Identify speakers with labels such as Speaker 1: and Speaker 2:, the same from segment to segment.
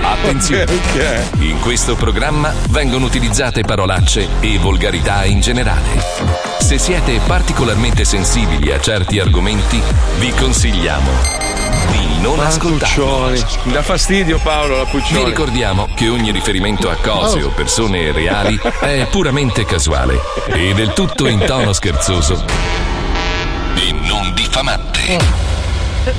Speaker 1: Attenzione. Attenzione. In questo programma vengono utilizzate parolacce e volgarità in generale. Se siete particolarmente sensibili a certi argomenti, vi consigliamo di non ascoltarli.
Speaker 2: Da fastidio Paolo la
Speaker 1: Vi
Speaker 2: Puccioni.
Speaker 1: ricordiamo che ogni riferimento a cose o persone reali è puramente casuale e del tutto in tono scherzoso e non diffamante.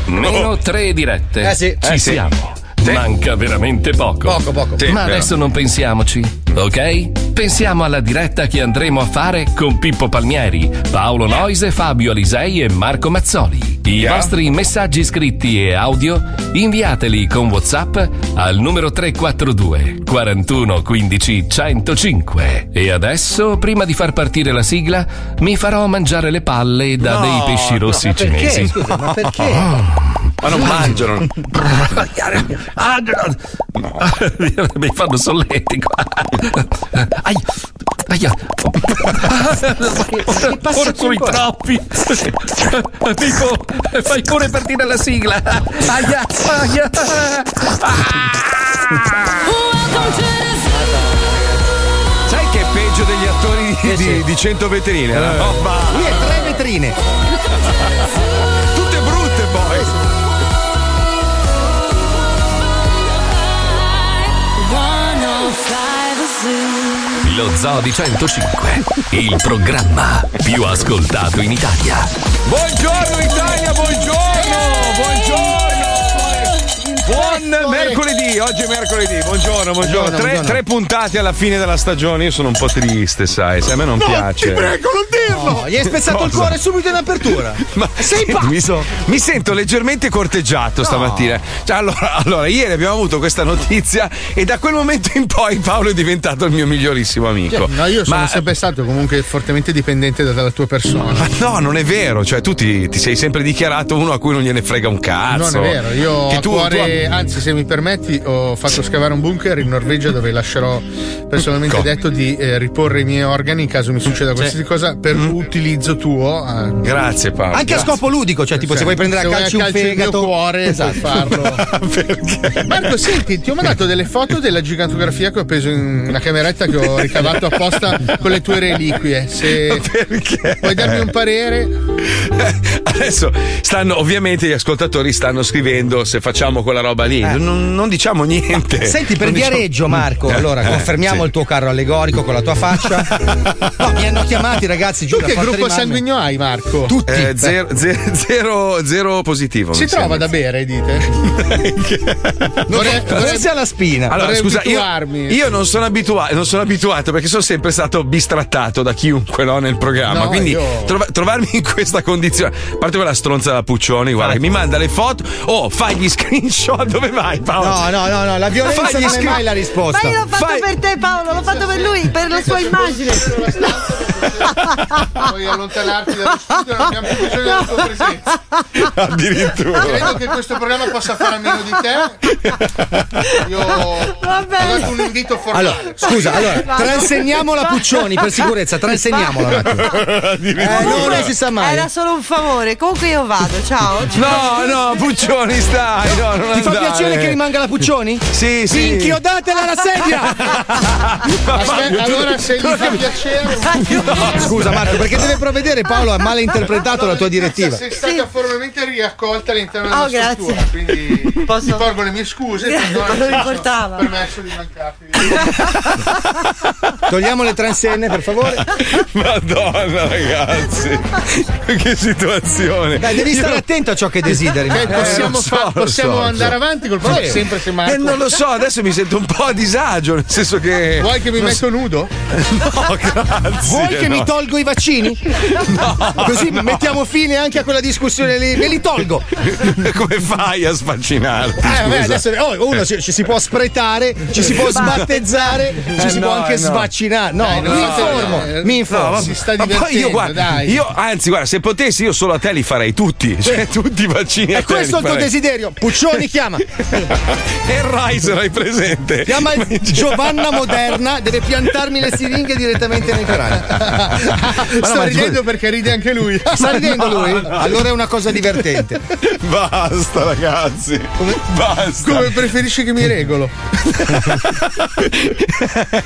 Speaker 1: Meno tre dirette.
Speaker 3: Mm. Eh sì.
Speaker 1: Ci
Speaker 3: Eh sì.
Speaker 1: siamo. Manca veramente poco.
Speaker 3: Poco, poco. Sì,
Speaker 1: Ma
Speaker 3: però.
Speaker 1: adesso non pensiamoci, ok? Pensiamo alla diretta che andremo a fare con Pippo Palmieri, Paolo Noise, Fabio Alisei e Marco Mazzoli. I vostri messaggi scritti e audio inviateli con WhatsApp al numero 342 41 15 105. E adesso, prima di far partire la sigla, mi farò mangiare le palle da
Speaker 2: No,
Speaker 1: dei pesci
Speaker 2: no,
Speaker 1: rossi
Speaker 2: ma perché?
Speaker 1: cinesi. Ah.
Speaker 2: Scusa, ma perché?
Speaker 1: Ma
Speaker 2: non mangiano.
Speaker 1: Ah, no. Mi fanno solletico. Ai, ai, Ora sono i troppi. Amico, fai pure partire la sigla. Aia, aia.
Speaker 2: Sai che è peggio degli attori di, di, Eh. di 100 vetrine? La roba.
Speaker 4: Qui è tre vetrine.
Speaker 2: Tutte brutte boh. poi.
Speaker 1: Lo Zoo di 105, il programma più ascoltato in Italia.
Speaker 2: Buongiorno Italia, buongiorno, buongiorno. Buon mercoledì, oggi è mercoledì, buongiorno, buongiorno. tre,
Speaker 4: buongiorno.
Speaker 2: tre puntate alla fine della stagione, io sono un po' triste, sai, se a me non piace.
Speaker 4: non dirlo! No, gli hai spezzato il
Speaker 2: Cosa?
Speaker 4: cuore subito in apertura.
Speaker 2: Ma
Speaker 4: Sei pazzo!
Speaker 2: Mi, so- mi sento leggermente corteggiato stamattina. Cioè, allora, allora, ieri abbiamo avuto questa notizia e da quel momento in poi Paolo è diventato il mio migliorissimo amico.
Speaker 5: No, io sono
Speaker 2: Ma-
Speaker 5: sempre stato comunque fortemente dipendente da- dalla tua persona.
Speaker 2: Ma no, non è vero, cioè tu ti, ti sei sempre dichiarato uno a cui non gliene frega un cazzo.
Speaker 5: Non è vero, io
Speaker 2: Che
Speaker 5: ho a
Speaker 2: tu-
Speaker 5: cuore,
Speaker 2: tu-
Speaker 5: anzi se mi permetti, ho fatto scavare un bunker in Norvegia dove lascerò personalmente
Speaker 2: Ecco.
Speaker 5: detto di eh, riporre i miei organi in caso mi succeda qualsiasi cosa per utilizzo tuo. eh,
Speaker 2: Grazie Paolo.
Speaker 4: Anche a
Speaker 2: Mm. grazie.
Speaker 4: scopo ludico, cioè, tipo, se vuoi prendere a
Speaker 5: vuoi
Speaker 4: calci un
Speaker 5: il mio
Speaker 4: fegato.
Speaker 5: cuore
Speaker 4: Esatto.
Speaker 5: puoi farlo.
Speaker 2: Perché?
Speaker 5: Marco, senti, ti ho mandato delle foto della gigantografia che ho preso in una cameretta che ho ricavato apposta con le tue reliquie. Se
Speaker 2: Perché?
Speaker 5: vuoi darmi un parere,
Speaker 2: Adesso stanno, ovviamente gli ascoltatori stanno scrivendo se facciamo quella roba
Speaker 5: Eh.
Speaker 2: lì. Non, non diciamo niente.
Speaker 4: Senti, per
Speaker 2: Non diciamo-
Speaker 4: Viareggio, Marco, allora
Speaker 2: eh,
Speaker 4: confermiamo
Speaker 2: sì.
Speaker 4: il tuo carro allegorico con la tua faccia. No, mi hanno chiamati, ragazzi, giù
Speaker 5: tu che gruppo sanguigno hai, Marco?
Speaker 4: Tutti.
Speaker 2: Eh, zero, zero- zero- zero positivo.
Speaker 5: Si
Speaker 2: mi
Speaker 5: trova
Speaker 2: sembra.
Speaker 5: da bere, dite? Vorrei- vorrei-
Speaker 4: Forse alla spina.
Speaker 2: Allora,
Speaker 5: Vorrei
Speaker 2: scusa, io,
Speaker 5: abituarmi.
Speaker 2: io non, sono abitua- non sono abituato perché sono sempre stato bistrattato da chiunque no, nel programma.
Speaker 5: No,
Speaker 2: quindi
Speaker 5: io-
Speaker 2: trova- trovarmi in questa condizione. A parte quella stronza della Puccioni,
Speaker 5: Ah,
Speaker 2: guarda, che mi manda le foto. Oh, fai gli screenshot. Dove vai, Paolo?
Speaker 4: No, no, no, no, la violenza
Speaker 2: Fagli
Speaker 4: non è
Speaker 2: scri-
Speaker 4: mai la risposta.
Speaker 6: Ma io l'ho fatto
Speaker 2: Fai-
Speaker 6: per te Paolo, l'ho fatto per lui, per la sua immagine.
Speaker 5: Puoi allontanarti dallo studio, non abbiamo più bisogno della tua presenza.
Speaker 2: Addirittura.
Speaker 5: Credo che questo programma possa fare a meno di te. Io ho
Speaker 6: Vabbè.
Speaker 5: dato un invito formale.
Speaker 4: Allora, scusa, allora, transegniamola Puccioni per sicurezza, transegniamola un attimo. Eh, no, non si sa mai.
Speaker 6: Era solo un favore. Comunque io vado, ciao. Ci-
Speaker 2: No, no, Puccioni, stai. No, non
Speaker 4: Ti fa
Speaker 2: andare.
Speaker 4: piacere che rimanga la Puccioni?
Speaker 2: Sì, sì.
Speaker 4: Inchiodatela alla sedia!
Speaker 5: Aspe- allora se gli fa piacere,
Speaker 4: Scusa Marco, perché deve provvedere Paolo ha malinterpretato la tua direttiva.
Speaker 5: sei stata formalmente riaccolta all'interno della
Speaker 6: Oh,
Speaker 5: nostra
Speaker 6: grazie.
Speaker 5: struttura, quindi
Speaker 6: Posso-
Speaker 5: ti porgo le mie scuse, ti do
Speaker 6: Non
Speaker 5: nel senso,
Speaker 6: importava.
Speaker 5: permesso di mancarti.
Speaker 4: Togliamo le transenne, per favore.
Speaker 2: Madonna, ragazzi. che situazione.
Speaker 4: Dai, devi stare attento a ciò che desideri. Eh,
Speaker 5: Cioè,
Speaker 4: Marco.
Speaker 5: possiamo
Speaker 2: lo so,
Speaker 5: fa-
Speaker 2: lo
Speaker 5: possiamo
Speaker 2: so, lo
Speaker 5: andare
Speaker 2: so.
Speaker 5: avanti col fatto sempre se Marco
Speaker 2: Eh, non lo so, adesso mi sento un po' a disagio, nel senso che.
Speaker 5: Vuoi che mi
Speaker 2: non
Speaker 5: metto nudo?
Speaker 2: so, grazie.
Speaker 4: Vuoi che
Speaker 2: no.
Speaker 4: mi tolgo i vaccini? Così mettiamo fine anche a quella discussione lì. Me li tolgo.
Speaker 2: Come fai a sfaccinarti?
Speaker 5: Eh, vabbè,
Speaker 2: scusa?
Speaker 4: essere. Oh, uno ci, ci si può spretare, ci si può sbattezzare, ci
Speaker 2: Eh,
Speaker 4: si
Speaker 2: no,
Speaker 4: può anche
Speaker 2: eh, no.
Speaker 4: svaccinare. No,
Speaker 5: Dai,
Speaker 4: eh, mi
Speaker 5: no,
Speaker 4: informo.
Speaker 5: no.
Speaker 4: Mi informo.
Speaker 5: vabbè. Si sta
Speaker 2: ma poi
Speaker 5: divertendo,
Speaker 2: io, guarda,
Speaker 5: dai.
Speaker 2: io anzi, guarda, se potessi, io solo a te li farei tutti. Cioè, tutti i vaccini. a
Speaker 4: E
Speaker 2: te
Speaker 4: questo è il
Speaker 2: li
Speaker 4: tuo
Speaker 2: farei.
Speaker 4: desiderio. Puccioni chiama.
Speaker 2: e Riser, hai presente?
Speaker 4: Chiama il Giovanna Moderna, deve piantarmi le siringhe direttamente nel cranio.
Speaker 2: Ma no,
Speaker 5: Sto
Speaker 2: ma
Speaker 5: ridendo perché ride anche lui.
Speaker 4: Sta ridendo lui? Allora è una cosa divertente.
Speaker 2: Basta, ragazzi. Basta.
Speaker 5: Come preferisci che mi regolo?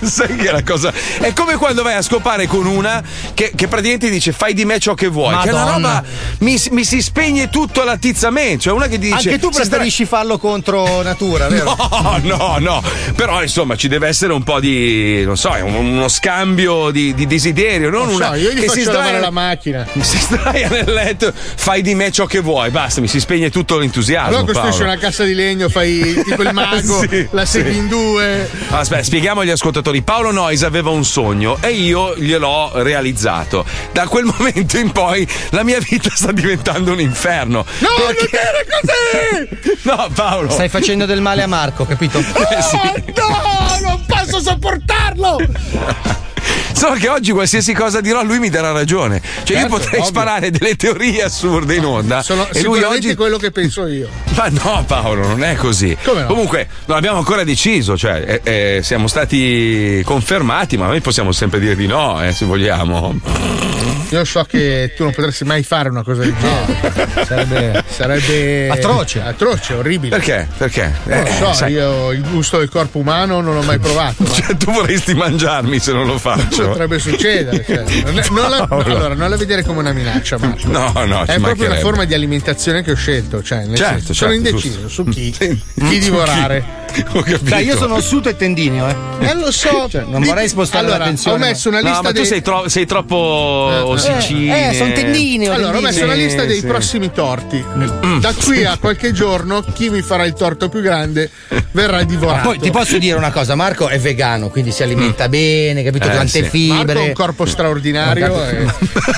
Speaker 2: Sai che è la cosa. È come quando vai a scopare con una che, che praticamente dice fai di me ciò che vuoi. Che è una
Speaker 4: Madonna.
Speaker 2: roba. Mi, mi si spegne tutto all'attizzamento. Cioè, una che dice.
Speaker 4: Anche tu
Speaker 2: "Si sta-
Speaker 4: preferisci farlo contro natura, vero?
Speaker 2: No, no, no. Però insomma ci deve essere un po' di, non so, un- uno scambio di, di desiderio, non una
Speaker 5: No, io gli
Speaker 2: che si
Speaker 5: faccio lavare
Speaker 2: sdraia,
Speaker 5: la macchina.
Speaker 2: si sdraia nel letto, fai di me ciò che vuoi, basta, mi si spegne tutto l'entusiasmo.
Speaker 5: Allora costruisci
Speaker 2: Paolo.
Speaker 5: una cassa di legno, fai tipo il mago,
Speaker 2: Sì,
Speaker 5: la segui in due.
Speaker 2: Aspetta, spieghiamo agli ascoltatori. Paolo Nois aveva un sogno e io gliel'ho realizzato. Da quel momento in poi la mia vita sta diventando un inferno.
Speaker 5: No, non era così!
Speaker 2: No, Paolo.
Speaker 4: Stai facendo del male a Marco, capito?
Speaker 2: Eh,
Speaker 5: Oh, no, non posso sopportarlo!
Speaker 2: Solo che oggi qualsiasi cosa dirò lui mi darà ragione. Cioè io
Speaker 5: Certo,
Speaker 2: potrei
Speaker 5: ovvio.
Speaker 2: sparare delle teorie assurde in onda.
Speaker 5: Sono
Speaker 2: e lui
Speaker 5: sicuramente
Speaker 2: oggi...
Speaker 5: quello che penso io.
Speaker 2: Ma no Paolo, non è così.
Speaker 5: Come no?
Speaker 2: Comunque non abbiamo ancora deciso, cioè eh, eh, siamo stati confermati, ma noi possiamo sempre dire di no, eh, se vogliamo.
Speaker 5: Io so che tu non potresti mai fare una cosa del genere. Sarebbe, sarebbe
Speaker 4: Atroce.
Speaker 5: atroce, orribile.
Speaker 2: Perché? Perché?
Speaker 5: Non
Speaker 2: Eh,
Speaker 5: lo so,
Speaker 2: sai-
Speaker 5: io il gusto del corpo umano non l'ho mai provato. ma
Speaker 2: Cioè, tu vorresti mangiarmi se non lo faccio.
Speaker 5: Potrebbe succedere. cioè, non è- non la, no,
Speaker 2: Paolo.
Speaker 5: allora, non la vedere come una minaccia, ma
Speaker 2: No, no, ci
Speaker 5: è proprio una
Speaker 2: mancherebbe.
Speaker 5: forma di alimentazione che ho scelto. Cioè, nel senso,
Speaker 2: Certo, certo,
Speaker 5: sono indeciso
Speaker 2: giusto.
Speaker 5: su chi,
Speaker 2: Sì.
Speaker 5: chi divorare.
Speaker 2: Ho capito.
Speaker 4: Dai, io sono ossuto e tendineo, eh.
Speaker 5: Eh, lo so.
Speaker 4: Cioè, non
Speaker 5: Di-
Speaker 4: vorrei spostare
Speaker 5: allora,
Speaker 4: l'attenzione,
Speaker 5: Ho messo una
Speaker 2: No,
Speaker 5: lista
Speaker 2: ma tu
Speaker 5: dei.
Speaker 2: sei, tro- sei troppo
Speaker 5: Eh, eh.
Speaker 2: ossicine.
Speaker 4: Eh, sono tendineo.
Speaker 5: Allora, ho messo una lista dei
Speaker 2: sì. Mm.
Speaker 5: prossimi torti. Da qui a qualche giorno, chi mi farà il torto più grande
Speaker 2: Ah,
Speaker 5: verrà
Speaker 4: Ma
Speaker 5: divorato.
Speaker 4: poi ti posso dire una cosa, Marco è vegano, quindi si alimenta bene, capito?
Speaker 2: Eh,
Speaker 4: Tante
Speaker 2: sì.
Speaker 5: Marco ha
Speaker 4: fibre.
Speaker 5: un corpo straordinario. eh. e-
Speaker 2: Ma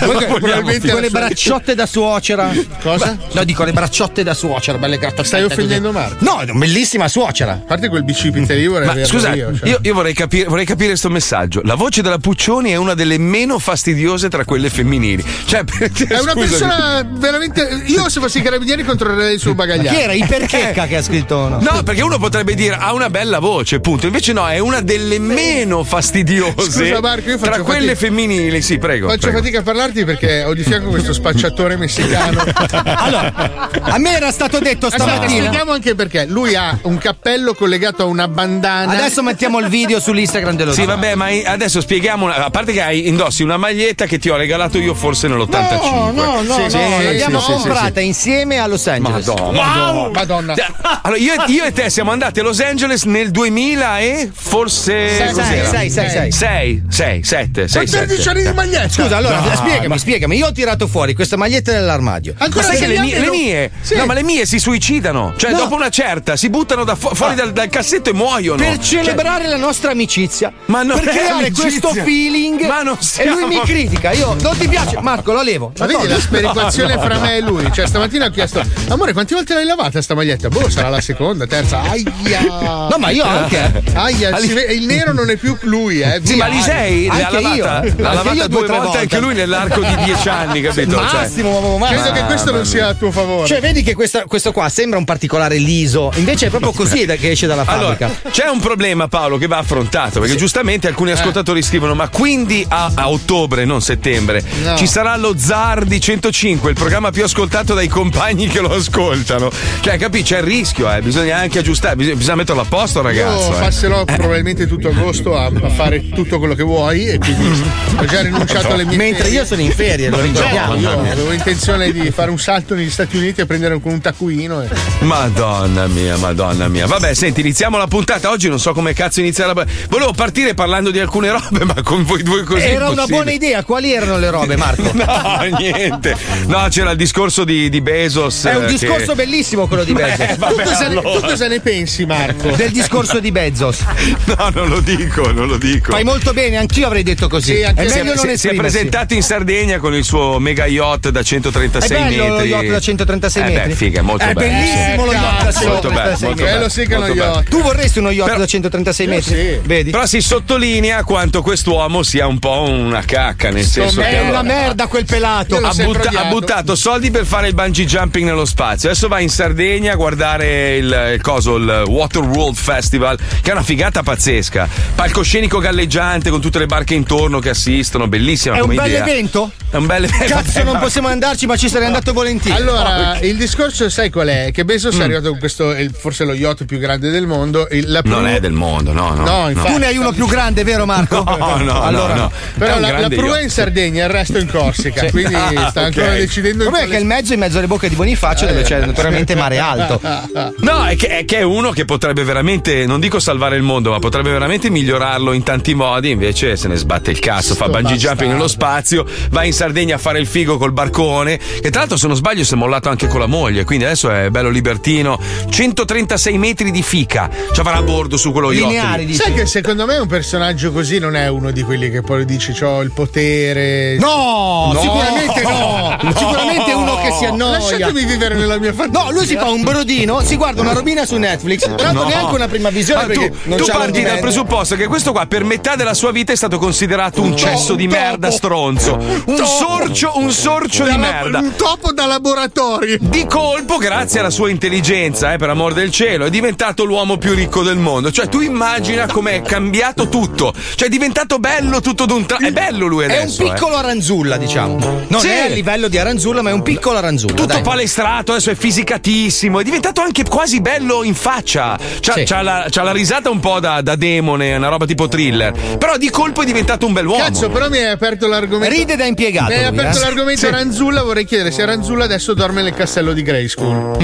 Speaker 2: vogliamo-
Speaker 5: probabilmente-
Speaker 4: eh. Con le bracciotte da suocera.
Speaker 5: Cosa?
Speaker 4: No, dico le bracciotte da suocera, belle grattacciate.
Speaker 5: Stai offendendo Marco.
Speaker 4: No, è una bellissima suocera.
Speaker 5: A parte quel bicipite lì, vorrei
Speaker 2: Mm. Ma
Speaker 5: averlo
Speaker 2: scusa,
Speaker 5: io.
Speaker 2: io,
Speaker 5: cioè.
Speaker 2: io vorrei capire vorrei capire sto messaggio. La voce della Puccioni è una delle meno fastidiose tra quelle femminili. Cioè,
Speaker 5: È una persona veramente. Io se fossi i carabinieri controllerei il suo
Speaker 4: Chi
Speaker 5: bagagliaio.
Speaker 4: era? Iperchecca che ha scritto no.
Speaker 2: No, perché uno potrebbe dire ha una bella voce, punto. Invece no, è una delle meno fastidiose
Speaker 5: Scusa, Marco, io faccio
Speaker 2: tra quelle
Speaker 5: fatica.
Speaker 2: femminili. Sì, prego.
Speaker 5: Faccio
Speaker 2: prego.
Speaker 5: fatica a parlarti perché ho di fianco questo spacciatore messicano.
Speaker 4: Allora, a me era stato detto
Speaker 5: Aspetta,
Speaker 4: stamattina.
Speaker 5: spieghiamo anche perché. Lui ha un cappello collegato a una bandana.
Speaker 4: Adesso mettiamo il video sull'Instagram dello
Speaker 2: Sì,
Speaker 4: zoo.
Speaker 2: vabbè, ma i- adesso spieghiamo. una- a parte che hai indossi una maglietta che ti ho regalato io forse nell'85.
Speaker 4: No, no, no,
Speaker 5: Sì, sì,
Speaker 4: l'abbiamo
Speaker 5: sì, sì,
Speaker 4: comprata insieme a Los Angeles.
Speaker 2: Madonna.
Speaker 5: Wow! Madonna.
Speaker 2: Cioè, Allora, io, io e te siamo andati a Los Angeles nel 2000 e forse.
Speaker 4: Sei,
Speaker 2: cos'era?
Speaker 4: sei, sei, sei.
Speaker 2: Sei, sei, sette, sei,
Speaker 5: Sono 13
Speaker 2: sette.
Speaker 5: anni di maglietta.
Speaker 4: Scusa, allora
Speaker 2: No,
Speaker 4: spiegami, spiegami. Io ho tirato fuori questa maglietta dall'armadio.
Speaker 5: Ancora
Speaker 2: Ma sai che
Speaker 5: sei
Speaker 2: le
Speaker 5: anni
Speaker 2: mie,
Speaker 5: e
Speaker 2: le
Speaker 5: non-
Speaker 2: mie-
Speaker 5: Sì.
Speaker 2: no, ma le mie si suicidano. Cioè,
Speaker 4: No.
Speaker 2: dopo una certa, si buttano da fu- fuori dal, dal cassetto e muoiono.
Speaker 4: Per
Speaker 2: Cioè,
Speaker 4: celebrare la nostra amicizia,
Speaker 2: Ma non
Speaker 4: per
Speaker 2: è
Speaker 4: creare
Speaker 2: amicizia.
Speaker 4: questo feeling,
Speaker 2: Ma non
Speaker 4: e
Speaker 2: siamo-
Speaker 4: lui mi critica. Io non ti piace, Marco, lo levo.
Speaker 5: Ma vedi
Speaker 4: Madonna.
Speaker 5: la sperequazione fra me e lui? Cioè, stamattina ho chiesto, amore, quante volte l'hai lavata sta maglietta? Boh, sarà la seconda, terza. Aia.
Speaker 4: No, ma io anche.
Speaker 5: Aia, si ve- il nero non è più lui, eh.
Speaker 2: Sì,
Speaker 5: via.
Speaker 2: ma Lisei l'ha
Speaker 4: Anche
Speaker 2: lavata,
Speaker 4: io.
Speaker 2: l'ha
Speaker 4: Anche
Speaker 2: lavata
Speaker 4: io due,
Speaker 2: due
Speaker 4: tre
Speaker 2: volte,
Speaker 4: volte.
Speaker 2: anche lui nell'arco di dieci anni, capito? Cioè,
Speaker 4: Massimo, ma- ma- ma-
Speaker 5: Credo che questo non sia a tuo favore.
Speaker 4: Cioè, vedi che questa- questo qua sembra un particolare liso, invece è proprio così da- che esce dalla
Speaker 2: Allora,
Speaker 4: fabbrica. Eh.
Speaker 2: c'è un problema Paolo che va affrontato perché giustamente alcuni ascoltatori scrivono ma quindi a, a ottobre, non settembre,
Speaker 5: No.
Speaker 2: ci sarà lo Zar di 105, il programma più ascoltato dai compagni che lo ascoltano. Cioè, capisci, c'è il rischio, eh, bisogna anche aggiustare, bisogna, bisogna metterlo a posto, ragazzo.
Speaker 4: Oh,
Speaker 5: Io
Speaker 2: eh.
Speaker 5: passerò probabilmente tutto agosto a, a fare tutto quello che vuoi e quindi
Speaker 2: Mm.
Speaker 5: ho già rinunciato alle mie
Speaker 4: Mentre io sono in ferie, lo ricordiamo.
Speaker 5: io avevo intenzione di fare un salto negli Stati Uniti e prendere con un taccuino. E...
Speaker 2: Madonna mia, madonna mia. Vabbè, senti, iniziamo la puntata. Oggi non so come cazzo iniziare la. Volevo partire parlando di alcune robe, ma con voi due così. è
Speaker 4: Era una
Speaker 2: impossibile.
Speaker 4: buona idea. Quali erano le robe, Marco?
Speaker 2: No, niente. No, c'era il discorso di, di Bezos.
Speaker 4: È un
Speaker 2: eh,
Speaker 4: discorso
Speaker 2: che-
Speaker 4: bellissimo quello di
Speaker 2: Beh,
Speaker 4: Bezos.
Speaker 2: vabbè,
Speaker 5: tu, cosa
Speaker 2: allora.
Speaker 5: ne, tu cosa ne pensi, Marco?
Speaker 4: Del discorso di Bezos.
Speaker 2: Ecco. No, non lo dico, non lo dico.
Speaker 4: Fai molto bene, anch'io avrei detto così.
Speaker 5: Sì,
Speaker 4: è
Speaker 5: anche-
Speaker 4: meglio
Speaker 5: si
Speaker 2: si, è-
Speaker 4: non
Speaker 2: Ecco. si- si è
Speaker 4: esprimersi.
Speaker 2: presentato in Sardegna con il suo mega yacht da
Speaker 4: È
Speaker 2: 136
Speaker 4: bello lo
Speaker 2: metri.
Speaker 4: yacht da 136
Speaker 2: Eh,
Speaker 4: metri.
Speaker 2: beh, figa, è molto
Speaker 4: È
Speaker 2: bello.
Speaker 4: bellissimo lo
Speaker 5: Eh,
Speaker 4: yacht da
Speaker 5: cazzo,
Speaker 2: molto bello,
Speaker 4: 136
Speaker 2: molto
Speaker 4: metri.
Speaker 5: Bello
Speaker 2: bello,
Speaker 5: sì che è uno
Speaker 2: molto bello.
Speaker 5: yacht.
Speaker 4: Tu vorresti uno yacht
Speaker 2: Però-
Speaker 4: da 136 metri?
Speaker 5: sì.
Speaker 4: Vedi?
Speaker 2: Però si sottolinea quanto quest'uomo sia un po' una cacca, nel senso
Speaker 5: me-
Speaker 2: che
Speaker 4: è
Speaker 2: allora-
Speaker 4: una merda quel pelato.
Speaker 5: Io lo
Speaker 2: ha,
Speaker 5: so. sempre
Speaker 2: butta- ha
Speaker 5: odiato.
Speaker 2: buttato soldi per fare il bungee jumping nello spazio. Adesso va in Sardegna a guardare il, il coso, il Water World Festival, che è una figata pazzesca. Palcoscenico galleggiante con tutte le barche intorno che assistono, bellissima
Speaker 4: È un
Speaker 2: come
Speaker 4: bel
Speaker 2: idea.
Speaker 4: evento?
Speaker 2: È un bel evento.
Speaker 4: Cazzo, non possiamo andarci, ma ci sarei andato volentieri. Mm.
Speaker 5: Allora, il discorso, sai qual è? Che Bezos è arrivato con questo, è il- forse lo yacht più grande del mondo. il- la
Speaker 2: Non
Speaker 5: Pru-
Speaker 2: è del mondo, no, no.
Speaker 5: No, infatti.
Speaker 4: tu ne hai uno più grande, vero Marco?
Speaker 2: No, no,
Speaker 4: allora,
Speaker 2: no, no. È
Speaker 5: Però
Speaker 2: un
Speaker 5: la, la
Speaker 2: grande
Speaker 5: Pru è
Speaker 2: yacht.
Speaker 5: in Sardegna, il resto è in Corsica. Quindi
Speaker 2: Ah,
Speaker 5: sta
Speaker 2: ok.
Speaker 5: ancora decidendo in
Speaker 4: Com'è che
Speaker 5: quale-
Speaker 4: il mezzo è in mezzo alle bocche di Bonifacio dove c'è naturalmente mare alto.
Speaker 2: No, è che, è che è uno che potrebbe veramente, non dico salvare il mondo, ma potrebbe veramente migliorarlo in tanti modi. Invece se ne sbatte il cazzo, fa
Speaker 5: Sto
Speaker 2: bungee jumping
Speaker 5: bastardo.
Speaker 2: nello spazio, va in Sardegna a fare il figo col barcone. Che tra l'altro, se non sbaglio, si è mollato anche con la moglie. Quindi adesso è bello libertino. 136 metri di fica ci avrà a bordo su quello
Speaker 4: Lineari,
Speaker 2: yacht.
Speaker 4: dici.
Speaker 5: Sai che secondo me un personaggio così non è uno di quelli che poi dice c'ho il potere.
Speaker 4: No,
Speaker 2: No.
Speaker 4: sicuramente no. Sicuramente uno che si annoia.
Speaker 5: Lasciatemi vivere nella mia fantasia.
Speaker 4: No, lui si fa un brodino, si guarda una robina su Netflix. Tra l'altro
Speaker 2: No.
Speaker 4: neanche una prima visione
Speaker 2: Ma
Speaker 4: perché
Speaker 2: Ah, tu,
Speaker 4: non
Speaker 2: tu
Speaker 4: c'ha
Speaker 2: parti dal
Speaker 4: l'argomento.
Speaker 2: presupposto che questo qua per metà della sua vita è stato considerato un cesso di
Speaker 5: topo.
Speaker 2: merda stronzo. Un sorcio, un sorcio di merda.
Speaker 5: Un topo da laboratorio.
Speaker 2: Di colpo, grazie alla sua intelligenza, eh, per amor del cielo, è diventato l'uomo più ricco del mondo. Cioè, tu immagina com'è cambiato tutto. Cioè, è diventato bello tutto d'un tratto. È bello lui
Speaker 4: È
Speaker 2: adesso. eh.
Speaker 4: un piccolo Aranzulla, diciamo. Non
Speaker 2: Sì.
Speaker 4: è a livello di Aranzulla, ma è un piccolo Aranzulla.
Speaker 2: eh. Tutto
Speaker 4: dai.
Speaker 2: palestrato, adesso è fisicatissimo, è diventato anche quasi bello in faccia. C'ha,
Speaker 4: Sì.
Speaker 2: c'ha la, c'ha la risata un po' da, da demone, una roba tipo thriller. Però di colpo è diventato un bell'uomo.
Speaker 5: Cazzo, però mi hai aperto l'argomento.
Speaker 4: Ride da impiegato.
Speaker 5: Mi hai
Speaker 4: lui,
Speaker 5: aperto
Speaker 4: eh.
Speaker 5: l'argomento Ranzulla, vorrei chiedere se Ranzulla adesso dorme nel castelllo di Grayskull.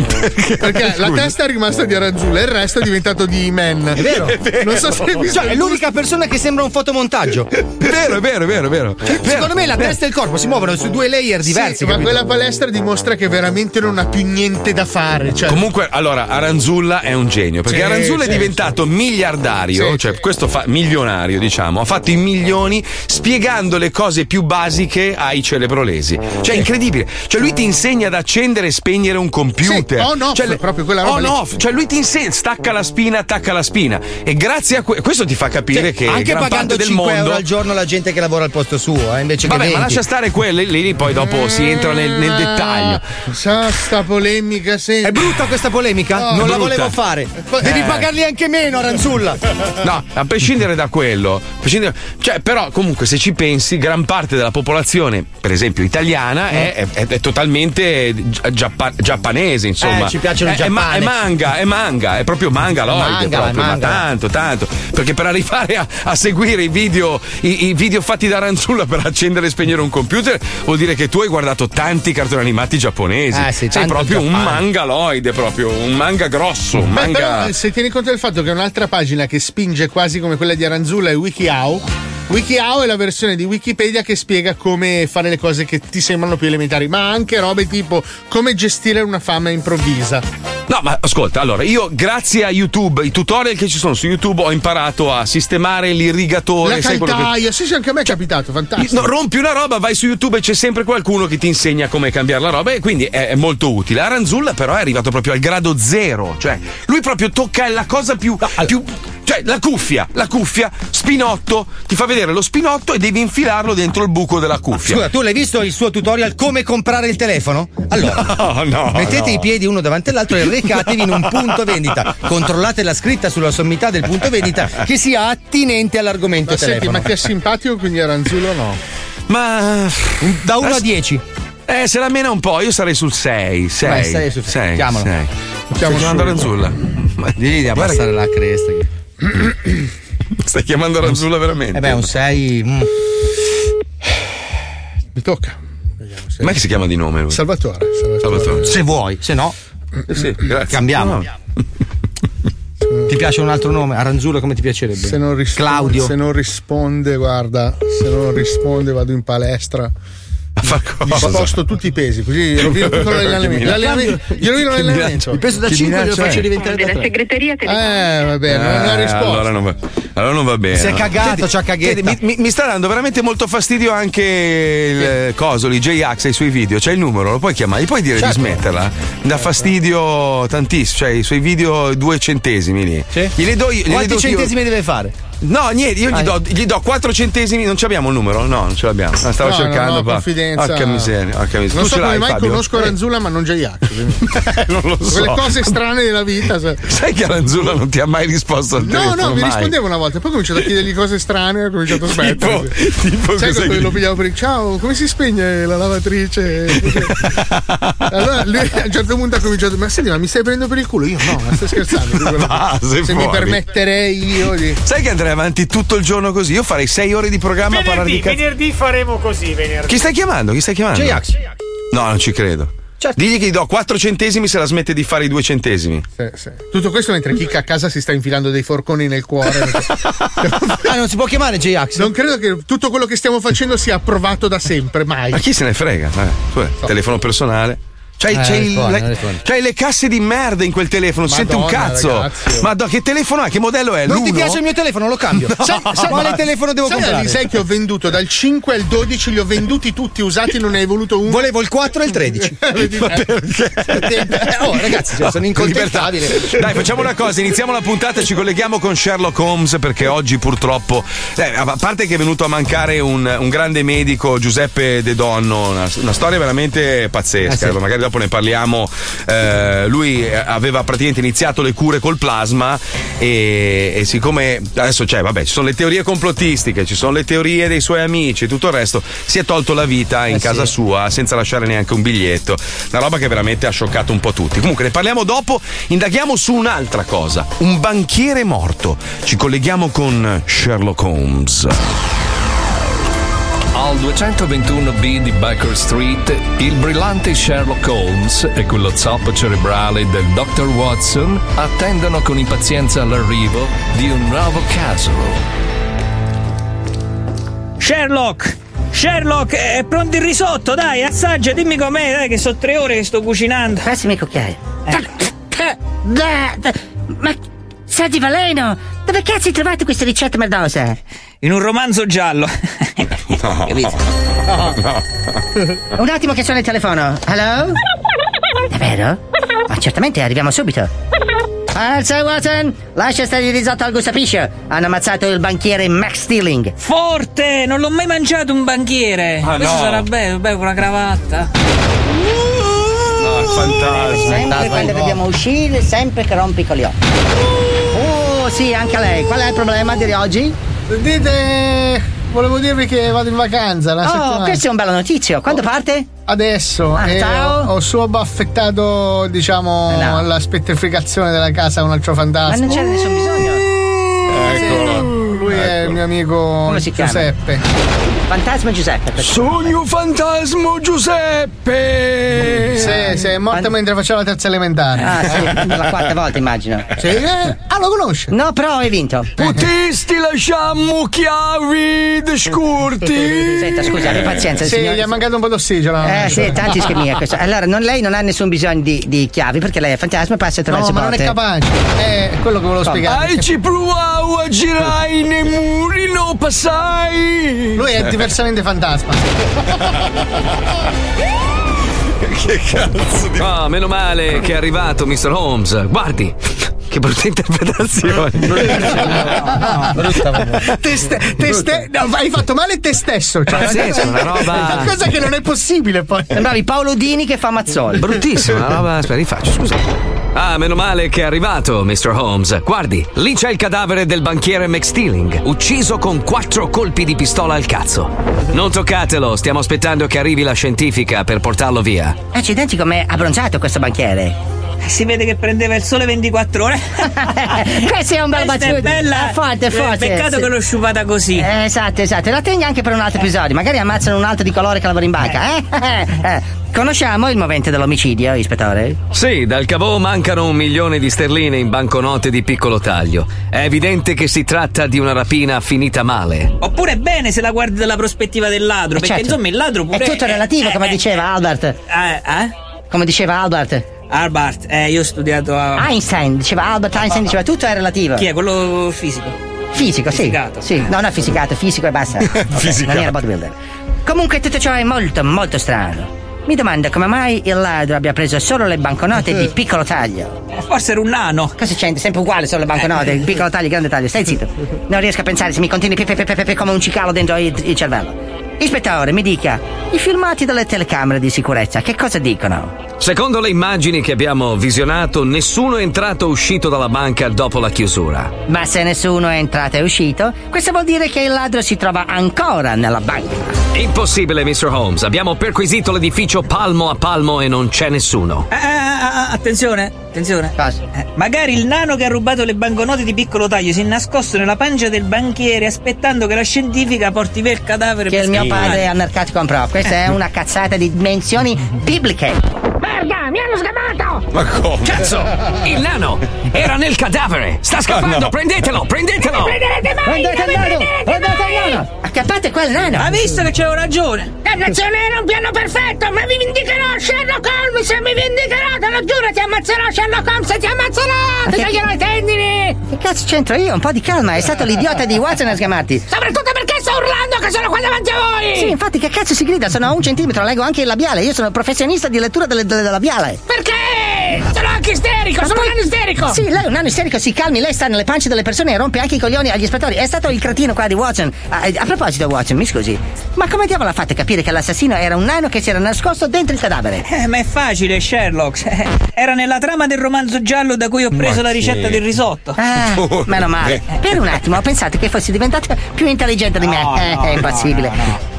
Speaker 5: Perché, la testa è rimasta di Ranzulla e il resto è diventato di E-Man. È
Speaker 4: vero.
Speaker 5: Non so se hai visto
Speaker 4: Cioè, è
Speaker 5: il-
Speaker 4: l'unica persona che sembra un fotomontaggio.
Speaker 2: È vero, è vero, è vero, è vero.
Speaker 4: Secondo me la testa e il corpo si muovono su due layer
Speaker 5: Eh, Sì,
Speaker 4: diversi.
Speaker 5: ma
Speaker 4: capito?
Speaker 5: quella palestra dimostra che veramente non ha più niente da fare. Cioè,
Speaker 2: Comunque, allora, Aranzulla è un genio perché
Speaker 5: Sì,
Speaker 2: Aranzulla
Speaker 5: sì,
Speaker 2: è diventato miliardario,
Speaker 5: Sì,
Speaker 2: cioè
Speaker 5: sì.
Speaker 2: questo fa, milionario, diciamo, ha fatto i milioni spiegando le cose più basiche ai celebrolesi. Cioè, è incredibile. Cioè, lui ti insegna ad accendere e spegnere un computer.
Speaker 5: Sì, on, off,
Speaker 2: Cioè,
Speaker 5: proprio quella roba
Speaker 2: On,
Speaker 5: lì.
Speaker 2: off. Cioè, lui ti insegna, stacca la spina, attacca la spina. E grazie a que- questo ti fa
Speaker 4: Cioè,
Speaker 2: capire che
Speaker 4: anche
Speaker 2: gran
Speaker 4: pagando
Speaker 2: parte
Speaker 4: 5
Speaker 2: del mondo
Speaker 4: euro al giorno la gente che lavora al posto suo, eh, invece
Speaker 2: Vabbè,
Speaker 4: che 20.
Speaker 2: ma lascia stare quelle lì, lì poi dopo si entra nel, nel
Speaker 5: Ah.
Speaker 2: dettaglio.
Speaker 5: Sa, sta polemica
Speaker 4: È
Speaker 5: sempre.
Speaker 4: brutta questa polemica? non la
Speaker 2: brutta.
Speaker 4: volevo fare.
Speaker 5: Eh,
Speaker 4: Devi pagarli anche meno, Aranzulla.
Speaker 2: No, a prescindere da quello, a prescindere- cioè, però comunque se ci pensi, gran parte della popolazione, per esempio italiana,
Speaker 4: Eh.
Speaker 2: è, è- è totalmente gi- giappa- giappanese, insomma.
Speaker 4: Eh, ci piacciono i
Speaker 2: È- è ma- È,
Speaker 4: giappanesi.
Speaker 2: manga, è manga, è proprio manga
Speaker 4: Manga,
Speaker 2: proprio, ma
Speaker 4: manga.
Speaker 2: tanto, tanto. Perché per arrivare a, a seguire i video, i, i video fatti da Ranzulla per accendere e spegnere un computer, vuol dire che tu hai guardato tanti cartoni animati giapponesi.
Speaker 4: Eh, sì,
Speaker 2: Sei
Speaker 4: tanto
Speaker 2: proprio un
Speaker 4: Giappone.
Speaker 2: mangaloide, proprio un manga grosso, un
Speaker 5: Beh,
Speaker 2: manga.
Speaker 5: però, eh, se tieni conto del fatto che un'altra pagina che spinge quasi come quella di Aranzulla è WikiHow. WikiHow è la versione di Wikipedia che spiega come fare le cose che ti sembrano più elementari, ma anche robe tipo come gestire una fame improvvisa.
Speaker 2: No, ma ascolta, allora, io grazie a YouTube, i tutorial che ci sono su YouTube, ho imparato a sistemare l'irrigatore.
Speaker 5: la
Speaker 2: sai quello che-
Speaker 5: caldaia, sì, sì, anche a me è capitato, fantastico.
Speaker 2: No, rompi una roba, vai su YouTube e c'è sempre qualcuno che ti insegna come cambiare la roba e quindi è, è molto utile. Aranzulla però è arrivato proprio al grado zero, cioè lui proprio tocca la cosa più... più- cioè la cuffia, la cuffia, spinotto, ti fa vedere lo spinotto e devi infilarlo dentro il buco della cuffia.
Speaker 4: Scusa, tu l'hai visto il suo tutorial come comprare il telefono? Allora,
Speaker 2: No, no,
Speaker 4: mettete
Speaker 2: no.
Speaker 4: i piedi uno davanti all'altro e recatevi in un punto vendita. Controllate la scritta sulla sommità del punto vendita che sia attinente all'argomento
Speaker 5: Ma senti,
Speaker 4: telefono.
Speaker 5: ma ti è simpatico quindi Aranzulla o no?
Speaker 2: Ma...
Speaker 4: Da 1 a
Speaker 2: Adesso-
Speaker 4: 10.
Speaker 2: Eh, se la mena un po', io sarei sul 6. 6.
Speaker 4: Vai, sei su- chiamalo.
Speaker 2: Stiamo
Speaker 5: Chiamo
Speaker 2: chiamando
Speaker 5: subito.
Speaker 2: Ranzulla. Ma
Speaker 4: Devi di
Speaker 2: guarda
Speaker 4: abbassare la cresta. Eh
Speaker 2: che- stai chiamando Ranzulla veramente?
Speaker 4: beh, un mm. 6.
Speaker 5: Mi tocca.
Speaker 2: Ma che si chiama di nome lui? Eh
Speaker 5: Salvatore, Salvatore.
Speaker 2: Salvatore.
Speaker 4: Se vuoi, se no,
Speaker 2: Sì, grazie.
Speaker 4: cambiamo.
Speaker 2: No.
Speaker 4: Ti ti piace un altro nome? Aranzulla come ti piacerebbe?
Speaker 5: Se non risponde,
Speaker 4: Claudio.
Speaker 5: Se non risponde, guarda, se non risponde vado in palestra. Mi sposto tutti i pesi, così rovino tutto l'allenamento. L'allenamento- Gli rovino l'allenamento.
Speaker 4: Il peso da 5 glielo faccio diventare da
Speaker 3: La
Speaker 4: 3.
Speaker 3: segreteria te
Speaker 5: Eh, va bene, non ha
Speaker 2: Eh,
Speaker 5: risposto.
Speaker 2: Allora non va, allora non va bene.
Speaker 4: Si è cagato,
Speaker 2: Senti,
Speaker 4: c'ha caghetta.
Speaker 2: senti, mi, mi- mi sta dando veramente molto fastidio anche il eh, coso lì, J-Ax ai suoi video. C'è il numero, lo puoi chiamare, gli puoi dire
Speaker 4: Certo.
Speaker 2: di smetterla. Mi
Speaker 5: Eh,
Speaker 2: dà fastidio tantissimo, cioè i suoi video due centesimi lì. Glieli do io. glieli
Speaker 4: Quanti
Speaker 2: do io-
Speaker 4: centesimi deve fare?
Speaker 2: No, niente,
Speaker 5: Ah,
Speaker 2: io gli do, gli do 4 centesimi. Non ce l'abbiamo il numero? No, non ce l'abbiamo. Ah, Stavo
Speaker 5: No,
Speaker 2: cercando.
Speaker 5: non ho
Speaker 2: pa-
Speaker 5: confidenza.
Speaker 2: Porca miseria, porca miseria.
Speaker 5: Non so
Speaker 2: Tu ce
Speaker 5: come
Speaker 2: l'hai,
Speaker 5: mai
Speaker 2: Fabio? Eh,
Speaker 5: conosco Aranzulla, ma non Jaiax.
Speaker 2: non lo so.
Speaker 5: Quelle cose strane della vita. sai.
Speaker 2: Sai che Aranzulla non ti ha mai risposto al
Speaker 5: No,
Speaker 2: telefono?
Speaker 5: no, mi
Speaker 2: mai.
Speaker 5: rispondeva una volta, poi ho cominciato a chiedergli cose strane e ho cominciato a
Speaker 2: Tipo,
Speaker 5: smettere.
Speaker 2: tipo
Speaker 5: Sai
Speaker 2: cosa
Speaker 5: quando lo pigliavo per il ciao, come si spegne la lavatrice? allora lui a un certo punto ha cominciato, ma senti, ma mi stai prendendo per il culo? Io no, ma stai scherzando.
Speaker 2: Va, sei
Speaker 5: Se mi
Speaker 2: fuori.
Speaker 5: permetterei io di.
Speaker 2: Sai che andrei avanti tutto il giorno così? Io farei 6 ore di programma a parlare
Speaker 7: Venerdì,
Speaker 2: di cazzo.
Speaker 7: venerdì faremo così, venerdì.
Speaker 2: Chi stai chiamando? Chi stai chiamando?
Speaker 4: J-Ax.
Speaker 2: No, non ci credo.
Speaker 4: Certo.
Speaker 2: Digli che gli do 4 centesimi se la smette di fare i 2 centesimi.
Speaker 5: Sì, sì. Tutto questo mentre Chicca a casa si sta infilando dei forconi nel cuore.
Speaker 4: Ah, non si può chiamare J-Ax.
Speaker 5: Non credo che tutto quello che stiamo facendo sia approvato da sempre, mai.
Speaker 2: Ma chi se ne frega? Vabbè, tu, telefono personale. C'hai,
Speaker 4: Eh,
Speaker 2: c'hai il-
Speaker 4: rispondi,
Speaker 2: la-
Speaker 4: non rispondi.
Speaker 2: c'hai le casse di merda in quel telefono, non si sente un
Speaker 5: Madonna,
Speaker 2: cazzo.
Speaker 5: ragazzi.
Speaker 2: Ma che telefono è? Che modello è?
Speaker 4: Non
Speaker 2: L'uno?
Speaker 4: ti piace il mio telefono, lo cambio. sai, sai quale telefono devo
Speaker 5: Sai,
Speaker 4: comprare?
Speaker 5: Ali, sai che ho venduto dal 5 al 12, li ho venduti tutti usati, non ne hai voluto uno.
Speaker 4: Volevo il 4 e il 13. Eh, oh, ragazzi, cioè, sono incontentabile.
Speaker 2: Dai, facciamo una cosa, iniziamo la puntata, ci colleghiamo con Sherlock Holmes perché oggi purtroppo, eh, a parte che è venuto a mancare un, un grande medico, Giuseppe De Donno, una, una storia veramente pazzesca, magari dopo ne parliamo, Eh, lui eh, aveva praticamente iniziato le cure col plasma e, e siccome adesso c'è, vabbè, ci sono le teorie complottistiche, ci sono le teorie dei suoi amici e tutto il resto, si è tolto la vita in casa sua senza lasciare neanche un biglietto, una roba che veramente ha scioccato un po' tutti. Comunque ne parliamo dopo, indaghiamo su un'altra cosa, un banchiere morto. Ci colleghiamo con Sherlock Holmes.
Speaker 1: Al 221B di Baker Street, il brillante Sherlock Holmes e quello zoppo cerebrale del Dr. Watson attendono con impazienza l'arrivo di un nuovo caso.
Speaker 8: Sherlock! Sherlock, è pronto il risotto, dai, assaggia, dimmi com'è, dai, che sono tre ore che sto cucinando.
Speaker 3: Passami il cucchiaio. Eh, Ma senti Valeno, dove cazzo hai trovato questa ricetta merdosa?
Speaker 8: In un romanzo giallo.
Speaker 3: Un attimo che sono il telefono. Hello? Davvero? Ma certamente arriviamo subito. Alza Watson, lascia stare il risotto al gustapiscio. Hanno ammazzato il banchiere Max Stealing.
Speaker 8: Forte! Non l'ho mai mangiato un banchiere! Questo
Speaker 2: no.
Speaker 8: sarà bello, bello, una cravatta. Ah,
Speaker 3: Sempre quando dobbiamo uscire, sempre che rompi con gli occhi. Oh sì, anche lei. Qual è il problema di oggi?
Speaker 5: Dite, volevo dirvi che vado in vacanza la
Speaker 3: Oh,
Speaker 5: settimana. Oh.
Speaker 3: questo è un bello notizio. Quando parte?
Speaker 5: Adesso
Speaker 3: Ah,
Speaker 5: eh,
Speaker 3: ciao.
Speaker 5: ho, ho solo baffettato, diciamo,
Speaker 3: Ah, no.
Speaker 5: la spettrificazione della casa a un altro
Speaker 3: Ma
Speaker 5: fantasma. Eh,
Speaker 3: non c'era nessun bisogno.
Speaker 5: Ecco.
Speaker 2: Eccolo.
Speaker 5: Lui è il mio amico
Speaker 3: Come si chiama?
Speaker 5: Giuseppe.
Speaker 3: Fantasma Giuseppe. per
Speaker 2: Sogno fantasma Giuseppe!
Speaker 5: Sì, sì, è morto
Speaker 3: Fan-
Speaker 5: mentre faceva la terza elementare.
Speaker 3: Ah, sì, per la quarta volta immagino.
Speaker 5: Sì, eh? Ah, lo conosce?
Speaker 3: No, però hai vinto.
Speaker 2: Potesti lasciamo chiavi di scurti?
Speaker 3: Senta, scusa,
Speaker 2: Eh.
Speaker 3: abbi pazienza,
Speaker 5: Sì,
Speaker 3: signore.
Speaker 5: gli è mancato un po' d'ossigeno.
Speaker 3: Eh sì, tanti ischemia questo. Allora, non- lei non ha nessun bisogno di, di chiavi perché lei è fantasma e passa attraverso
Speaker 5: No, ma non
Speaker 3: porte.
Speaker 5: è capace. Eh, È quello che volevo spiegare.
Speaker 2: Ai ci provavo a girare nei muri, non passai!
Speaker 5: Lui è diversamente fantasma.
Speaker 9: Oh, meno male che è arrivato, Mr. Holmes. Guardi, che brutta interpretazione.
Speaker 5: Te ste- te ste- no, hai fatto male te stesso. Cioè,
Speaker 9: Pazzesco, una roba-
Speaker 5: cosa che non è possibile poi.
Speaker 3: Sembravi Paolo Dini che fa mazzoli.
Speaker 9: Bruttissima la roba. Aspetta, rifaccio, scusa. Ah, meno male che è arrivato, Mr. Holmes. Guardi, lì c'è il cadavere del banchiere McStealing, ucciso con quattro colpi di pistola al cazzo. Non toccatelo, stiamo aspettando che arrivi la scientifica per portarlo via.
Speaker 3: Accidenti com'è abbronzato questo banchiere.
Speaker 8: Si vede che prendeva il sole 24 ore.
Speaker 3: Questa è un bel
Speaker 8: Questa
Speaker 3: battuto.
Speaker 8: è bella.
Speaker 3: È forte, è
Speaker 8: Eh,
Speaker 3: forte.
Speaker 8: peccato che l'ho sciupata così.
Speaker 3: Eh, esatto, esatto. La tenga anche per un altro episodio. Magari ammazzano un altro di colore che lavora in banca. Eh? Eh. Conosciamo il movente dell'omicidio,
Speaker 8: Eh,
Speaker 3: ispettore?
Speaker 9: Sì, dal Cavò mancano un milione di sterline in banconote di piccolo taglio. È evidente che si tratta di una rapina finita male.
Speaker 8: Oppure bene se la guardi dalla prospettiva del ladro, perché
Speaker 3: Certo.
Speaker 8: insomma il ladro pure
Speaker 3: È tutto relativo,
Speaker 8: eh,
Speaker 3: come diceva Albert. Come diceva Albert.
Speaker 8: Albert, eh, io ho studiato a
Speaker 3: Einstein, diceva Albert Einstein, diceva tutto è relativo.
Speaker 8: Chi è quello fisico?
Speaker 3: Fisico, sì. Sì, no, no, fisicato, fisico e basta. Ok, Non era bodybuilder. Comunque tutto ciò Cioè, è molto, molto strano. Mi domando come mai il ladro abbia preso solo le banconote di piccolo taglio.
Speaker 8: Forse era un nano.
Speaker 3: Cosa c'entra? Sempre uguale solo le banconote, il piccolo taglio, il grande taglio. Stai zitto. Non riesco a pensare se mi continui pe- pe- pe- pe- pe- come un cicalo dentro il, il cervello. Ispettore, mi dica, i filmati delle telecamere di sicurezza che cosa dicono?
Speaker 9: Secondo le immagini che abbiamo visionato, nessuno è entrato o uscito dalla banca dopo la chiusura.
Speaker 3: Ma se nessuno è entrato e uscito, questo vuol dire che il ladro si trova ancora nella banca.
Speaker 9: Impossibile, Mr. Holmes. Abbiamo perquisito l'edificio palmo a palmo e non c'è nessuno.
Speaker 8: Ah, ah, ah, ah, attenzione, attenzione. Eh, magari il nano che ha rubato le banconote di piccolo taglio si è nascosto nella pancia del banchiere aspettando che la scientifica porti via il cadavere
Speaker 3: Che
Speaker 8: per
Speaker 3: il mio
Speaker 8: scappare.
Speaker 3: padre è un narcatico un pro. Questa è una cazzata di dimensioni bibliche.
Speaker 10: Merda, mi hanno sgamato!
Speaker 2: Ma come?
Speaker 9: Cazzo! Il nano era nel cadavere! Sta scappando!
Speaker 10: Ah, no.
Speaker 9: Prendetelo! Prendetelo!
Speaker 10: Non mi prenderete mai!
Speaker 3: Prendete
Speaker 10: non mi
Speaker 3: il nano,
Speaker 10: prenderete
Speaker 3: prendete
Speaker 10: mai!
Speaker 3: il nano. Accappate qua il nano!
Speaker 8: Ha visto che c'avevo ragione!
Speaker 10: Eh, Dannazione, era un piano perfetto! Ma vi vendicherò, Sherlock Holmes! Mi vendicherò, te lo giuro! Ti ammazzerò, Sherlock Holmes! Ti ammazzerò! Ti
Speaker 3: che-
Speaker 10: taglierò i tendini!
Speaker 3: Eh, Che cazzo c'entro io? Un po' di calma, è stato l'idiota di Watson a sgamarti.
Speaker 10: Soprattutto perché sto urlando che sono qua davanti a voi!
Speaker 3: Sì, infatti, che cazzo si grida? Sono a un centimetro, leggo anche il labiale. Io sono professionista di lettura delle- delle- del labiale.
Speaker 10: Perché? Sono anche
Speaker 8: Ecco,
Speaker 10: isterico!
Speaker 3: Ma
Speaker 10: sono
Speaker 3: poi-
Speaker 10: un isterico!
Speaker 3: Sì, lei è un anno isterico, si calmi, lei sta nelle pance delle persone e rompe anche i coglioni agli spettatori. È stato il cretino qua di Watson. A, a proposito, Watson, mi scusi, ma come diavolo ha fatto a capire che l'assassino era un nano che si era nascosto dentro il cadavere?
Speaker 8: Eh, ma è facile, Sherlock. Eh, Era nella trama del romanzo giallo da cui ho preso
Speaker 3: Ma
Speaker 8: la
Speaker 3: sì.
Speaker 8: ricetta del risotto.
Speaker 3: Ah, meno male.
Speaker 2: Eh.
Speaker 3: Per un attimo ho pensato che fossi diventata più intelligente di me. Eh, è impossibile.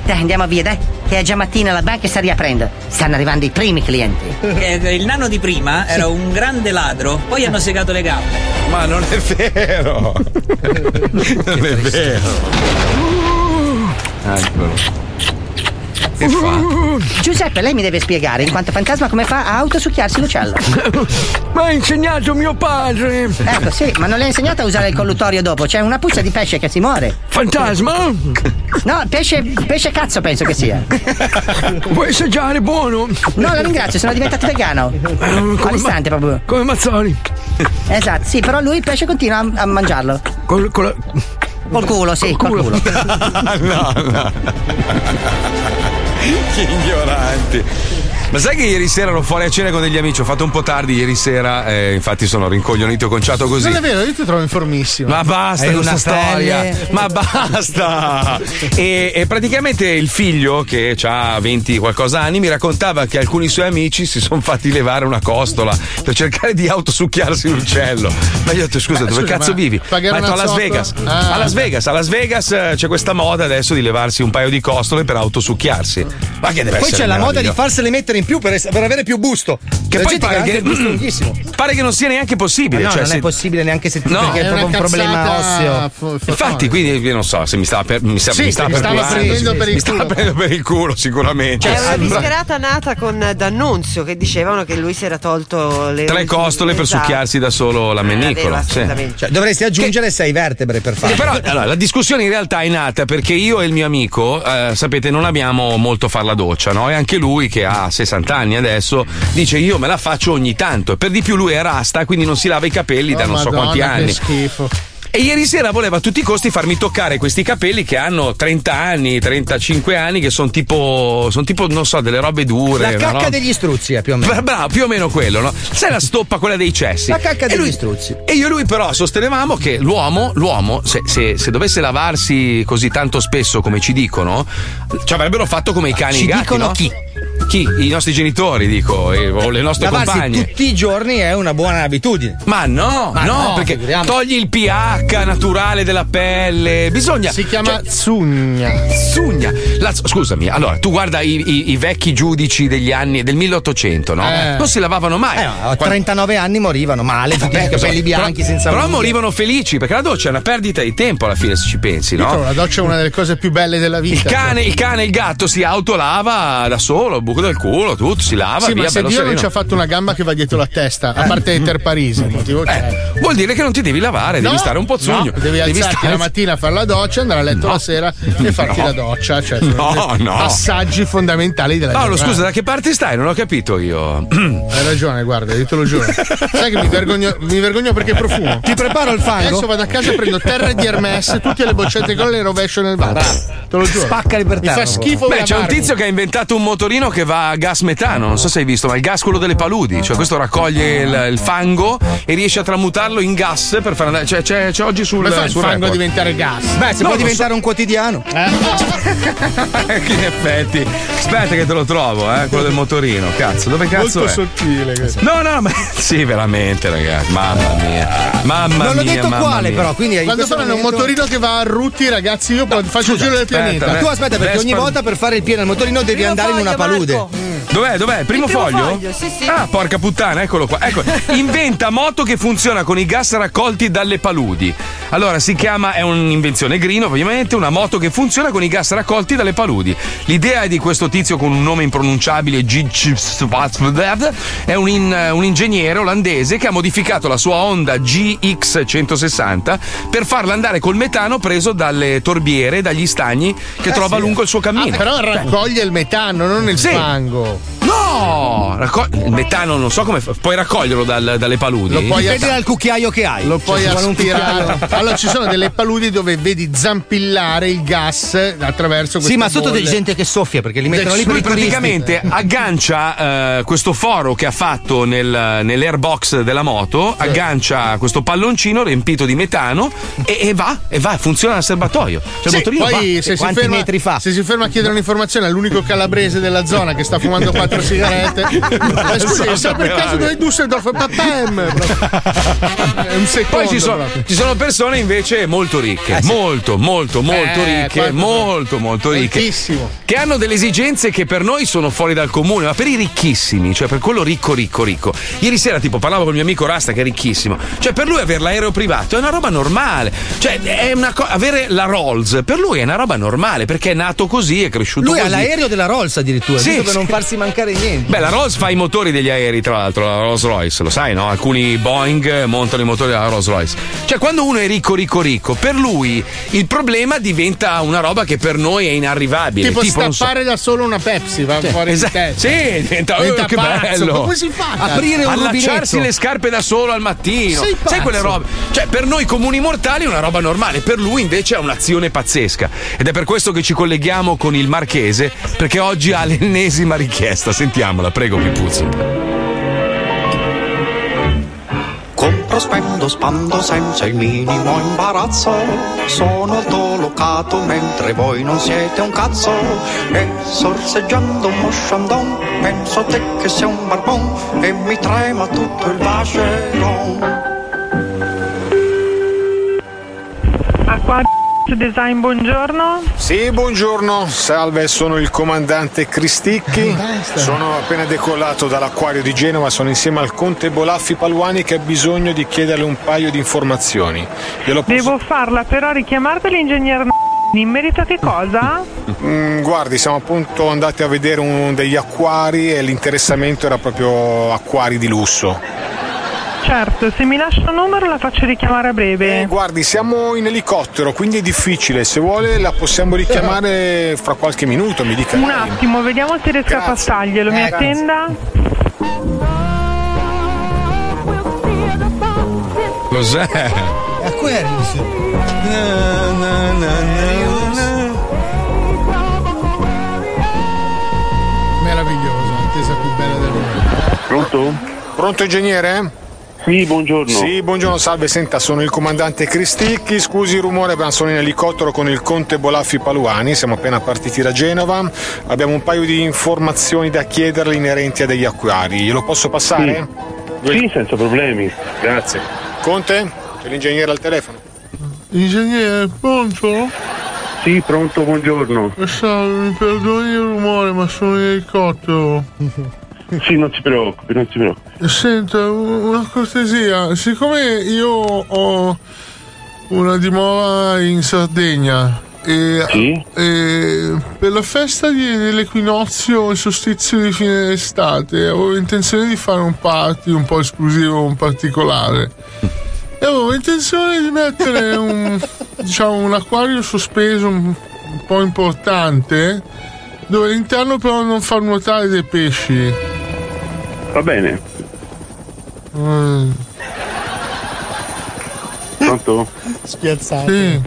Speaker 3: Dai, andiamo via, dai. Che è già mattina la banca sta riaprendo. Stanno arrivando i primi clienti.
Speaker 8: Eh, il nano di prima era un grande ladro, poi hanno segato le gambe.
Speaker 2: Ma non è vero! non è vero! Eccolo. Che fa?
Speaker 3: Giuseppe, lei mi deve spiegare in quanto fantasma come fa a autosucchiarsi l'uccello.
Speaker 11: Ma ha insegnato mio padre.
Speaker 3: Ecco, sì, ma non le ha insegnato a usare il collutorio dopo. C'è una puzza di pesce che si muore.
Speaker 11: Fantasma?
Speaker 3: No, pesce, pesce cazzo penso che sia.
Speaker 11: Vuoi assaggiare? Buono?
Speaker 3: No, la ringrazio, sono diventato vegano. All'istante proprio.
Speaker 11: Eh, Come Mazzoni.
Speaker 3: Esatto, sì, però lui il pesce continua a, a mangiarlo.
Speaker 11: Col,
Speaker 3: col culo, sì, col culo.
Speaker 2: no, no. che ignoranti. Ma sai che ieri sera ero fuori a cena con degli amici, ho fatto un po' tardi ieri sera, eh, infatti sono rincoglionito e conciato così.
Speaker 5: Non è vero, io ti trovo informissimo.
Speaker 2: Ma basta
Speaker 5: Hai
Speaker 2: con questa
Speaker 5: una
Speaker 2: storia,
Speaker 5: pelle.
Speaker 2: ma basta! E, e praticamente il figlio, che ha 20 qualcosa anni, mi raccontava che alcuni suoi amici si sono fatti levare una costola per cercare di autosucchiarsi l'uccello. Ma io ho detto, scusa,
Speaker 5: Ma
Speaker 2: dove
Speaker 5: Eh, scusa,
Speaker 2: cazzo
Speaker 5: ma
Speaker 2: vivi? Ma
Speaker 5: pagare
Speaker 2: ho detto, a
Speaker 5: una
Speaker 2: Las
Speaker 5: zoccola?
Speaker 2: Vegas.
Speaker 5: Ah.
Speaker 2: A Las Vegas, a Las Vegas eh, c'è questa moda adesso di levarsi un paio di costole per autosucchiarsi. Ma che deve
Speaker 4: Poi
Speaker 2: essere
Speaker 4: c'è la moda di
Speaker 2: meraviglioso.
Speaker 4: farsele mettere in più per, ess- per avere più busto.
Speaker 2: Che
Speaker 4: La
Speaker 2: poi
Speaker 4: gente
Speaker 2: pare
Speaker 4: ha
Speaker 2: che,
Speaker 4: anche il busto lunghissimo.
Speaker 2: pare che non sia neanche possibile.
Speaker 4: Ma no,
Speaker 2: cioè,
Speaker 4: non è
Speaker 2: se-
Speaker 4: possibile neanche se ti
Speaker 2: No.
Speaker 4: perché è
Speaker 2: È
Speaker 4: proprio un
Speaker 2: una
Speaker 4: problema
Speaker 2: cazzata
Speaker 4: osseo.
Speaker 2: Infatti, quindi io non so se mi stava per mi, sta-
Speaker 4: Sì,
Speaker 2: mi
Speaker 4: se
Speaker 2: stava
Speaker 4: mi stava
Speaker 2: perculando,
Speaker 4: prendendo
Speaker 2: sì,
Speaker 4: per
Speaker 2: sì,
Speaker 4: il
Speaker 2: mi stava
Speaker 4: culo.
Speaker 2: prendendo per il culo, sicuramente.
Speaker 6: È Cioè, una
Speaker 2: cioè, Sembra-
Speaker 6: discherata nata con D'Annunzio che dicevano che lui si era tolto le
Speaker 2: Tre costole per
Speaker 6: Esatto. eh,
Speaker 2: succhiarsi da solo la menicola. sì.
Speaker 4: Cioè, dovresti aggiungere sei vertebre per
Speaker 2: Sì,
Speaker 4: farlo.
Speaker 2: però allora, la discussione in realtà è nata perché io e il mio amico, eh, sapete, non abbiamo molto far la doccia, no? E anche lui, che ha 60 anni adesso, dice io me la faccio ogni tanto. E per di più lui è rasta, quindi non si lava i capelli da
Speaker 5: Oh,
Speaker 2: non so
Speaker 5: Madonna,
Speaker 2: quanti
Speaker 5: che
Speaker 2: anni.
Speaker 5: schifo.
Speaker 2: E ieri sera voleva a tutti i costi farmi toccare questi capelli che hanno 30 anni, 35 anni, che sono tipo, son tipo, non so, delle robe dure.
Speaker 4: La
Speaker 2: una
Speaker 4: cacca
Speaker 2: roba-
Speaker 4: degli struzzi, eh, più o meno.
Speaker 2: Bra- Bravo, più o meno quello, no? Sai la stoppa, quella dei cessi.
Speaker 4: La cacca
Speaker 2: E
Speaker 4: degli
Speaker 2: lui-
Speaker 4: struzzi.
Speaker 2: E io e lui però sostenevamo che l'uomo, l'uomo se, se- se dovesse lavarsi così tanto spesso come ci dicono, ci avrebbero fatto come i cani e i
Speaker 4: Ci
Speaker 2: gatti.
Speaker 4: dicono
Speaker 2: no?
Speaker 4: chi?
Speaker 2: Chi? I nostri genitori, dico, e- o le nostre
Speaker 4: Lavarsi
Speaker 2: compagne.
Speaker 4: tutti i giorni è una buona abitudine.
Speaker 2: Ma no,
Speaker 4: Ma
Speaker 2: no,
Speaker 4: no,
Speaker 2: perché
Speaker 4: figuriamoci.
Speaker 2: togli il pH naturale della pelle. Bisogna.
Speaker 5: Si chiama
Speaker 2: cioè,
Speaker 5: Zugna.
Speaker 2: Zugna. La- scusami, allora, tu guarda i, i- i vecchi giudici degli anni del 1800, no?
Speaker 4: Eh.
Speaker 2: Non si lavavano mai.
Speaker 4: Eh, a
Speaker 2: Quando-
Speaker 4: 39 anni morivano male, tutti i
Speaker 2: Vabbè,
Speaker 4: capelli
Speaker 2: cosa-
Speaker 4: bianchi
Speaker 2: però-
Speaker 4: senza
Speaker 2: Però
Speaker 4: unghie.
Speaker 2: morivano felici perché la doccia è una perdita di tempo alla fine, se ci pensi,
Speaker 5: Io trovo
Speaker 2: no?
Speaker 5: la doccia è una delle cose più belle della vita. cioè.
Speaker 2: Il cane, il cane e il gatto si autolava da solo, buco del culo, tutto si lava.
Speaker 5: sì,
Speaker 2: Ah, via,
Speaker 5: ma se
Speaker 2: bello
Speaker 5: Dio non
Speaker 2: sereno.
Speaker 5: ci ha fatto una gamba che va dietro la testa, a parte
Speaker 2: Eh.
Speaker 5: Inter Parisi, il motivo c'è.
Speaker 2: Vuol dire che non ti devi lavare, devi
Speaker 5: No,
Speaker 2: stare Eh. un po' zugno.
Speaker 5: no, devi alzarti
Speaker 2: stare-
Speaker 5: la mattina a fare la doccia, andare a letto la sera e farti
Speaker 2: No.
Speaker 5: la doccia. Cioè, sono
Speaker 2: No,
Speaker 5: dei
Speaker 2: no.
Speaker 5: passaggi fondamentali della
Speaker 2: Paolo,
Speaker 5: giornata.
Speaker 2: scusa, da che parte stai? Non ho capito io.
Speaker 5: Hai ragione, guarda, io te lo giuro. Sai che mi vergogno, mi vergogno perché profumo.
Speaker 2: Ti preparo il fango?
Speaker 5: Adesso vado a casa e prendo terra di Hermes, tutte le boccette con le rovescio nel bar. Te lo giuro.
Speaker 2: Spacca
Speaker 5: per Mi fa schifo
Speaker 2: Beh, c'è un
Speaker 5: lavarmi.
Speaker 2: tizio che ha inventato un motorino che va a gas metano, non so se hai visto, ma il gas quello delle paludi, cioè questo raccoglie il, il fango e riesce a tramutarlo in gas per far andare. Cioè, c'è, c'è oggi sul
Speaker 5: Come fa il
Speaker 2: sul
Speaker 5: fango a
Speaker 2: record.
Speaker 5: diventare gas?
Speaker 4: Beh, se può
Speaker 2: No, non
Speaker 4: diventare un quotidiano.
Speaker 2: Anche in effetti. Aspetta che te lo trovo, eh, quello del motorino. Cazzo, dove cazzo
Speaker 5: Molto
Speaker 2: è?
Speaker 5: sottile. questo.
Speaker 2: No, no, ma sì, veramente, ragazzi. Mamma mia. Mamma
Speaker 5: Non l'ho
Speaker 2: mia.
Speaker 5: detto
Speaker 2: mamma
Speaker 5: quale,
Speaker 2: mia.
Speaker 5: però, quindi Quando faranno un motorino che va a rutti, ragazzi, io poi faccio il giro del
Speaker 2: aspetta,
Speaker 5: pianeta.
Speaker 2: aspetta.
Speaker 4: Tu aspetta, perché ogni
Speaker 2: Vespa-
Speaker 4: volta per fare il pieno al motorino devi andare in una palude.
Speaker 2: Mm. Dov'è? Dov'è? Il primo,
Speaker 4: Il primo
Speaker 2: foglio?
Speaker 4: foglio, sì, sì.
Speaker 2: Ah, porca puttana, eccolo qua. Ecco, inventa moto che funziona con i gas raccolti dalle paludi. Allora, si chiama, è un'invenzione green, ovviamente, una moto che funziona con i gas raccolti dalle paludi. L'idea è di questo tizio con un nome impronunciabile, Gigi Swatsbad, è un, in- un ingegnere olandese che ha modificato la sua Honda GX160 per farla andare col metano preso dalle torbiere, dagli stagni che
Speaker 5: Eh,
Speaker 2: trova
Speaker 5: sì.
Speaker 2: lungo il suo cammino.
Speaker 5: Ah, però
Speaker 2: Beh.
Speaker 5: raccoglie il metano, non il
Speaker 2: Sì.
Speaker 5: fango.
Speaker 2: No! Racco- il metano non so come. fa- Puoi raccoglierlo dal- dalle paludi.
Speaker 5: Lo puoi
Speaker 4: Dipende dal cucchiaio che hai.
Speaker 5: Lo puoi
Speaker 4: Cioè, se vuole un
Speaker 5: aspirare.
Speaker 4: cucchiaio-
Speaker 5: Allora ci sono delle paludi dove vedi zampillare il gas attraverso queste
Speaker 4: Sì, ma sotto
Speaker 5: bolle.
Speaker 4: c'è gente che soffia perché li mettono lì per
Speaker 2: Lui
Speaker 4: i turisti.
Speaker 2: praticamente aggancia eh, questo foro che ha fatto nel, nell'airbox della moto, aggancia questo palloncino riempito di metano e, e va, e va, funziona il serbatoio. Cioè, il
Speaker 5: Sì,
Speaker 2: motorino
Speaker 5: poi
Speaker 2: va.
Speaker 5: se si, ferma, se si ferma a chiedere un'informazione all'unico calabrese della zona che sta fumando quattro sigarette, eh, scusi,
Speaker 2: so,
Speaker 5: sa per caso
Speaker 2: veramente.
Speaker 5: dove è Dusseldorf? Papem! È Eh, un secondo.
Speaker 2: Poi ci sono,
Speaker 5: proprio.
Speaker 2: ci sono persone invece molto ricche, molto, molto, molto
Speaker 5: Eh,
Speaker 2: ricche,
Speaker 5: quanto-
Speaker 2: molto, molto ricche.
Speaker 5: Moltissimo.
Speaker 2: che hanno delle esigenze che per noi sono fuori dal comune, ma per i ricchissimi, cioè per quello ricco, ricco, ricco. Ieri sera, tipo, parlavo con il mio amico Rasta, che è ricchissimo. Cioè, per lui avere l'aereo privato è una roba normale. Cioè, è una co- avere la Rolls per lui è una roba normale perché è nato così, è cresciuto
Speaker 4: Lui ha
Speaker 2: così.
Speaker 4: l'aereo della Rolls addirittura,
Speaker 2: Sì,
Speaker 4: giusto per
Speaker 2: sì.
Speaker 4: non farsi mancare niente.
Speaker 2: Beh, la Rolls fa i motori degli aerei, tra l'altro, la Rolls Royce, lo sai, no? Alcuni Boeing eh, montano i motori della Rolls Royce. Cioè, quando uno è ricco, ricco, ricco, per lui il problema diventa una roba che per noi è inarrivabile.
Speaker 5: Tipo,
Speaker 2: non so-
Speaker 5: stappare da solo una Pepsi, va fuori
Speaker 2: Esa-
Speaker 4: Esatto.
Speaker 5: di testa.
Speaker 2: Sì, diventa,
Speaker 5: Diventa
Speaker 2: eh, che
Speaker 5: pazzo, ma
Speaker 2: bello.
Speaker 5: come si fa?
Speaker 4: Aprire un
Speaker 2: Allacciarsi
Speaker 4: rubinetto.
Speaker 2: le scarpe da solo al mattino.
Speaker 5: Sei pazzo.
Speaker 2: Sai quelle robe? Cioè, per noi comuni mortali è una roba normale, per lui invece è un'azione pazzesca. Ed è per questo che ci colleghiamo con il Marchese, perché oggi ha l'ennesima richiesta. Sentiamola, prego, Pipuzzi.
Speaker 12: Compro, spendo, spando senza il minimo imbarazzo. Sono tolocato mentre voi non siete un cazzo. E sorseggiando un mosciandon, penso a te che sei un barbon e mi trema tutto il baceron.
Speaker 13: Acqua Design, buongiorno.
Speaker 14: Sì, buongiorno, salve, sono il comandante
Speaker 5: Eh,
Speaker 14: Cristicchi. Sono appena decollato dall'acquario di Genova, sono insieme al conte Bolaffi Paluani che ha bisogno di chiederle un paio di informazioni. Glielo posso-
Speaker 13: Devo farla, però richiamate l'ingegnere in merito a che cosa?
Speaker 14: Mm, guardi, siamo appunto andati a vedere uno degli acquari e l'interessamento era proprio acquari di lusso.
Speaker 13: Certo, se mi lascia un numero la faccio richiamare a
Speaker 10: Eh,
Speaker 13: breve.
Speaker 14: Guardi, siamo in elicottero, quindi è difficile. Se vuole la possiamo richiamare fra qualche minuto, mi dica.
Speaker 13: Un
Speaker 14: lei.
Speaker 13: attimo, vediamo se riesco a passarglielo. Mi
Speaker 14: Eh, grazie.
Speaker 13: attenda?
Speaker 2: Cos'è?
Speaker 4: Aquarius.
Speaker 5: Meraviglioso, l'intesa più bella del mondo.
Speaker 14: Pronto? Pronto ingegnere? Sì, buongiorno. Sì, buongiorno, salve, senta, sono il comandante Cristicchi. Scusi il rumore, ma sono in elicottero con il conte Bolaffi Paluani. Siamo appena partiti da Genova. Abbiamo un paio di informazioni da chiederle inerenti a degli acquari. Glielo posso passare? Sì, senza problemi. Grazie. Conte? C'è l'ingegnere al telefono.
Speaker 15: Ingegnere, pronto?
Speaker 14: Sì, pronto, buongiorno.
Speaker 15: Salve, mi perdoni il rumore, ma sono in elicottero.
Speaker 16: Sì, non si preoccupi, non si preoccupi.
Speaker 15: Senta, u- una cortesia, siccome io ho una dimora in Sardegna e, e per la festa di- dell'equinozio e solstizio di fine estate avevo intenzione di fare un party un po' esclusivo, un particolare. E avevo intenzione di mettere un, diciamo, un acquario sospeso un, un po' importante, dove all'interno però non far nuotare dei pesci.
Speaker 16: Va bene.
Speaker 15: Mm.
Speaker 16: Pronto?
Speaker 5: Spiazzato.
Speaker 15: Sì.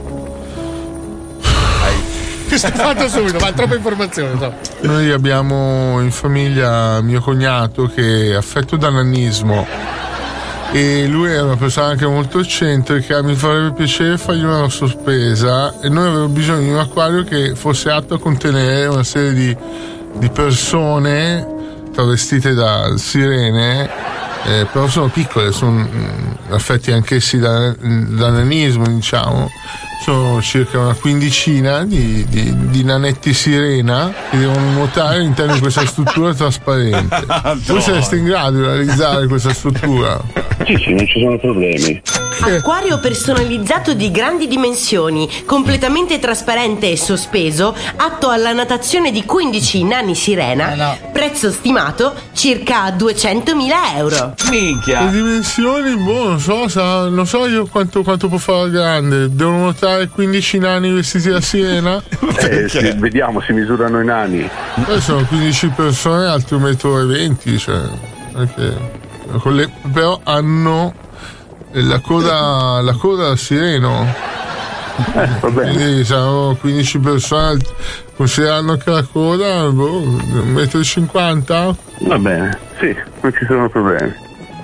Speaker 5: Questo è fatto subito, ma troppa informazione. so.
Speaker 15: Noi abbiamo in famiglia mio cognato che è affetto da nanismo e lui è una persona anche molto eccentrica, mi farebbe piacere fargli una sorpresa e noi avevamo bisogno di un acquario che fosse atto a contenere una serie di, di persone travestite da sirene, eh, però sono piccole, sono mm, affetti anch'essi da, da nanismo diciamo. Sono circa una quindicina di, di- di nanetti sirena che devono nuotare all'interno di questa struttura trasparente. Voi sareste in grado di realizzare questa struttura?
Speaker 16: Sì, sì, non ci sono problemi.
Speaker 17: Acquario personalizzato di grandi dimensioni, completamente trasparente e sospeso, atto alla natazione di 15 nani
Speaker 2: Ah,
Speaker 17: sirena, prezzo stimato circa 200.000 euro.
Speaker 15: Le dimensioni, boh, non so, sa- non so io quanto, quanto può fare la grande. Devono nuotare 15 nani vestiti da sirena?
Speaker 16: Eh, sì, vediamo, si misurano i nani.
Speaker 15: Poi sono 15 persone, altri 1,20 m, cioè. perché- con le- però hanno la coda, la coda da sireno.
Speaker 16: Eh,
Speaker 15: Quindi sono 15 persone, considerando che la coda, boh, 1,50 m.
Speaker 16: Va bene, sì, non ci sono problemi.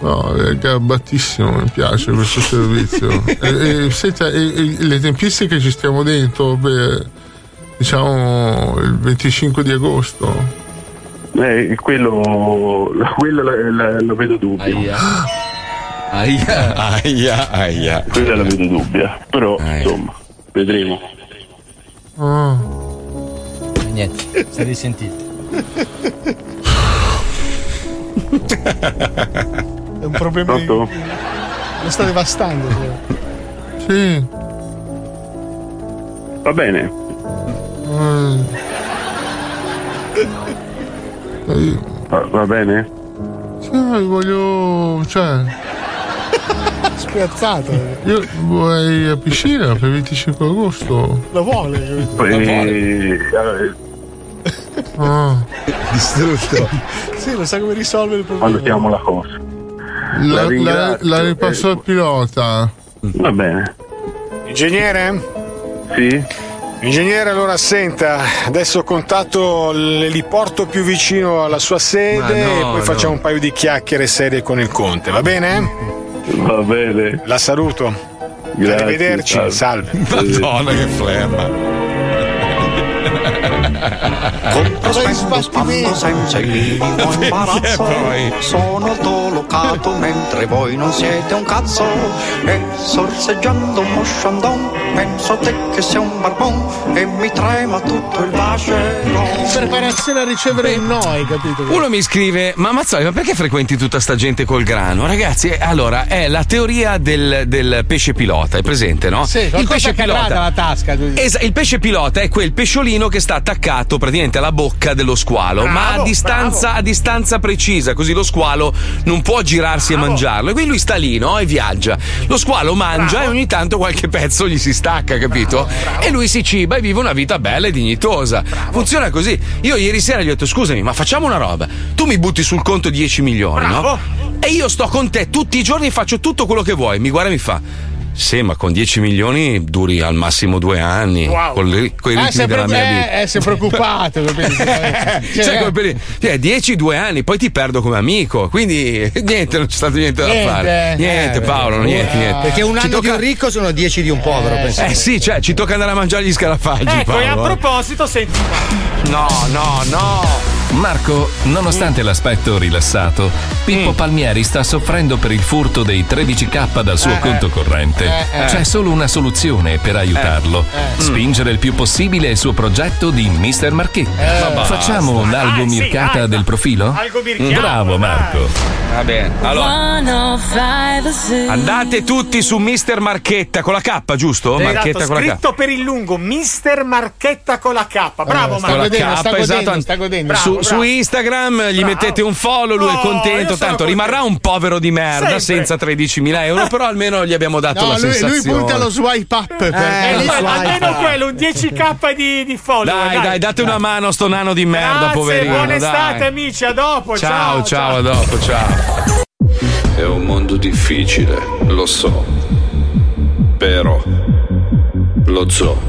Speaker 15: No, è garbatissimo, mi piace questo servizio. e, e, senta, e- e le tempistiche ci stiamo dentro per diciamo il 25 di agosto.
Speaker 16: Eh, quello quello la- la- lo vedo dubbio.
Speaker 2: Aia, aia, aia.
Speaker 16: Quella la vedo dubbia, però insomma, vedremo.
Speaker 15: Ah.
Speaker 4: Niente, si è risentito.
Speaker 5: È un problema. di-
Speaker 16: Pronto?
Speaker 5: Lo sta devastando. cioè.
Speaker 15: Sì.
Speaker 16: Va bene.
Speaker 15: Mm.
Speaker 16: Va, va bene?
Speaker 15: Sì, ma voglio. cioè.
Speaker 5: Spiazzato.
Speaker 15: Io vorrei la piscina per il 25 agosto.
Speaker 5: Lo vuole. capito?
Speaker 16: Eh, allora,
Speaker 15: Ah. Distrutto.
Speaker 5: Sì, lo sa come risolvere il problema.
Speaker 16: valutiamo la cosa.
Speaker 15: La,
Speaker 5: La
Speaker 15: la,
Speaker 5: ringrazio,
Speaker 15: la
Speaker 5: eh.
Speaker 15: ripasso al pilota.
Speaker 16: Va bene.
Speaker 14: Ingegnere?
Speaker 16: Sì.
Speaker 14: Ingegnere, allora senta, adesso contatto l'eliporto più vicino alla sua sede
Speaker 16: Ma no,
Speaker 14: e poi
Speaker 16: no.
Speaker 14: facciamo un paio di chiacchiere serie con il conte, va bene?
Speaker 16: Va bene.
Speaker 14: La saluto.
Speaker 2: Grazie,
Speaker 14: Arrivederci, salve.
Speaker 2: Madonna che flemma.
Speaker 12: Compro, spendo, spando senza il minimo
Speaker 2: Perché
Speaker 12: imbarazzo
Speaker 2: poi?
Speaker 12: Sono autolocato mentre voi non siete un cazzo E sorseggiando un mosciandon Penso a te che sei un barbon E mi trema tutto il vascello
Speaker 5: Preparazione a ricevere il no, hai capito?
Speaker 2: Uno mi scrive: Ma Mazzoli, ma perché frequenti tutta sta gente col grano? Ragazzi, eh, allora è la teoria del, del pesce pilota, è presente, no?
Speaker 5: Sì,
Speaker 2: il
Speaker 5: qualcosa
Speaker 2: pesce
Speaker 5: cadrà dalla tasca. tu-
Speaker 2: Esa- il pesce pilota è quel pesciolino che sta attaccato praticamente alla bocca dello squalo, ma a
Speaker 18: Bravo,
Speaker 2: distanza, a distanza precisa, così lo squalo non può girarsi e mangiarlo. E quindi lui sta lì, no? E viaggia. Lo squalo mangia e ogni tanto qualche pezzo gli si stacca, capito? E lui si ciba e vive una vita bella e dignitosa. Funziona così. Io ieri sera gli ho detto: scusami, ma facciamo una roba. Tu mi butti sul conto 10 milioni, no? E io sto con te tutti i giorni e faccio tutto quello che vuoi. Mi guarda e mi fa. Sì, ma con 10 milioni duri al massimo due anni.
Speaker 5: Wow.
Speaker 2: Con, le- con i
Speaker 5: Ah,
Speaker 2: ritmi
Speaker 5: si è
Speaker 2: della
Speaker 5: preoccup-
Speaker 2: mia
Speaker 5: eh,
Speaker 2: vita.
Speaker 5: eh, si è preoccupato. capito? Cioè,
Speaker 2: Cioè, come per- cioè, 10-2 anni, poi ti perdo come amico. Quindi niente, non c'è stato niente da
Speaker 4: Niente,
Speaker 2: fare.
Speaker 4: eh.
Speaker 2: Niente,
Speaker 4: Eh,
Speaker 2: Paolo,
Speaker 4: beh,
Speaker 2: niente,
Speaker 4: eh.
Speaker 2: niente.
Speaker 4: Perché un
Speaker 2: Ci
Speaker 4: anno di un ricco sono dieci di un povero, pensate.
Speaker 2: Eh sì, cioè, ci tocca andare a mangiare gli scarafaggi.
Speaker 7: Ecco, e a
Speaker 2: Paolo. eh.
Speaker 7: proposito, senti.
Speaker 2: No, no, no.
Speaker 1: Marco, nonostante
Speaker 18: Mm.
Speaker 1: l'aspetto rilassato, Pippo Palmieri sta soffrendo per il furto dei 13k dal suo
Speaker 18: Eh, eh.
Speaker 1: conto corrente.
Speaker 18: Eh, eh.
Speaker 1: C'è solo una soluzione per aiutarlo:
Speaker 18: Eh, eh.
Speaker 1: spingere il più possibile il suo progetto di Mr. Marchetti.
Speaker 18: Eh, ma basta.
Speaker 1: Facciamo un'algomircata del profilo?
Speaker 2: Algomirchiamo,
Speaker 1: Bravo, Marco.
Speaker 2: Va bene, allora. Andate tutti su Mister Marchetta con la K, giusto? Marchetta
Speaker 7: esatto,
Speaker 2: con la K.
Speaker 7: scritto per il lungo, Mister Marchetta con la K. Bravo,
Speaker 2: Eh,
Speaker 7: Marco.
Speaker 2: con la K, esatto. su, su Instagram gli mettete un follow, lui è contento. Tanto rimarrà un povero di merda senza 13.000 euro, però almeno gli abbiamo dato
Speaker 5: No,
Speaker 2: la
Speaker 5: lui, lui
Speaker 2: sensazione.
Speaker 5: punta allo swipe up. per-
Speaker 7: Eh,
Speaker 5: per-
Speaker 7: infatti, almeno quello, un 10k di, di follower.
Speaker 2: Dai, dai, date una mano a sto nano di merda,
Speaker 7: Grazie,
Speaker 2: poverino.
Speaker 7: buona
Speaker 2: dai.
Speaker 7: estate, amici. A dopo.
Speaker 2: Ciao, ciao, a dopo, ciao.
Speaker 19: È un mondo difficile, lo so. Però lo zoo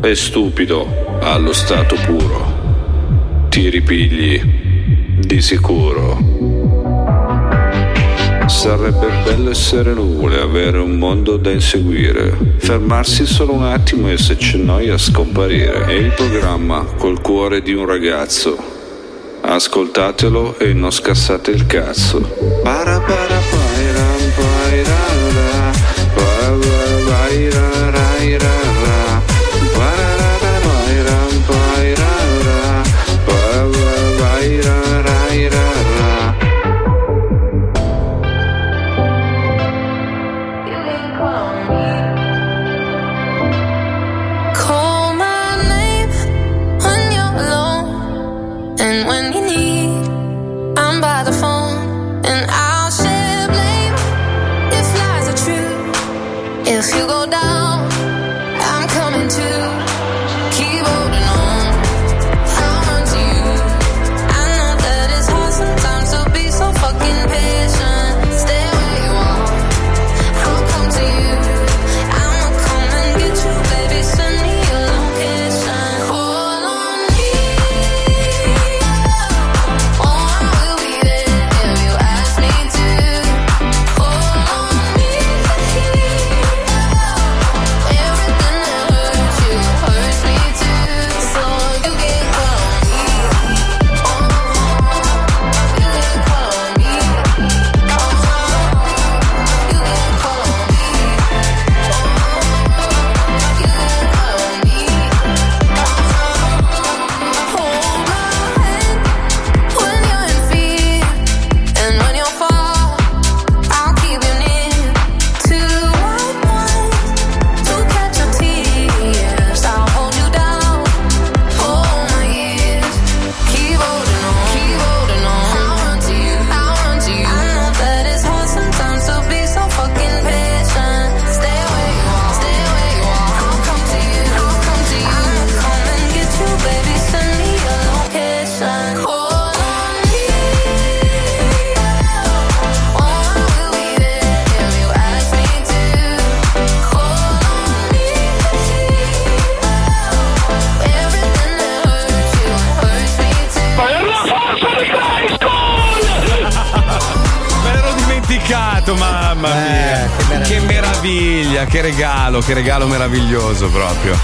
Speaker 19: è stupido allo stato puro. Ti ripigli di sicuro. Sarebbe bello essere nuvole, avere un mondo da inseguire, fermarsi solo un attimo e se c'è noia scomparire. È il programma col cuore di un ragazzo. Ascoltatelo e non scassate il cazzo. Para para pairam, pairara, para paira, rairara, pararara, pairam, pairara, para paira, rairara.
Speaker 20: Call my name when you're alone and when you need. I'm by the phone and I'll share blame if lies are true. If you go down, I'm coming to keep holding on. I'll run to you. I know that it's hard sometimes to be so fucking patient. Stay where you are. I'll come to you. I'ma come and get you, baby. Send me your location. Call on me. Oh, I will be there if you ask me to. Call on me. Everything that hurts you hurts me too. So you can call me. You can call me. You can call me. You can call me. Hold my hand when you're in fear and when you fall. I'll keep you near. Two white wines to catch your tears. I'll hold you down. Hold my ears. Keep holding on. Keep holding on. I'll run to you. I'll run to you. I know that it's hard sometimes to be so fucking patient. Stay where you are. Stay where you are. I'll come to you. I'll come to you. I'ma come and get you, baby. Send me your location. Call on me. Oh, I will be there if you ask me to. Call on me. Everything that hurts you hurts me too.
Speaker 2: Me l'ero dimenticato, mamma
Speaker 4: Eh,
Speaker 2: mia. che meraviglia, che regalo, che regalo meraviglioso proprio.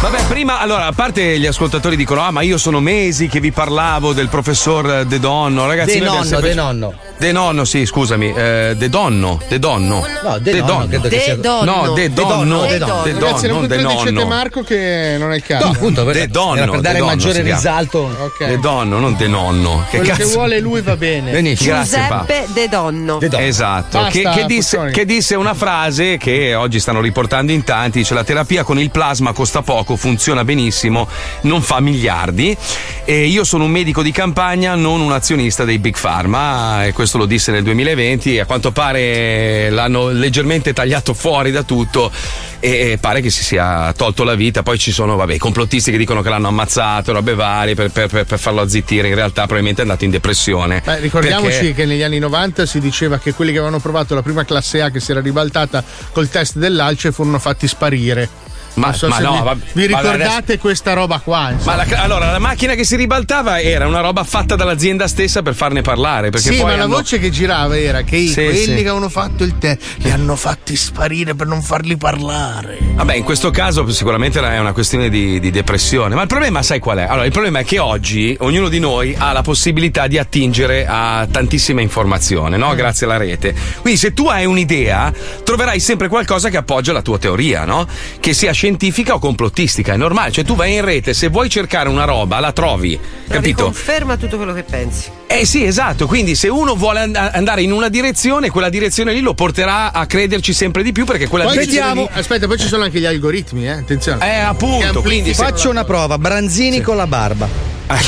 Speaker 2: Vabbè, prima, allora, a parte gli ascoltatori dicono, ah, ma io sono mesi che vi parlavo del professor De Donno,
Speaker 4: De
Speaker 2: ragazzi. noi abbiamo
Speaker 4: Nonno,
Speaker 2: sempre-
Speaker 4: De Nonno.
Speaker 2: De Nonno, sì, scusami. eh, de Donno, De Donno.
Speaker 4: No, De Nonno, credo che De sia- Donno.
Speaker 2: No, De
Speaker 4: De Donno,
Speaker 2: Donno,
Speaker 4: De Donno.
Speaker 5: Ragazzi,
Speaker 2: De Donno,
Speaker 5: non
Speaker 2: non De
Speaker 5: contraddicete
Speaker 2: Nonno.
Speaker 5: Marco che non è il caso.
Speaker 4: appunto,
Speaker 2: De Donno,
Speaker 4: per
Speaker 2: De
Speaker 4: dare
Speaker 2: Donno
Speaker 4: maggiore
Speaker 2: si chiama.
Speaker 4: risalto.
Speaker 5: Ok.
Speaker 2: De Donno, non De Nonno. Che
Speaker 5: Quello
Speaker 2: cazzo?
Speaker 5: che vuole lui va bene.
Speaker 2: Benissimo. Grazie, Paolo.
Speaker 6: Giuseppe De Donno.
Speaker 2: Esatto,
Speaker 6: Basta,
Speaker 2: che, che disse,
Speaker 6: Puccioni.
Speaker 2: che disse una frase che oggi stanno riportando in tanti, dice la terapia con il plasma costa poco, funziona benissimo, non fa miliardi e io sono un medico di campagna, non un azionista dei Big Pharma e questo lo disse nel 2020 e a quanto pare l'hanno leggermente tagliato fuori da tutto e pare che si sia tolto la vita, poi ci sono vabbè, i complottisti che dicono che l'hanno ammazzato, robe varie per, per- per- per farlo azzittire, in realtà probabilmente è andato in depressione.
Speaker 5: Beh, ricordiamoci
Speaker 2: Perché-
Speaker 5: che negli anni 90 si diceva che quelli che avevano provato la prima classe A che si era ribaltata ribaltata col test dell'alce e furono fatti sparire.
Speaker 2: Ma-
Speaker 5: Non so
Speaker 2: ma
Speaker 5: se
Speaker 2: no,
Speaker 5: vi,
Speaker 2: vabb-
Speaker 5: vi
Speaker 2: ma
Speaker 5: ricordate
Speaker 2: adesso-
Speaker 5: questa roba qua?
Speaker 2: Ma la, ca- allora, la macchina che si ribaltava era una roba fatta dall'azienda stessa per farne parlare. Perché
Speaker 5: sì,
Speaker 2: poi
Speaker 5: ma la
Speaker 2: hanno-
Speaker 5: voce che girava era che i-
Speaker 2: Sì,
Speaker 5: quelli
Speaker 2: sì.
Speaker 5: che avevano fatto il tè li hanno fatti sparire per non farli parlare.
Speaker 2: Vabbè, in questo caso sicuramente è una questione di, di depressione, ma il problema sai qual è? Allora, il problema è che oggi ognuno di noi ha la possibilità di attingere a tantissima informazione,
Speaker 5: Mm.
Speaker 2: no? Grazie alla rete. Quindi se tu hai un'idea, troverai sempre qualcosa che appoggia la tua teoria, no? Che sia scientifica o complottistica, è normale. Cioè tu vai in rete, se vuoi cercare una roba, la trovi, capito?
Speaker 6: Conferma tutto quello che pensi.
Speaker 2: Eh sì, esatto, quindi se uno vuole and- andare in una direzione, quella direzione lì lo porterà a crederci sempre di più perché quella
Speaker 5: Poi ci
Speaker 2: direzione
Speaker 5: sono
Speaker 2: lì-
Speaker 5: gli- aspetta, poi ci sono anche gli algoritmi, eh? Attenzione.
Speaker 2: Eh,
Speaker 5: Che
Speaker 2: appunto,
Speaker 5: amplificano
Speaker 2: quindi se-
Speaker 5: la-
Speaker 4: Faccio una prova, Branzini con la barba.
Speaker 2: Ah,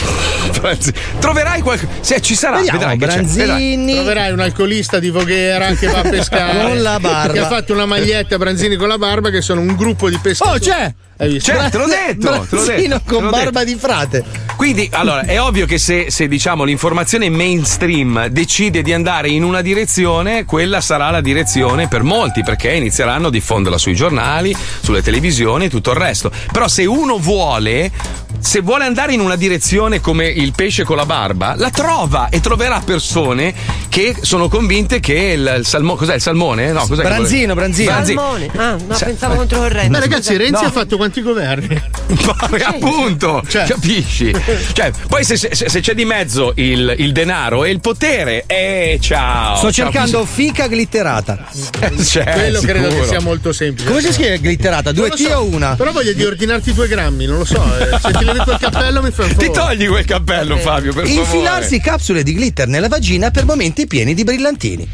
Speaker 2: Anzi, Troverai qualcosa. Se ci sarà,
Speaker 5: Vediamo,
Speaker 2: vedrai che c'è. Vedrai.
Speaker 5: Troverai un alcolista di Voghera che va a pescare.
Speaker 4: Con la barba.
Speaker 5: Che ha fatto una maglietta Branzini con la barba che sono un gruppo di pescatori. Oh, c'è! Hai visto?
Speaker 2: C'è, te l'ho detto, te l'ho
Speaker 4: Branzino
Speaker 2: detto, te
Speaker 4: con
Speaker 2: l'ho detto.
Speaker 4: barba di frate.
Speaker 2: Quindi, allora, è ovvio che se, se, diciamo l'informazione mainstream decide di andare in una direzione, quella sarà la direzione per molti, perché inizieranno a diffonderla sui giornali, sulle televisioni e tutto il resto. Però se uno vuole, se vuole andare in una direzione come il pesce con la barba, la trova e troverà persone che sono convinte che il, salmone. Cos'è il salmone? No, cos'è che vuole-
Speaker 6: Salmone. Ah, no,
Speaker 2: Sa-
Speaker 6: pensavo contro corrente.
Speaker 5: Ma Eh, ragazzi, Renzi
Speaker 2: No.
Speaker 5: ha fatto quanti governi?
Speaker 2: Poi, appunto, capisci? Cioè, poi se, se- se c'è di mezzo il, il denaro e il potere, eh, ciao.
Speaker 4: Sto
Speaker 2: ciao,
Speaker 4: cercando fica glitterata.
Speaker 2: Cioè,
Speaker 5: Quello credo
Speaker 2: sicuro.
Speaker 5: che sia molto semplice. Eh.
Speaker 4: Come si scrive glitterata? Due
Speaker 5: Non
Speaker 4: T
Speaker 5: lo so,
Speaker 4: o una?
Speaker 5: Però voglio di ordinarti due grammi, non lo so. eh. Se ti levi quel cappello mi fai un favore.
Speaker 2: Ti togli quel cappello, Fabio, per
Speaker 4: Infilarsi capsule di glitter nella vagina per momenti pieni di brillantini.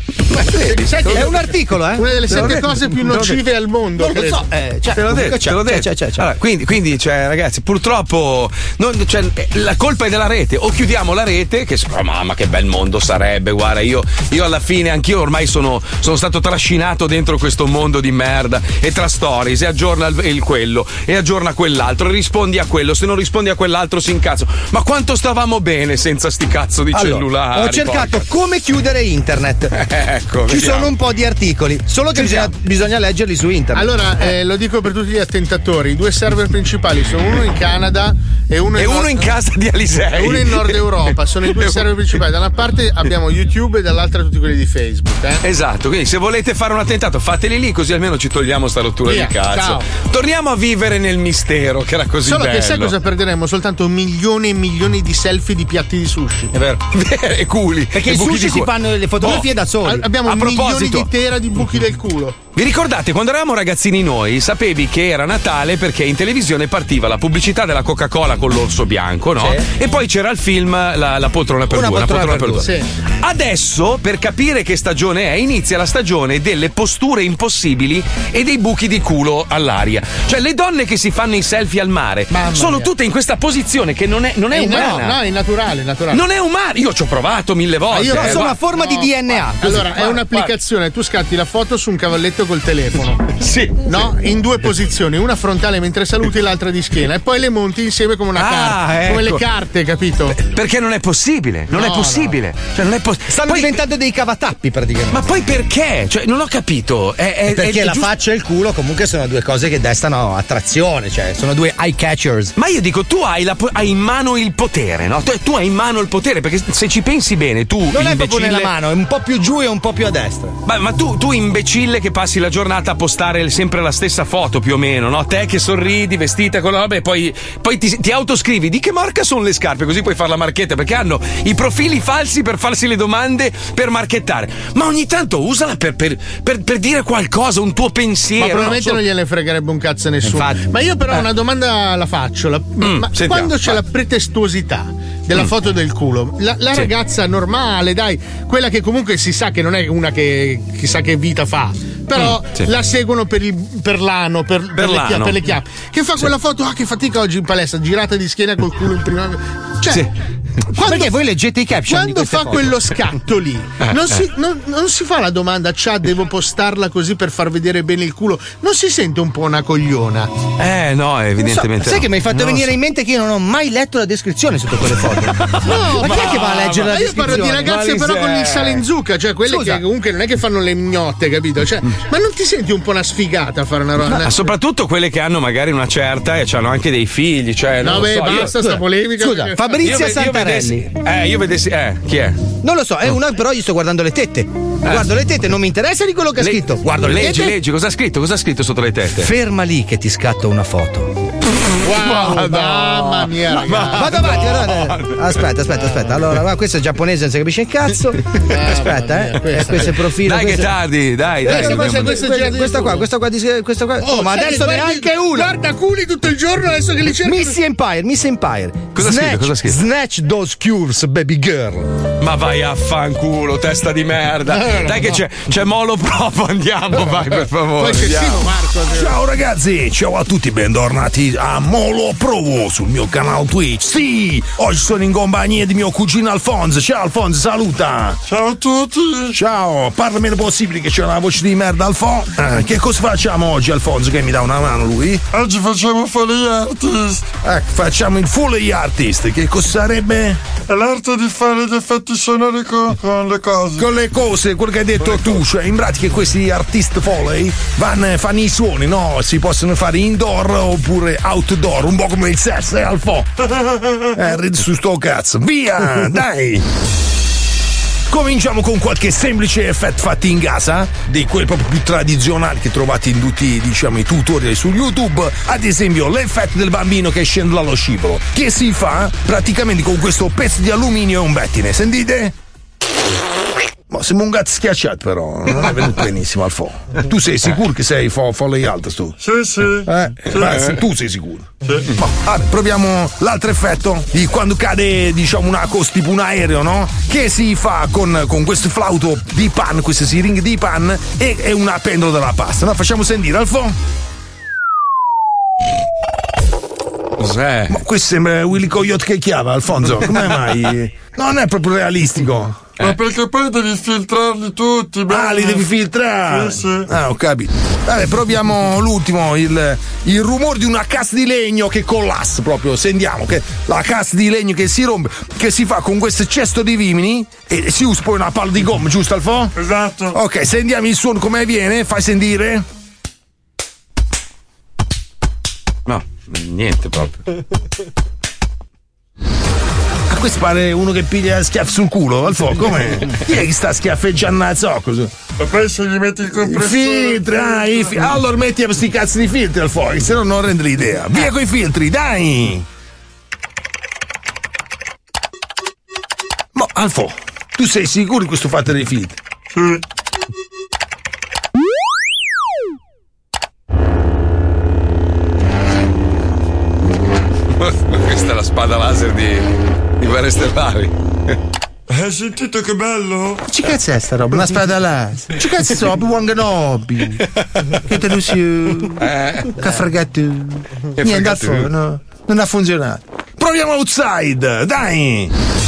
Speaker 5: Sai che
Speaker 4: È un articolo, eh?
Speaker 5: Una delle
Speaker 4: Te l'ho
Speaker 5: sette
Speaker 4: detto.
Speaker 5: cose più
Speaker 4: Te l'ho
Speaker 5: nocive
Speaker 4: detto.
Speaker 5: al mondo.
Speaker 4: Non lo
Speaker 5: credo.
Speaker 4: so, eh, cioè,
Speaker 2: te l'ho detto, te l'ho detto. Allora, quindi, quindi, cioè, ragazzi, purtroppo non- cioè, eh, la colpa è della rete. O chiudiamo la rete, che oh, mamma, che bel mondo sarebbe. Guarda, io, io alla fine, anch'io ormai sono, sono stato trascinato dentro questo mondo di merda. E tra stories, e aggiorna il, il quello, e aggiorna quell'altro, e rispondi a quello. Se non rispondi a quell'altro, si incazzo. Ma quanto stavamo bene senza sti cazzo di
Speaker 4: Allora,
Speaker 2: cellulari?
Speaker 4: Ho cercato come chiudere internet.
Speaker 2: Ecco,
Speaker 4: Ci
Speaker 2: vediamo.
Speaker 4: sono un po' di articoli, solo che bisogna, bisogna leggerli su internet.
Speaker 5: Allora, eh, lo dico per tutti gli attentatori: i due server principali sono uno in Canada e uno,
Speaker 2: E
Speaker 5: in,
Speaker 2: uno in casa di Alisei.
Speaker 5: E uno in Nord Europa. Sono i due server principali. Da una parte abbiamo YouTube e dall'altra tutti quelli di Facebook. Eh?
Speaker 2: Esatto, quindi se volete fare un attentato fateli lì così almeno ci togliamo sta rottura
Speaker 5: Via,
Speaker 2: di cazzo.
Speaker 5: ciao.
Speaker 2: Torniamo a vivere nel mistero che era così
Speaker 5: Solo
Speaker 2: bello.
Speaker 5: che sai cosa perderemo? Soltanto milioni e milioni di selfie di piatti di sushi.
Speaker 2: È vero. e culi.
Speaker 5: Perché
Speaker 2: E
Speaker 5: i
Speaker 2: buchi
Speaker 5: sushi
Speaker 2: di
Speaker 5: si
Speaker 2: culo.
Speaker 5: fanno le fotografie
Speaker 2: Oh,
Speaker 5: da soli.
Speaker 2: a-
Speaker 5: Abbiamo
Speaker 2: a
Speaker 5: milioni
Speaker 2: proposito,
Speaker 5: di tera di buchi del culo.
Speaker 2: vi ricordate quando eravamo ragazzini noi, sapevi che era Natale perché in televisione partiva la pubblicità della Coca-Cola con l'orso bianco, no? E poi c'era il film La, la poltrona per
Speaker 4: Una
Speaker 2: due,
Speaker 4: poltrona per due,
Speaker 2: Adesso, per capire che stagione è, inizia la stagione delle posture impossibili e dei buchi di culo all'aria. Cioè, le donne che si fanno i selfie al mare sono tutte in questa posizione che non è, non è
Speaker 5: Eh,
Speaker 2: umana.
Speaker 5: No, no, è naturale, è naturale.
Speaker 2: Non è umano, io ci ho provato mille volte.
Speaker 5: Ma
Speaker 2: eh,
Speaker 5: io-
Speaker 2: guarda.
Speaker 5: No,
Speaker 2: Esatto,
Speaker 5: guarda, allora, è un'applicazione, tu scatti la foto su un cavalletto col telefono.
Speaker 2: sì.
Speaker 5: No, in due posizioni, una frontale mentre saluti, l'altra di schiena, e poi le monti insieme come una
Speaker 2: Ah,
Speaker 5: carta. Come le
Speaker 2: ecco.
Speaker 5: carte, capito?
Speaker 2: Perché non è possibile, non
Speaker 5: No,
Speaker 2: è possibile. Cioè, non è poss-
Speaker 4: Stanno diventando dei cavatappi praticamente.
Speaker 2: Ma poi perché? Cioè, non ho capito. È, è-
Speaker 4: Perché
Speaker 2: è
Speaker 4: la
Speaker 2: giusto-
Speaker 4: faccia e il culo comunque sono due cose che destano attrazione, cioè sono due eye catchers.
Speaker 2: Ma io dico, tu hai, la po- hai in mano il potere, no? Tu, tu hai in mano il potere, perché se ci pensi bene, tu.
Speaker 4: Non è proprio
Speaker 2: imbecille-
Speaker 4: nella mano, è un po' più giù e un po' più a destra.
Speaker 2: Ma, ma tu, tu imbecille che passi la giornata a postare sempre la stessa foto più o meno, no? Te che sorridi, vestita con la roba e poi, poi ti, ti autoscrivi di che marca sono le scarpe, così puoi fare la marchetta, perché hanno i profili falsi per farsi le domande per marchettare. Ma ogni tanto usala per, per- per- per dire qualcosa, un tuo pensiero.
Speaker 5: Ma
Speaker 2: no?
Speaker 5: probabilmente
Speaker 2: So-
Speaker 5: non gliene fregherebbe un cazzo a nessuno.
Speaker 2: Infatti.
Speaker 5: Ma io però
Speaker 2: Eh. Mm,
Speaker 5: una domanda la faccio. la- ma
Speaker 2: sentiamo,
Speaker 5: quando c'è la
Speaker 2: vai.
Speaker 5: pretestuosità della
Speaker 2: Mm.
Speaker 5: foto del culo, la, la
Speaker 2: Sì.
Speaker 5: ragazza normale, dai, quella che comunque si sa che non è una che chissà che vita fa. Però
Speaker 2: Mm, sì.
Speaker 5: la seguono per, il, per l'ano, per, per le
Speaker 2: l'ano.
Speaker 5: chia- per le chiappe. Che fa quella foto, ah, che fatica oggi in palestra, girata di schiena col culo in prima. Cioè,
Speaker 4: Perché voi leggete i caption di
Speaker 5: Quando
Speaker 4: queste
Speaker 5: fa
Speaker 4: foto? Eh,
Speaker 5: quello scatto lì, non si, non- non si fa la domanda, ciao, devo postarla così per far vedere bene il culo. Non si sente un po' una cogliona.
Speaker 2: Eh, no, evidentemente.
Speaker 5: so,
Speaker 2: no.
Speaker 5: sai che mi hai fatto
Speaker 2: Non
Speaker 5: venire
Speaker 2: so.
Speaker 4: in mente che io non ho mai letto la descrizione sotto quelle foto.
Speaker 5: No,
Speaker 4: ma, chi è che va a leggere la
Speaker 5: ma io
Speaker 4: descrizione?
Speaker 5: parlo di ragazze
Speaker 4: Ma
Speaker 5: però con il
Speaker 4: Lise-
Speaker 5: sale in zucca, cioè quelle
Speaker 4: Scusa. Mm.
Speaker 5: che comunque non è che fanno le mignotte, capito? Cioè, ma non ti senti un po' una sfigata a fare una roba?
Speaker 2: Ma soprattutto quelle che hanno magari una certa e hanno anche dei figli, cioè.
Speaker 5: No,
Speaker 2: non lo
Speaker 5: beh,
Speaker 2: so, io-
Speaker 5: basta sta polemica.
Speaker 4: Scusa,
Speaker 5: perché-
Speaker 4: Fabrizia
Speaker 2: Io ve- io
Speaker 4: Santarelli.
Speaker 2: vedessi- eh, io vedessi. Eh, chi è?
Speaker 4: Non lo so, è una, però io sto guardando le tette. Guardo le tette, non mi interessa di quello che ha scritto. Guardo Eh. le
Speaker 2: leggi,
Speaker 4: tette.
Speaker 2: leggi, cosa ha scritto? Cosa ha scritto sotto le tette?
Speaker 4: Ferma lì che ti scatto una foto.
Speaker 5: Wow,
Speaker 4: no.
Speaker 5: mamma mia,
Speaker 4: Ma-
Speaker 5: ragazzi.
Speaker 4: vado avanti, vado avanti. Aspetta, aspetta, aspetta. Allora, guarda, questo è giapponese, non si capisce un cazzo. Aspetta, eh. Eh, Questo è il profilo.
Speaker 2: Dai,
Speaker 4: questo- Eh,
Speaker 2: che tardi, dai, dai.
Speaker 4: Questa,
Speaker 2: dobbiamo-
Speaker 4: questa, questa, questa, questa qua, questa qua, dis- questa qua.
Speaker 5: Oh,
Speaker 4: Oh, ma
Speaker 5: sai che
Speaker 4: adesso
Speaker 5: guardi-
Speaker 4: neanche uno.
Speaker 5: Guarda culi tutto il giorno adesso che li cerco.
Speaker 4: Miss Empire, Miss Empire.
Speaker 2: Cosa ha scritto?
Speaker 4: snatch,
Speaker 2: Cosa ha scritto?
Speaker 4: snatch those cures, baby girl.
Speaker 2: Ma vai a fanculo, testa di merda. Dai, che c'è, c'è Molo Provo, andiamo, vai, per favore. andiamo.
Speaker 18: Ciao ragazzi, ciao a tutti, bentornati a Molo Provo sul mio canale Twitch. Sì, oggi sono in compagnia di mio cugino Alfonso. Ciao Alfonso, saluta. Ciao a tutti. Ciao, parla meno possibile che c'è una voce di merda Alfonso. Eh, che cosa facciamo oggi Alfonso che mi dà una mano lui? Oggi facciamo Foley Artist. Ecco, facciamo il Foley Artist, che cosa sarebbe? L'arte di fare gli effetti sonori con, le cose. Con le cose, quello che hai detto tu, cioè in pratica questi artist foley vanno, fanno i suoni, no? Si possono fare indoor oppure outdoor, un po' come il sesso, eh, al fo. Eh, ridi su sto cazzo, via, dai! Cominciamo con qualche semplice effetto fatto in casa, di quelli proprio più tradizionali che trovate in tutti diciamo, i tutorial su YouTube. Ad esempio, l'effetto del bambino che scende dallo scivolo, che si fa praticamente con questo pezzo di alluminio e un bettine, sentite? Ma sembra un gatto schiacciato, però. Non è venuto benissimo al fo. Tu sei sicuro che sei fo- folle alta, tu? Sì, sì. tu sei sicuro? Ma, ah, proviamo l'altro effetto di quando cade, diciamo, una cosa tipo un aereo, no? Che si fa con, con questo flauto di pan, queste siringhe di pan e, e una pendola della pasta. No, facciamo sentire al fo. Ma questo sembra Willy Coyote che chiava, Alfonso. Come mai? Non è proprio realistico.
Speaker 15: Ma perché poi devi filtrarli tutti,
Speaker 18: Ah, li devi filtrare. Ah, ho capito. Vabbè, proviamo l'ultimo, il, il rumore di una cassa di legno che collassa proprio. Sentiamo che la cassa di legno che si rompe, che si fa con questo cesto di vimini e si usa poi una palla di gomma, giusto Alfo? Esatto. Ok, sentiamo il suono come viene, fai sentire.
Speaker 2: No, niente proprio.
Speaker 18: A questo pare uno che piglia schiaffi sul culo, Alfo, come? Chi è che sta schiaffeggiando a zocco?
Speaker 15: Ma poi se gli metti il compressore.
Speaker 18: Filtra, ah, i fi- allora metti questi cazzo di filtri al fuoco, se no non rende l'idea. Via coi filtri, dai! Ma Alfo, tu sei sicuro di questo fatto dei filtri?
Speaker 2: Questa è la spada laser di, di Guerre Stellari.
Speaker 18: Eh,
Speaker 15: Hai sentito che bello?
Speaker 4: Che cazzo è sta roba? Una spada là. Che cazzo so, Wang Nobi. Che te lo si.
Speaker 18: uh,
Speaker 4: Che fregato. Niente
Speaker 18: fregato.
Speaker 4: al forno. Non ha funzionato.
Speaker 18: Proviamo outside, dai!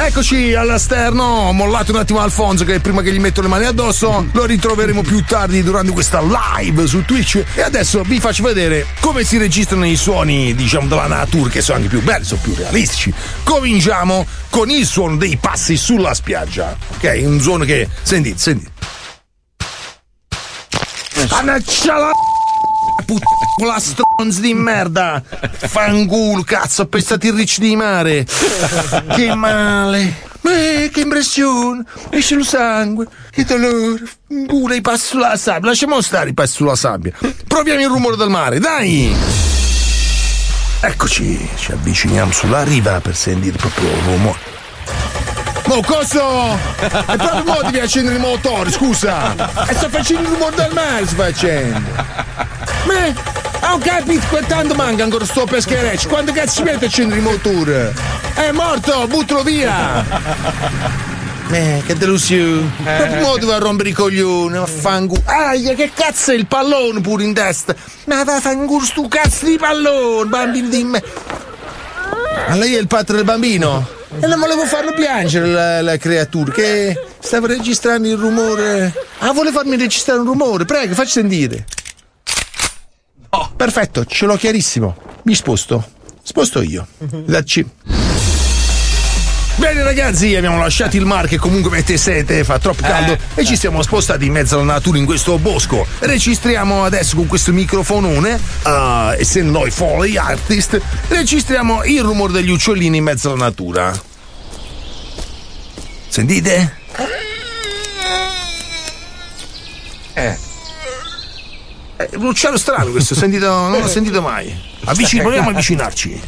Speaker 18: Eccoci all'esterno, ho mollato un attimo Alfonso che prima che gli metto le mani addosso lo ritroveremo più tardi durante questa live su Twitch e adesso vi faccio vedere come si registrano i suoni diciamo della natura che sono anche più belli, sono più realistici. Cominciamo con il suono dei passi sulla spiaggia, ok? Un suono che... sentite, sentite. Annaccia la puttola stronz di merda fangulo cazzo pestati ricci di mare che male Eh, che impressione esce lo sangue che dolore pure i passi sulla sabbia lasciamo stare i passi sulla sabbia proviamo il rumore del mare dai eccoci ci avviciniamo sulla riva per sentire proprio il rumore Mo coso! E proprio mo devi accendere il motore, scusa! E sto facendo il rumore del mare, sto facendo! Ma ho capito quanto manca ancora sto peschereccio, quando cazzo ci mette a accendere il motore? È morto, buttalo via! Eh, che delusione! Proprio mo devo rompere i coglioni, vaffanculo! Aia, che cazzo è il pallone pure in testa! Ma vaffanculo sto cazzo di pallone, bambino di me! Ma lei è il padre del bambino? E non volevo farlo piangere la, la creatura che stava registrando il rumore. Ah, vuole farmi registrare un rumore? Prego, facci sentire. Perfetto, ce l'ho chiarissimo. Mi sposto. Sposto io. Dacci. Bene ragazzi, abbiamo lasciato il mar che comunque mette sete, fa troppo caldo e ci siamo spostati in mezzo alla natura in questo bosco. Registriamo adesso con questo microfonone, eh, essendo noi foley artist, registriamo il rumore degli uccellini in mezzo alla natura. Sentite? Eh. È Eh, un uccello strano questo, ho sentito- non l'ho sentito mai. Avvicini, proviamo a avvicinarci.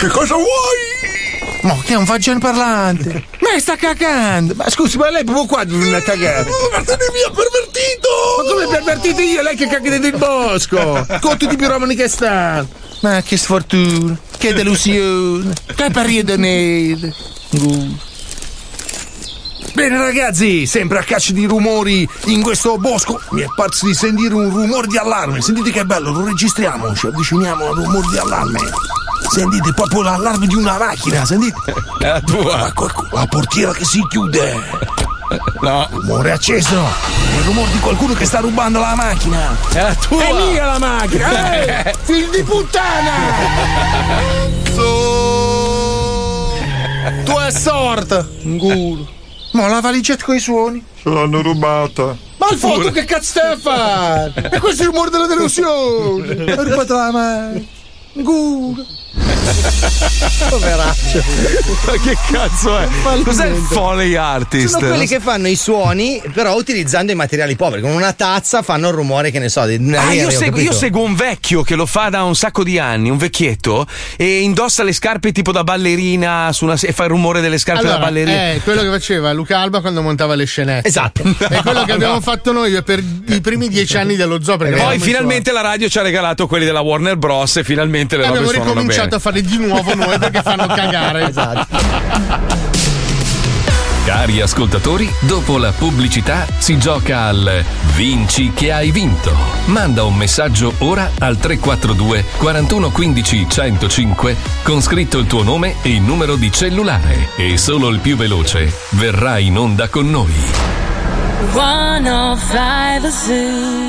Speaker 18: Che cosa vuoi? Ma che è un fagiano parlante? Ma sta cagando! Ma scusi, ma lei è proprio qua dove cagare? Ma te ne via pervertito! Ma come pervertito io? Lei che caga dentro il bosco! Con tutti i piromani che stanno! Ma che sfortuna! Che delusione! Che periodo nero! Gu. Bene ragazzi, sempre a caccia di rumori in questo bosco mi è parso di sentire un rumore di allarme. Sentite che bello, lo registriamo, ci avviciniamo al rumore di allarme. Sentite proprio l'allarme di una macchina, sentite.
Speaker 2: La tua.
Speaker 18: Ecco, ecco, la portiera che si chiude. No. Rumore acceso. Il rumore di qualcuno che sta rubando la macchina. È la tua. È mia la macchina. eh! Figlio di puttana! Tu è sorta! Nguro. Ma la valigetta con i suoni?
Speaker 15: Ce l'hanno rubata.
Speaker 18: Ma al foto che cazzo stai a fare? E questo è il rumore della delusione! Ho rubato la mano! Nguro!
Speaker 2: Poveraccio. Ma che cazzo è?
Speaker 4: Fallimento.
Speaker 2: Cos'è il foley artist?
Speaker 4: Sono quelli che fanno i suoni, però utilizzando i materiali poveri. Con una tazza fanno il rumore, che ne so, di
Speaker 5: Eh,
Speaker 4: un
Speaker 2: Ah,
Speaker 4: aereo,
Speaker 2: io, seguo, io
Speaker 4: capito?
Speaker 2: seguo un vecchio che lo fa da un sacco di anni, un vecchietto, e indossa le scarpe tipo da ballerina su una, e fa il rumore delle scarpe da
Speaker 5: Allora, eh,
Speaker 2: ballerina.
Speaker 5: è quello che faceva Luca Alba quando montava le scenette.
Speaker 4: Esatto.
Speaker 5: È quello che
Speaker 2: No,
Speaker 5: abbiamo
Speaker 2: no. Eh,
Speaker 5: fatto noi per i primi dieci anni dello zoo. perché
Speaker 2: Poi
Speaker 5: eravamo in
Speaker 2: finalmente la radio ci ha regalato quelli della Warner Bros. E finalmente le
Speaker 5: zoo. Eh,
Speaker 2: robe
Speaker 5: Abbiamo
Speaker 2: suonano
Speaker 5: ricominciato a
Speaker 2: bene.
Speaker 5: fare di nuovo noi perché fanno cagare.
Speaker 1: Cari ascoltatori, dopo la pubblicità si gioca al Vinci che hai vinto. Manda un messaggio ora al 342 4115 105 con scritto il tuo nome e il numero di cellulare e solo il più veloce verrà in onda con noi.
Speaker 20: 105 The Zoo.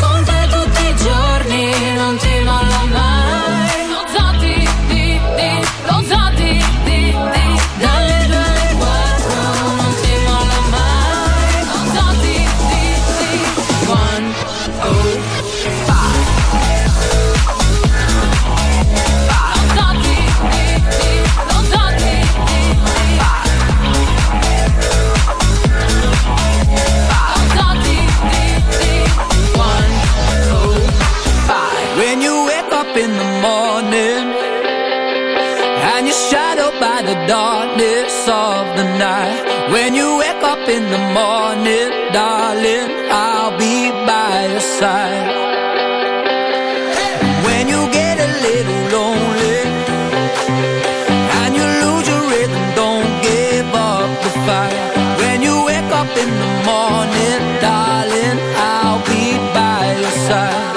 Speaker 20: Con te tutti i giorni non ti molla mai. Lo zatti di di, lo zatti di di. Dalle due alle quattro non ti molla mai. Lo zatti di di. One, oh, five. Lo zatti di di, lo zatti di di. Lo zatti di di. One,
Speaker 21: When you wake up in the morning and you're shadowed by the darkness of the night. When you wake up in the morning, darling, I'll be by your side. When you get a little lonely and you lose your rhythm, don't give up the fight. When you wake up in the morning, darling, I'll be by your side.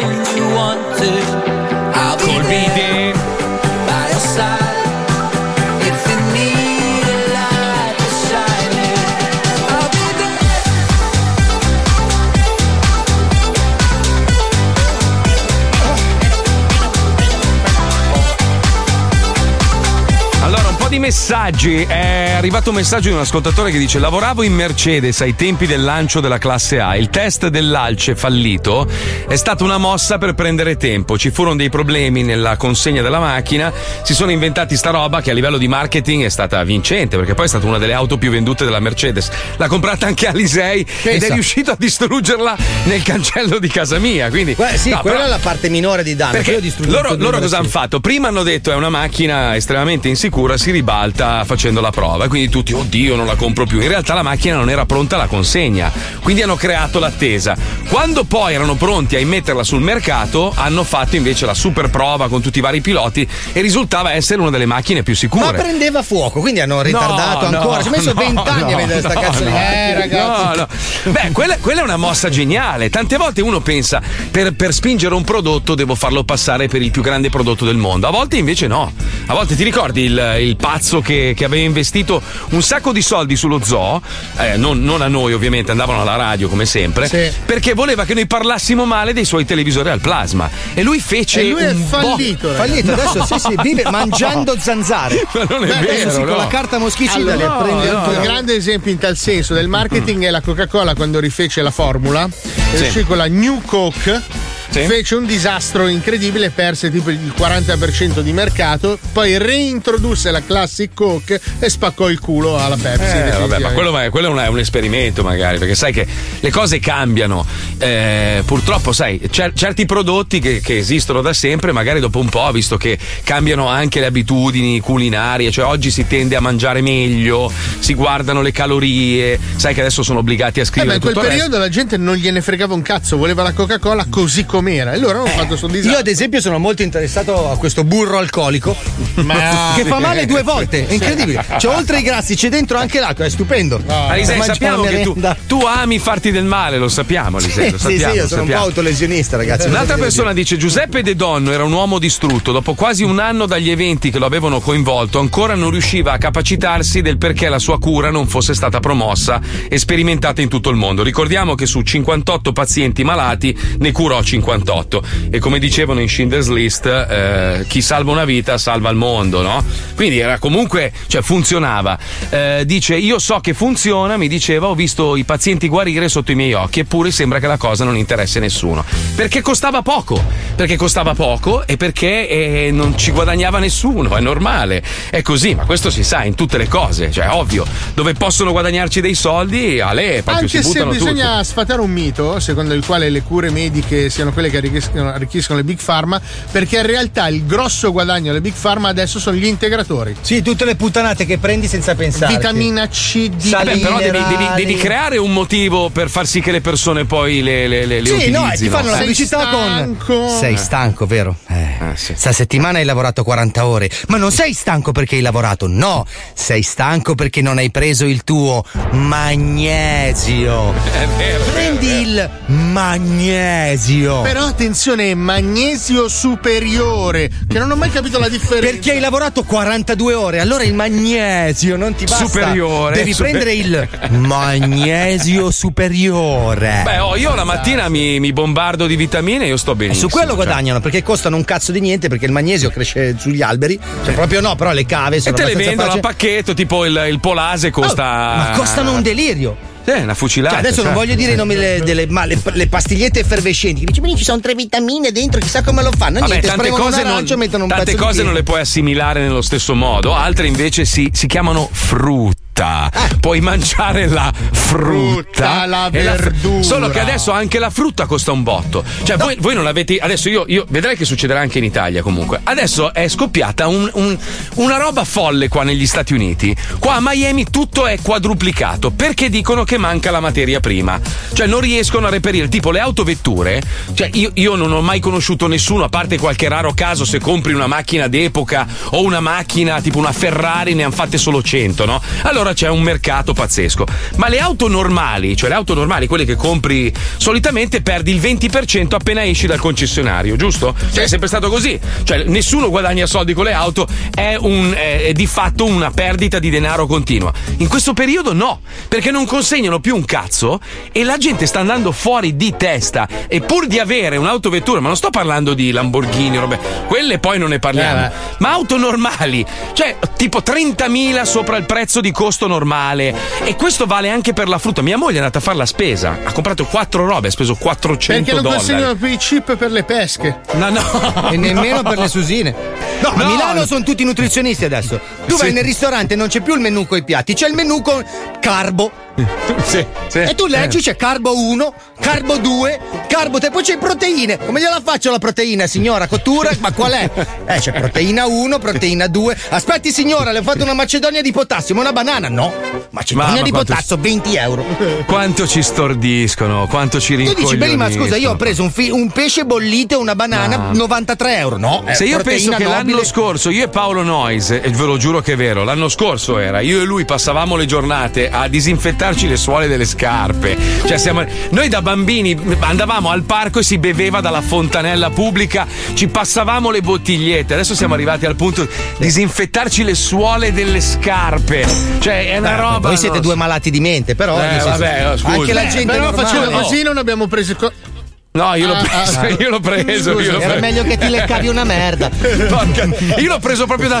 Speaker 21: mountain. I'll be
Speaker 20: Col
Speaker 21: there by your side. If you need a light to shine it, I'll be there.
Speaker 2: Allora, un po' di messaggi. È arrivato un messaggio di un ascoltatore che dice: Lavoravo in Mercedes ai tempi del lancio della classe A. Il test dell'alce fallito è stata una mossa per prendere tempo. Ci furono dei problemi nella consegna della macchina. Si sono inventati sta roba che a livello di marketing è stata vincente, perché poi è stata una delle auto più vendute della Mercedes. L'ha comprata anche Alisei ed è
Speaker 4: Pensa.
Speaker 2: riuscito a distruggerla nel cancello di casa mia. Quindi,
Speaker 4: Eh sì,
Speaker 2: No,
Speaker 4: quella
Speaker 2: però-
Speaker 4: è la parte minore di danno.
Speaker 2: perché
Speaker 4: quello distrugge
Speaker 2: loro,
Speaker 4: tutto il
Speaker 2: loro
Speaker 4: numero
Speaker 2: cosa hanno
Speaker 4: sì.
Speaker 2: fatto? Prima hanno detto è una macchina estremamente insicura, si ribalta facendo la prova. E Quindi tutti, oddio, non la compro più. In realtà la macchina non era pronta alla consegna. Quindi hanno creato l'attesa. Quando poi erano pronti a immetterla sul mercato, hanno fatto invece la super prova con tutti i vari piloti e risultava essere una delle macchine più sicure.
Speaker 4: Ma prendeva fuoco, quindi hanno ritardato
Speaker 2: No,
Speaker 4: ancora. Ci ho messo
Speaker 2: no,
Speaker 4: 20 anni a
Speaker 2: no,
Speaker 4: vedere sta
Speaker 2: no,
Speaker 4: cazzo di
Speaker 2: no.
Speaker 4: Eh, ragazzi.
Speaker 2: No, no. Beh, quella, quella è una mossa geniale. Tante volte uno pensa per, per spingere un prodotto devo farlo passare per il più grande prodotto del mondo. A volte invece no. A volte ti ricordi il, il pazzo che, che aveva investito un sacco di soldi sullo zoo, Eh, non, non a noi ovviamente, andavano alla radio come sempre, perché voleva che noi parlassimo male dei suoi televisori al plasma. E lui fece...
Speaker 5: E lui è
Speaker 2: un bo-
Speaker 5: fallito, ragazzi.
Speaker 4: Fallito, adesso sì, sì, vive
Speaker 2: No.
Speaker 4: mangiando zanzare.
Speaker 2: Ma non è
Speaker 4: Beh, adesso
Speaker 2: vero,
Speaker 4: sì,
Speaker 2: no.
Speaker 4: con la carta moschicida
Speaker 5: Allora,
Speaker 4: le prende
Speaker 5: no,
Speaker 4: ancora.
Speaker 5: un grande esempio in tal senso del marketing è la Coca-Cola quando rifece la formula, e
Speaker 2: Sì.
Speaker 5: uscì con la New Coke. Fece un disastro incredibile, perse tipo il 40% di mercato, poi reintrodusse la Classic Coke e spaccò il culo alla Pepsi.
Speaker 2: Eh, vabbè, ma
Speaker 5: definitivamente.
Speaker 2: quello, ma- quello è, un, è un esperimento, magari, perché sai che le cose cambiano. Eh, purtroppo, sai, cer- certi prodotti che, che esistono da sempre, magari dopo un po', visto che cambiano anche le abitudini culinarie, cioè oggi si tende a mangiare meglio, si guardano le calorie, sai che adesso sono obbligati a
Speaker 5: Eh, ma
Speaker 2: scrivere
Speaker 5: in
Speaker 2: tutto
Speaker 5: quel
Speaker 2: il resto.
Speaker 5: periodo la gente non gliene fregava un cazzo, voleva la Coca-Cola così com'era. E loro
Speaker 2: Eh,
Speaker 5: hanno fatto sto disastro.
Speaker 4: Io ad esempio sono molto interessato a questo burro alcolico
Speaker 5: Ma-
Speaker 4: che fa male due volte, è
Speaker 5: Sì.
Speaker 4: incredibile. Cioè oltre ai grassi c'è dentro anche l'acqua, è stupendo.
Speaker 2: Alisei,
Speaker 4: Mangi
Speaker 2: sappiamo
Speaker 4: una
Speaker 2: che tu,
Speaker 4: merenda.
Speaker 2: tu ami farti del male, lo sappiamo, Alisei. lo
Speaker 4: Sì, sì,
Speaker 2: sappiamo,
Speaker 4: io
Speaker 2: lo
Speaker 4: sono un po'
Speaker 2: sappiamo.
Speaker 4: autolesionista, ragazzi. Cosa
Speaker 2: Un'altra
Speaker 4: devo
Speaker 2: persona dice: Giuseppe De Donno era un uomo distrutto. Dopo quasi un anno dagli eventi che lo avevano coinvolto, ancora non riusciva a capacitarsi del perché la sua cura non fosse stata promossa e sperimentata in tutto il mondo. Ricordiamo che su 58 pazienti malati ne curò 58. E come dicevano in Schindler's List, eh, chi salva una vita salva il mondo, no? Quindi era comunque, cioè funzionava. Eh, dice: Io so che funziona, mi diceva, ho visto i pazienti guarire sotto i miei occhi, eppure sembra che la cosa non interesse nessuno. Perché costava poco, perché costava poco e perché eh, non ci guadagnava nessuno, è normale. È così, ma questo si sa in tutte le cose, cioè ovvio, dove possono guadagnarci dei soldi, ale, proprio
Speaker 5: Anche
Speaker 2: si
Speaker 5: se
Speaker 2: buttano
Speaker 5: bisogna
Speaker 2: tutti.
Speaker 5: sfatare un mito, secondo il quale le cure mediche siano quelle che arricchiscono, arricchiscono le big pharma, perché in realtà il grosso guadagno delle big pharma adesso sono gli integratori.
Speaker 4: Sì, tutte le puttanate che prendi senza pensare.
Speaker 5: Vitamina C, D,
Speaker 2: Vabbè, però devi, devi- devi creare un motivo per far sì che le persone poi le, le, le, le
Speaker 4: Sì, no, e ti
Speaker 2: utilizzino.
Speaker 4: fanno la
Speaker 2: Eh.
Speaker 4: pubblicità con Sei stanco, vero? Eh. Sta settimana hai lavorato 40 ore, ma non sei stanco perché hai lavorato, no! Sei stanco perché non hai preso il tuo magnesio. Prendi il magnesio.
Speaker 5: Però attenzione, magnesio superiore, che non ho mai capito la differenza.
Speaker 4: Perché hai lavorato 42 ore, allora il magnesio non ti basta.
Speaker 2: Superiore.
Speaker 4: Devi
Speaker 2: Super-
Speaker 4: prendere il magnesio superiore.
Speaker 2: Beh, oh, io la mattina mi, mi bombardo di vitamine e io sto
Speaker 4: Eh. E
Speaker 2: benissimo.
Speaker 4: su quello
Speaker 2: cioè.
Speaker 4: guadagnano perché costano un cazzo di niente perché il magnesio cresce sugli alberi. Cioè, proprio no, però le cave
Speaker 2: E
Speaker 4: sono
Speaker 2: te le
Speaker 4: abbastanza
Speaker 2: vendono a
Speaker 4: facili.
Speaker 2: pacchetto, tipo il, il polase costa.
Speaker 4: Oh, ma costano un delirio.
Speaker 2: Sì, una fucilata.
Speaker 4: Cioè, adesso non
Speaker 2: certo.
Speaker 4: voglio dire i nomi delle, delle- ma le, le pastigliette effervescenti. che Dici, "Ma ci sono tre vitamine dentro, chissà come lo fanno.
Speaker 2: Vabbè,
Speaker 4: niente,
Speaker 2: tante
Speaker 4: spremono un
Speaker 2: cose,
Speaker 4: arancio e
Speaker 2: non,
Speaker 4: mettono un
Speaker 2: tante
Speaker 4: pezzo di
Speaker 2: cose
Speaker 4: pietra.
Speaker 2: non le puoi assimilare nello stesso modo, altre invece si, si chiamano frutta. Puoi mangiare la frutta,
Speaker 5: Eh. Frutta, la
Speaker 2: e fr-
Speaker 5: verdura.
Speaker 2: Solo che adesso anche la frutta costa un botto. Cioè, voi, voi non avete. Adesso io, io vedrai che succederà anche in Italia comunque. Adesso è scoppiata un- un- una roba folle qua negli Stati Uniti. Qua a Miami tutto è quadruplicato perché dicono che manca la materia prima. Cioè, non riescono a reperire. Tipo le autovetture. Cioè, io, io non ho mai conosciuto nessuno, a parte qualche raro caso, se compri una macchina d'epoca o una macchina tipo una Ferrari, ne hanno fatte solo 100, no? Allora allora c'è un mercato pazzesco. Ma le auto normali, cioè le auto normali, quelle che compri solitamente, perdi il 20% appena esci dal concessionario, giusto? Cioè, è sempre stato così. Cioè, nessuno guadagna soldi con le auto, è, un- è- è di fatto una perdita di denaro continua. In questo periodo no, perché non consegnano più un cazzo e la gente sta andando fuori di testa. E pur di avere un'autovettura, ma non sto parlando di Lamborghini, robe, quelle poi non ne
Speaker 4: Eh,
Speaker 2: parliamo. ma auto normali, cioè tipo 30.000 sopra il prezzo di costo normale. E questo vale anche per la frutta. Mia moglie è andata a fare la spesa, ha comprato quattro robe, ha speso 400
Speaker 5: Perché non
Speaker 2: dollari.
Speaker 5: consegnano più i chip per le pesche.
Speaker 2: No, no.
Speaker 4: E nemmeno per le susine. No, a
Speaker 5: No.
Speaker 4: Milano sono tutti nutrizionisti adesso. Tu vai
Speaker 5: Sì.
Speaker 4: nel ristorante e non c'è più il menù con i piatti, c'è il menù con carbo. E tu
Speaker 2: Eh.
Speaker 4: leggi, c'è carbo 1, carbo 2, carbo 3, poi c'è proteine. Come gliela faccio la proteina, signora? Cottura, ma qual è? Eh, c'è proteina 1, proteina 2. Aspetti, signora, le ho fatto una macedonia di potassio, ma una banana? No. Macedonia
Speaker 2: Mamma,
Speaker 4: di
Speaker 2: quanto-
Speaker 4: potassio, 20 euro.
Speaker 2: Quanto ci stordiscono, quanto ci
Speaker 4: Tu dici,
Speaker 2: rincoglioniscono.
Speaker 4: beh, ma scusa, io ho preso un, fi- un pesce bollito e una banana,
Speaker 2: No.
Speaker 4: 93 euro. No, è
Speaker 2: Ah. Se io penso
Speaker 4: Eh, proteina
Speaker 2: che
Speaker 4: nobile.
Speaker 2: l'anno scorso io e Paolo Noyes, e ve lo giuro che è vero, l'anno scorso era, io e lui passavamo le giornate a disinfettarci le suole delle scarpe. Cioè siamo- noi da bambini andavamo al parco e si beveva dalla fontanella pubblica, ci passavamo le bottigliette. Adesso siamo arrivati al punto di disinfettarci le suole delle scarpe. Cioè è una
Speaker 4: Beh,
Speaker 2: roba.
Speaker 4: Eh, Voi siete
Speaker 2: non
Speaker 4: due
Speaker 2: so.
Speaker 4: malati di mente, però.
Speaker 2: Eh,
Speaker 4: nel senso-
Speaker 2: vabbè, no, scusa.
Speaker 4: Anche la
Speaker 2: Eh,
Speaker 4: gente.
Speaker 5: Però
Speaker 4: normale-
Speaker 5: facendo
Speaker 4: Oh.
Speaker 5: così non abbiamo preso. il co-
Speaker 2: No, io l'ho
Speaker 5: Ah,
Speaker 2: preso,
Speaker 5: ah,
Speaker 2: io l'ho preso.
Speaker 5: scusa,
Speaker 2: io l'ho
Speaker 5: era
Speaker 2: preso.
Speaker 5: meglio che ti leccavi
Speaker 4: una merda.
Speaker 2: Porca- io l'ho preso proprio da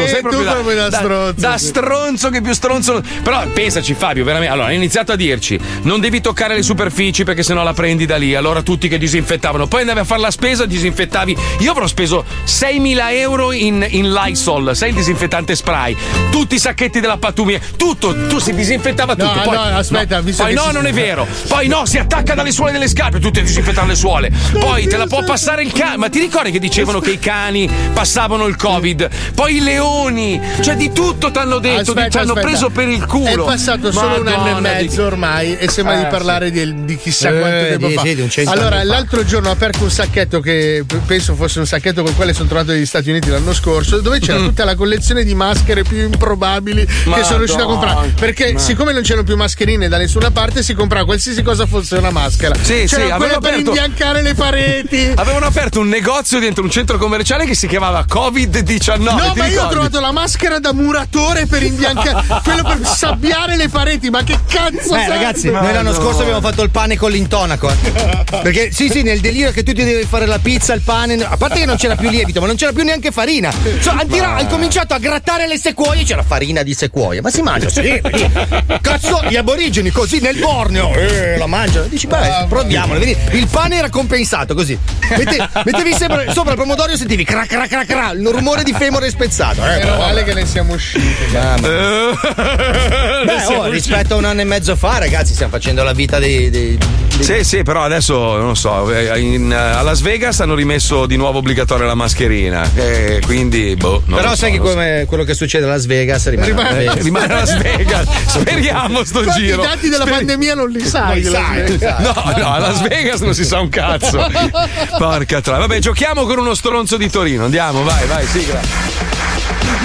Speaker 5: Sì,
Speaker 2: sai,
Speaker 5: tu
Speaker 2: proprio da,
Speaker 5: proprio da stronzo,
Speaker 2: da
Speaker 5: sì.
Speaker 2: stronzo che più stronzo. non- Però pensaci, Fabio, veramente. Allora, ha iniziato a dirci: non devi toccare le superfici perché sennò la prendi da lì. Allora, tutti che disinfettavano. Poi andavi a fare la spesa, disinfettavi. Io avrò speso 6.000 euro in, in Lysol, sai il disinfettante spray, tutti i sacchetti della pattumia, tutto. Tu si disinfettava
Speaker 5: No,
Speaker 2: tutto. poi,
Speaker 5: no, aspetta, visto
Speaker 2: poi
Speaker 5: che
Speaker 2: no,
Speaker 5: si-
Speaker 2: non è vero. Poi no, si attacca dalle suole delle scarpe, tutte disinfettano le suole. Poi te la può passare il cane. Ma ti ricordi che dicevano che i cani passavano il Covid? Poi i leoni, cioè di tutto ti hanno detto, ti
Speaker 5: Aspetta,
Speaker 2: hanno
Speaker 5: aspetta.
Speaker 2: preso per il culo.
Speaker 5: È passato solo un anno e
Speaker 2: Madonna,
Speaker 5: mezzo
Speaker 2: di-
Speaker 5: ormai e sembra di
Speaker 2: Eh,
Speaker 5: parlare di, di chissà
Speaker 2: Eh,
Speaker 5: quanto tempo
Speaker 2: di-
Speaker 5: fa.
Speaker 2: sì, di un cent'anni
Speaker 5: allora,
Speaker 2: fa.
Speaker 5: l'altro giorno ho aperto un sacchetto che p- penso fosse un sacchetto col quale sono tornato dagli Stati Uniti l'anno scorso, dove c'era
Speaker 2: Mm.
Speaker 5: tutta la collezione di maschere più improbabili che sono riuscito a comprare.
Speaker 2: Madonna.
Speaker 5: Perché
Speaker 2: Ma-
Speaker 5: siccome non c'erano più mascherine da nessuna parte, si comprava qualsiasi cosa fosse una maschera.
Speaker 2: Sì, sì,
Speaker 5: c'era quella
Speaker 2: avevano
Speaker 5: per
Speaker 2: aperto-
Speaker 5: imbiancare le pareti.
Speaker 2: Avevano aperto un negozio dentro un centro commerciale che si chiamava Covid-19.
Speaker 5: No,
Speaker 2: ti
Speaker 5: ma io ho
Speaker 2: ricordi?
Speaker 5: trovato la maschera da muratore per imbiancare. quello per sabbiare le pareti. Ma che cazzo
Speaker 4: Eh,
Speaker 5: serve?
Speaker 4: ragazzi, noi l'anno scorso abbiamo fatto il pane con l'intonaco. eh. Perché sì, sì, nel delirio che tu ti devi fare la pizza, il pane. A parte che non c'era più lievito, ma non c'era più neanche farina. Cioè, al di là, hai cominciato a grattare le sequoie, c'era farina di sequoia. Ma si mangia, sì. perché- Cazzo, gli aborigeni così nel Borneo. Eh, la mangiano. Dici, beh, proviamolo. vedi. Il pane era compensato così. Mette- mettevi sempre- sopra il pomodoro e sentivi crac crac crac crac, il rumore di femore spezzato. Eh,
Speaker 5: Meno
Speaker 4: però,
Speaker 5: male che ne siamo usciti.
Speaker 4: Beh, oh, rispetto a un anno e mezzo fa, ragazzi, stiamo facendo la vita dei. dei-
Speaker 2: Sì, sì, però adesso non lo so. eh, in, eh, a Las Vegas hanno rimesso di nuovo obbligatoria la mascherina. eh, quindi, boh. non
Speaker 4: Però
Speaker 2: lo so,
Speaker 4: sai che
Speaker 2: non so.
Speaker 4: come quello che succede a Las Vegas rimane, a
Speaker 2: Rimane-
Speaker 4: Vegas.
Speaker 2: rimane a Las Vegas. Speriamo sto
Speaker 5: Infatti,
Speaker 2: giro.
Speaker 5: I dati della
Speaker 2: Speri-
Speaker 5: pandemia non li sai.
Speaker 2: Non
Speaker 5: Las
Speaker 2: li
Speaker 5: Vegas.
Speaker 2: sai. No, no, a Las Vegas non si sa un cazzo. Porca tra. Vabbè, giochiamo con uno stronzo di Torino. Andiamo, vai, vai, sigla.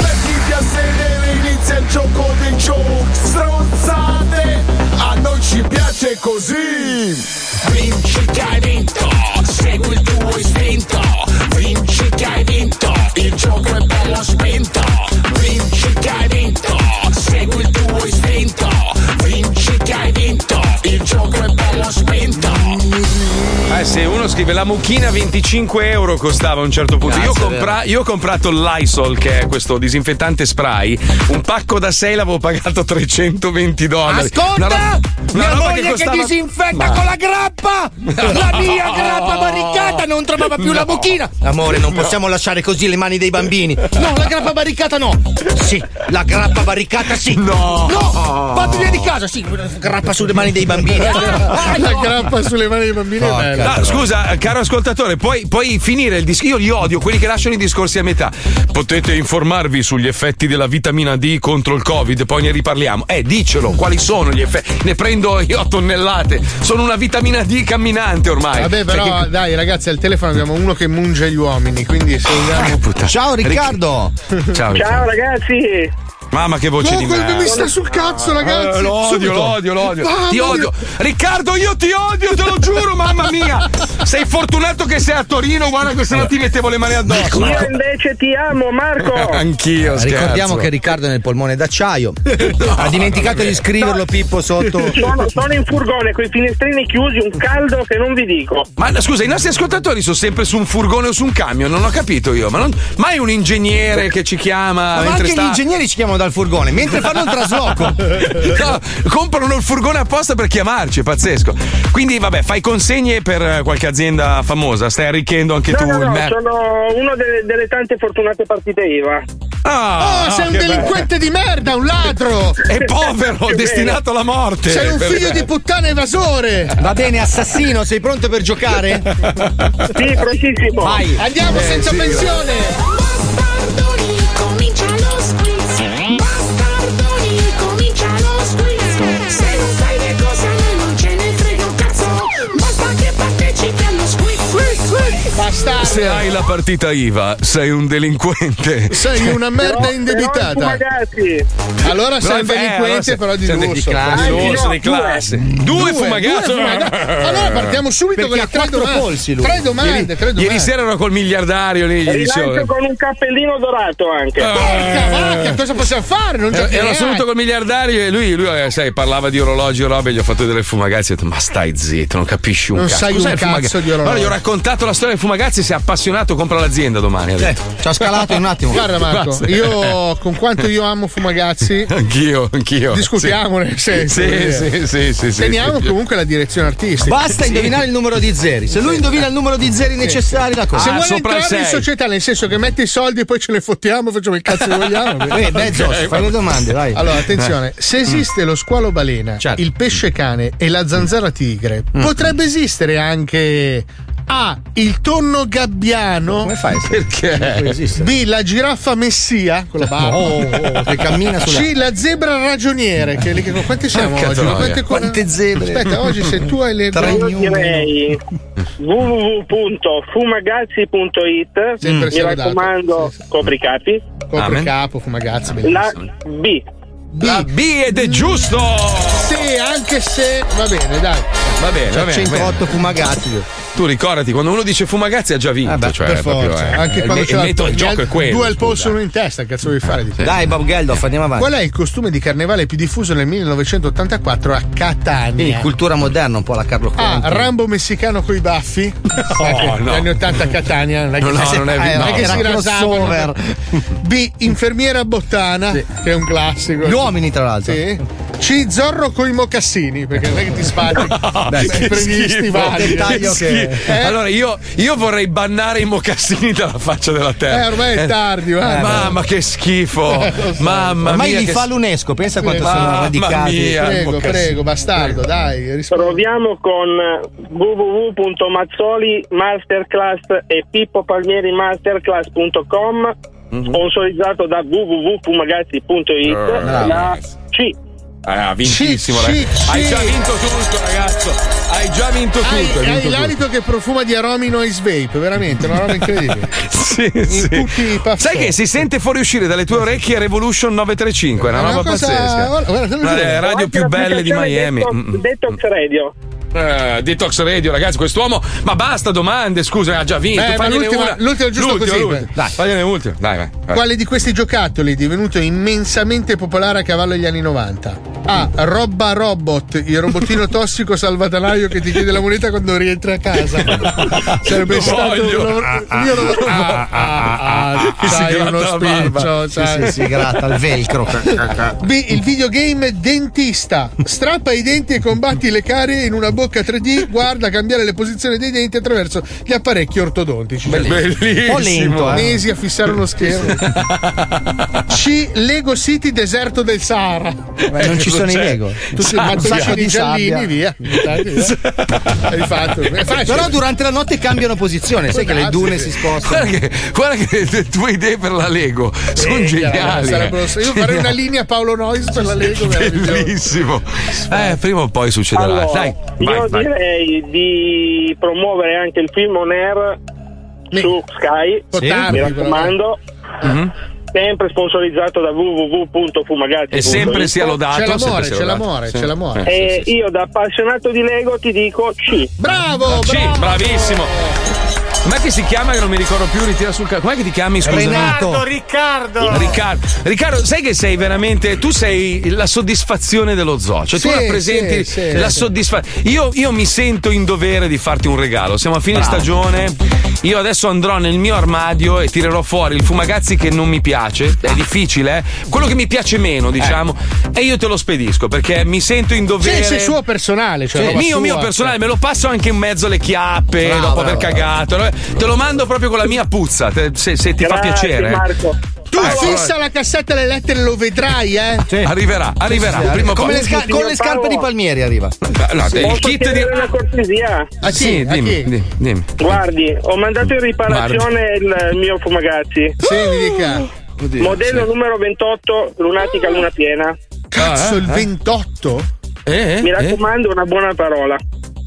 Speaker 9: Mettiti a sedere, inizia il gioco dei show Stronzate, a noi ci piace così Vinci che hai vinto, segui il tuo istinto Vinci che hai vinto, il gioco è bello spinto Vinci che hai vinto, segui il tuo istinto Vinci che hai vinto, il gioco è bello spinto
Speaker 2: Eh, se uno scrive la mucchina 25 euro costava a un certo punto. Io,
Speaker 9: Grazie,
Speaker 2: compra-
Speaker 9: vero.
Speaker 2: io ho comprato l'Isol, che è questo disinfettante spray. Un pacco da 6 l'avevo pagato 320 dollari. Una
Speaker 9: Ascolta!
Speaker 2: ro- una
Speaker 9: mia
Speaker 2: roba
Speaker 9: moglie che,
Speaker 2: costava-
Speaker 9: disinfetta
Speaker 2: Ma-
Speaker 9: con la grappa! La mia grappa barricata
Speaker 4: non trovava più la bocchina. Amore, non possiamo lasciare così le mani dei bambini. No, la grappa barricata no. Sì, la grappa barricata sì. No. No, vatti via di casa, sì. Grappa sulle mani dei bambini.
Speaker 5: La grappa sulle mani dei bambini è bella.
Speaker 2: No, scusa, eh, caro ascoltatore, puoi, puoi finire il discorso. Io li odio, quelli che lasciano i discorsi a metà. Potete informarvi sugli effetti della vitamina D contro il Covid, poi ne riparliamo. Eh, dicelo, quali sono gli effetti? Ne prendo io a tonnellate. Sono una vitamina D camminante ormai.
Speaker 5: Vabbè, però, eh,
Speaker 2: Cioè, che-
Speaker 5: dai, ragazzi, al telefono abbiamo uno che
Speaker 2: Ah,
Speaker 5: munge gli uomini. Quindi se vogliamo-
Speaker 2: Ciao,
Speaker 4: Riccardo.
Speaker 2: Ciao,
Speaker 5: Ciao,
Speaker 9: ragazzi!
Speaker 2: Mamma che voce
Speaker 5: Oh,
Speaker 2: di
Speaker 5: quel
Speaker 2: merda.
Speaker 5: mi sta sul cazzo, ragazzi.
Speaker 2: Eh, lo odio,
Speaker 5: Subito.
Speaker 2: lo odio, lo odio.
Speaker 5: Mamma
Speaker 2: Ti
Speaker 5: mia.
Speaker 2: odio. Riccardo, io ti odio, te lo giuro, mamma mia. Sei fortunato che sei a Torino, guarda che se no ti mettevo le mani
Speaker 4: Ecco,
Speaker 2: addosso.
Speaker 10: Io invece ti amo, Marco.
Speaker 2: Anch'io, scherzo.
Speaker 4: Ricordiamo che Riccardo è nel polmone d'acciaio. ha dimenticato di scriverlo Pippo sotto.
Speaker 10: Sono, sono in furgone con i finestrini chiusi, un caldo che non vi dico.
Speaker 2: Ma no, scusa, i nostri ascoltatori sono sempre su un furgone o su un camion, non ho capito io. Ma non, mai un ingegnere che ci chiama.
Speaker 4: Ma
Speaker 2: Ah, mentre
Speaker 4: anche
Speaker 2: sta...
Speaker 4: gli ingegneri ci chiamano dal furgone mentre fanno il trasloco.
Speaker 2: No, comprano il furgone apposta per chiamarci, è pazzesco. Quindi, vabbè, fai consegne per eh, qualche azienda famosa, stai arricchendo anche
Speaker 10: No,
Speaker 2: tu
Speaker 10: no,
Speaker 2: il
Speaker 10: no,
Speaker 2: mer-
Speaker 10: sono uno delle, delle tante fortunate partite IVA.
Speaker 4: Ah,
Speaker 5: Oh, sei un delinquente di merda, un ladro!
Speaker 2: È povero,
Speaker 5: Che
Speaker 2: destinato
Speaker 5: bello.
Speaker 2: alla morte.
Speaker 5: Sei un figlio di puttana evasore!
Speaker 4: Va bene, assassino, sei pronto per giocare?
Speaker 5: Sì,
Speaker 10: prontissimo.
Speaker 4: Vai.
Speaker 5: Andiamo
Speaker 4: Eh,
Speaker 5: senza
Speaker 4: sì.
Speaker 5: pensione!
Speaker 20: Bastardoni, comincia lo squiz. Bastardoni, comincia lo squiz. Se non sai le cose a noi non ce ne frega un cazzo. Basta che partecipi allo squiz.
Speaker 5: Bastardo!
Speaker 2: Se hai la partita IVA, sei un delinquente.
Speaker 5: Sei una merda indebitata. Allora sei un
Speaker 2: Però, eh, allora
Speaker 5: delinquente,
Speaker 2: sei-
Speaker 5: però di
Speaker 2: sei
Speaker 5: lusso.
Speaker 2: di classe, di lusso, di classe. Due fumagazzi.
Speaker 5: Allora partiamo subito
Speaker 2: Perché
Speaker 5: con le
Speaker 2: ha
Speaker 5: tre
Speaker 2: quattro
Speaker 5: domande.
Speaker 2: polsi lui.
Speaker 5: tre domande,
Speaker 2: Ieri-
Speaker 5: tre domande.
Speaker 2: Ieri sera ero col miliardario lì, gli
Speaker 10: Rilancio
Speaker 2: dicevo.
Speaker 10: con un cappellino dorato anche.
Speaker 5: Porca vacca, cosa possiamo fare? Non
Speaker 2: Ero,
Speaker 5: giochi
Speaker 2: ero
Speaker 5: neanche.
Speaker 2: seduto col miliardario e lui, lui, eh, sai, parlava di orologi e robe. Gli ho fatto delle fumagazze. Ho detto, ma stai zitto, non capisci un
Speaker 5: Non
Speaker 2: cazzo.
Speaker 5: sai
Speaker 2: Cos'è
Speaker 5: un
Speaker 2: il
Speaker 5: cazzo
Speaker 2: fumagazzi?"
Speaker 5: di orologi.
Speaker 2: Allora gli ho raccontato la storia del fumagazzi. Si è appassionato, compra l'azienda domani. Ha detto.
Speaker 4: ci ha scalato in un attimo.
Speaker 5: Guarda Marco,
Speaker 2: Basta.
Speaker 5: io con quanto io amo Fumagazzi,
Speaker 2: Anch'io, anch'io.
Speaker 5: Discutiamone, nel
Speaker 2: sì.
Speaker 5: senso,
Speaker 2: Sì,
Speaker 5: voglio
Speaker 2: sì,
Speaker 5: dire.
Speaker 2: sì, sì, sì.
Speaker 5: teniamo
Speaker 2: sì.
Speaker 5: comunque la direzione artistica.
Speaker 4: Basta indovinare il numero di zeri. Se lui indovina il numero di zeri necessari, la cosa.
Speaker 5: Se vuole entrare in società, nel senso che metti i soldi e poi ce ne fottiamo, facciamo il cazzo che vogliamo.
Speaker 4: Eh, beh, Zos, fai le domande, vai. Eh. Certo.
Speaker 5: Allora, attenzione: se esiste lo squalo balena, il pesce cane e la zanzara tigre,
Speaker 4: Mm.
Speaker 5: potrebbe esistere anche. A. Il tonno gabbiano. Come fai?
Speaker 4: Perché?
Speaker 5: B. La giraffa messia con la barba.
Speaker 4: Oh, oh, che cammina sulla-
Speaker 5: C. La zebra ragioniere. Che lì, quante siamo
Speaker 4: Porca
Speaker 5: oggi? Ma
Speaker 4: troia.
Speaker 5: Quante,
Speaker 4: Quante zebre?
Speaker 5: Aspetta, oggi se tu hai le
Speaker 10: Io direi www.fumagazzi.it
Speaker 5: Sempre
Speaker 10: Mi
Speaker 5: solo dato.
Speaker 10: raccomando, copri i capi.
Speaker 5: Copri capo, fumagazzi,
Speaker 10: La
Speaker 5: bellissimo.
Speaker 10: B.
Speaker 2: La B ed è giusto!
Speaker 5: Sì, anche se Eh, va bene, dai. Cioè,
Speaker 2: Va bene,
Speaker 5: C'ha
Speaker 2: va bene,
Speaker 5: 108
Speaker 4: fumagazzi.
Speaker 2: Tu ricordati, quando uno dice fumagazzi ha già vinto. cioè,
Speaker 5: Ah, per
Speaker 2: proprio,
Speaker 5: forza,
Speaker 2: eh,
Speaker 5: anche
Speaker 2: il
Speaker 5: quando
Speaker 2: me-
Speaker 5: c'è
Speaker 2: il metodo di gioco è quello.
Speaker 5: Due al polso, uno in testa, cazzo devi fare di più?
Speaker 4: Dai, Bob Geldof, andiamo avanti.
Speaker 5: Qual è il costume di carnevale più diffuso nel 1984 a
Speaker 4: Quindi
Speaker 5: Catania?
Speaker 4: cultura moderna, un po' la Carlo
Speaker 5: A.
Speaker 4: Conti.
Speaker 5: Rambo messicano coi baffi. Sai che
Speaker 4: no.
Speaker 5: Gli anni 80 a Catania. Non è che,
Speaker 4: No, no, non è-
Speaker 5: eh, non è
Speaker 4: no.
Speaker 5: che si
Speaker 4: Era
Speaker 5: rasavano. B. Infermiera bottana, che è un classico.
Speaker 4: Gli uomini, tra l'altro.
Speaker 5: Sì. C. Zorro coi mocassini, perché non è che ti spalti.
Speaker 2: Dai,
Speaker 5: Sempre
Speaker 2: Ah, che
Speaker 5: gli
Speaker 2: schifo.
Speaker 5: stivali.
Speaker 2: Che schifo.
Speaker 5: Eh?
Speaker 2: Allora io, io vorrei bannare i mocassini dalla faccia della terra.
Speaker 5: Eh, ormai è tardi, guarda.
Speaker 2: Mamma che schifo.
Speaker 5: Lo so.
Speaker 2: Mamma
Speaker 4: Ormai
Speaker 2: mia.
Speaker 4: gli
Speaker 2: che
Speaker 4: fa
Speaker 2: s-
Speaker 4: l'UNESCO, pensa quanto
Speaker 2: Mamma
Speaker 4: sono radicati.
Speaker 2: mia, Ecco
Speaker 5: prego,
Speaker 2: mocassini.
Speaker 5: prego, bastardo, dai.
Speaker 10: Proviamo con eh, www.mazzoli masterclass e Pippo Palmieri masterclass.com
Speaker 2: Mhm.
Speaker 10: sponsorizzato da www.fumagazzi.it
Speaker 2: Ah, Bravo,
Speaker 10: la C
Speaker 2: Ah, vintissimo,
Speaker 5: Sì,
Speaker 2: ragazzi.
Speaker 5: sì,
Speaker 2: Hai
Speaker 5: sì.
Speaker 2: già vinto tutto, ragazzo. Hai già vinto tutto.
Speaker 5: Hai,
Speaker 2: hai
Speaker 5: hai
Speaker 2: vinto tutto.
Speaker 5: l'alito che profuma di aromi noise vape, veramente, una roba incredibile.
Speaker 2: Sì,
Speaker 5: In
Speaker 2: sì.
Speaker 5: tutti i puff
Speaker 2: Sai che si sente fuoriuscire dalle tue orecchie Revolution 935, è una
Speaker 5: È una
Speaker 2: roba
Speaker 5: cosa-
Speaker 2: pazzesca.
Speaker 5: guarda, guarda, te lo
Speaker 2: Una
Speaker 5: giuro.
Speaker 2: delle radio
Speaker 5: Anche
Speaker 2: più belle di Miami. Mm.
Speaker 10: Detox, Detox Radio
Speaker 2: Eh, detox radio, ragazzi, quest'uomo. Ma basta domande, scusa, ha già vinto.
Speaker 5: Beh, ma
Speaker 2: fagliene
Speaker 5: l'ultima-
Speaker 2: una.
Speaker 5: l'ultima giusto così, beh.
Speaker 2: Dai, fagliene ultima. Dai, vai. vai.
Speaker 5: Quale di questi giocattoli è divenuto immensamente popolare a cavallo degli anni 90? A. Robba Robot, il robottino tossico salvatanaio che ti chiede la moneta quando rientri a casa. Sarebbe
Speaker 2: Lo
Speaker 5: stato
Speaker 2: voglio.
Speaker 5: un lavoro- io lo voglio. Ah, ah,
Speaker 2: Che si
Speaker 5: sai,
Speaker 2: gratta
Speaker 5: uno
Speaker 2: la barba.
Speaker 5: spiccio,
Speaker 2: Sì,
Speaker 4: cioè.
Speaker 5: sai.
Speaker 2: sì, si gratta il velcro.
Speaker 5: B. Il videogame dentista. Strappa i denti e combatti le carie in una bocca 3D, guarda cambiare le posizioni dei denti attraverso gli apparecchi ortodontici.
Speaker 2: Bellissimo.
Speaker 5: Un po' lento,
Speaker 2: eh.
Speaker 5: Mesi a fissare uno schermo. C. Lego City deserto del Sahara.
Speaker 4: Beh, non ci sono i
Speaker 5: Cioè,
Speaker 4: Lego.
Speaker 5: Tutti
Speaker 4: Sabbia.
Speaker 5: un sacco di
Speaker 4: Di
Speaker 5: giallini, via.
Speaker 4: sabbia.
Speaker 5: Hai fatto. È facile.
Speaker 4: Però durante la notte cambiano posizione, sai che le dune si spostano.
Speaker 2: Guarda che, guarda che le tue idee per la Lego sono
Speaker 5: Eh,
Speaker 2: geniali.
Speaker 5: sarebbero-
Speaker 2: eh.
Speaker 5: Io farei una
Speaker 2: Geniali.
Speaker 5: linea Paolo Noyes per la Lego.
Speaker 2: Bellissimo. Eh, prima o poi succederà.
Speaker 10: Allora,
Speaker 2: Dai, vai,
Speaker 10: io
Speaker 2: vai.
Speaker 10: direi di promuovere anche il film On Air su Sky
Speaker 5: po' tardi,
Speaker 10: mi
Speaker 5: però,
Speaker 10: raccomando
Speaker 2: Mhm.
Speaker 10: sempre sponsorizzato da www.fumagazzi.
Speaker 2: E sempre sia lodato, C'è l'amore, sempre sia c'è lodato, l'amore, sì. c'è l'amore.
Speaker 10: E
Speaker 2: Eh, sì, sì,
Speaker 10: io da appassionato di Lego ti dico C.
Speaker 4: Bravo,
Speaker 2: Ah, Sì, bravissimo. Com'è che si chiama che non mi ricordo più? Ritira sul cazzo. Com'è che ti chiami? Scusa.
Speaker 7: Riccardo, Riccardo.
Speaker 2: Riccardo, Riccardo, sai che sei veramente. Tu sei la soddisfazione dello zoo. Cioè, tu
Speaker 7: Sì,
Speaker 2: rappresenti
Speaker 7: sì, sì,
Speaker 2: la
Speaker 7: sì.
Speaker 2: soddisfazione. Io, io mi sento in dovere di farti un regalo. Siamo a fine
Speaker 7: Bravo.
Speaker 2: stagione. Io adesso andrò nel mio armadio e tirerò fuori il fumagazzi che non mi piace. È difficile, eh? Quello che mi piace
Speaker 5: Eh.
Speaker 2: meno, diciamo. E io te lo spedisco perché mi sento in dovere.
Speaker 5: Sì, sì, suo personale. Cioè,
Speaker 2: Sì,
Speaker 5: roba
Speaker 2: mio,
Speaker 5: sua,
Speaker 2: mio
Speaker 5: cioè.
Speaker 2: personale, me lo passo anche in mezzo alle chiappe
Speaker 5: Bravo,
Speaker 2: dopo aver
Speaker 5: bravo,
Speaker 2: cagato. Te lo mando proprio con la mia puzza, te- se, se ti fa piacere.
Speaker 5: Tu
Speaker 2: Ecco,
Speaker 5: fissa la cassetta alle lettere, lo vedrai, eh.
Speaker 2: Arriverà, arriverà. prima o
Speaker 4: Come
Speaker 2: poi.
Speaker 4: le sca- con le scarpe di Palmieri arriva.
Speaker 2: Beh, Ah, no, te- il kit di.
Speaker 10: una cortesia?
Speaker 2: Ah, sì, dimmi, dimmi, dimmi.
Speaker 10: Guardi, ho mandato in riparazione il mio fumagazzi.
Speaker 5: Sì, mi dica.
Speaker 2: Oddio,
Speaker 10: Modello
Speaker 2: sì.
Speaker 10: numero 28, lunatica luna piena.
Speaker 5: Cazzo, il 28?
Speaker 2: Ah, Eh,
Speaker 10: Mi raccomando, una buona parola.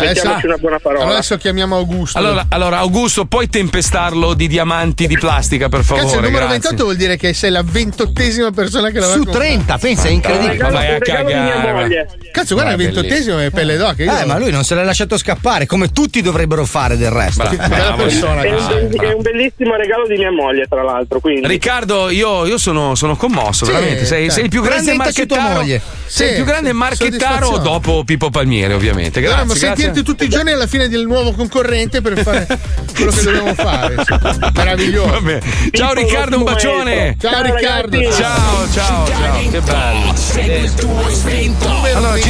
Speaker 10: Mettiamoci
Speaker 5: sa.
Speaker 10: una buona parola.
Speaker 5: Allora adesso chiamiamo Augusto.
Speaker 2: Allora, allora, Augusto, puoi tempestarlo di diamanti di plastica, per favore.
Speaker 5: Cazzo, il numero
Speaker 2: grazie.
Speaker 5: 28 vuol dire che sei la ventottesima persona che l'aveva
Speaker 4: Su
Speaker 5: comprato.
Speaker 4: 30, pensa, è incredibile.
Speaker 2: Ma vai a cagare.
Speaker 5: Cazzo, guarda, il
Speaker 4: Vabbè,
Speaker 5: ventottesimo è pelle d'oca. io-
Speaker 4: Ah, Eh, ma lui non se l'ha lasciato scappare, come tutti dovrebbero fare del resto.
Speaker 2: Bravo, bravo,
Speaker 10: è, un,
Speaker 2: bravo,
Speaker 10: be- è
Speaker 2: bravo.
Speaker 10: un bellissimo regalo di mia moglie, tra l'altro. Quindi.
Speaker 2: Riccardo, io, io sono, sono commosso,
Speaker 10: Sì,
Speaker 2: veramente. Sei,
Speaker 10: dai.
Speaker 2: sei il più grande
Speaker 10: Presenta su tua
Speaker 2: marchettaro.
Speaker 10: moglie.
Speaker 2: Sei
Speaker 5: Sì,
Speaker 2: il più grande
Speaker 5: sì,
Speaker 2: marchettaro
Speaker 5: soddisfazione.
Speaker 2: dopo Pippo Palmieri, ovviamente. Grazie.
Speaker 5: Dovremmo
Speaker 2: grazie.
Speaker 5: sentirti tutti i giorni alla fine del nuovo concorrente per fare quello che dobbiamo fare. sì. Meraviglioso.
Speaker 2: Vabbè. Ciao Riccardo, un bacione.
Speaker 5: Ciao, Riccardo.
Speaker 2: Ciao, ciao, ciao. Che bello. Allora, ci-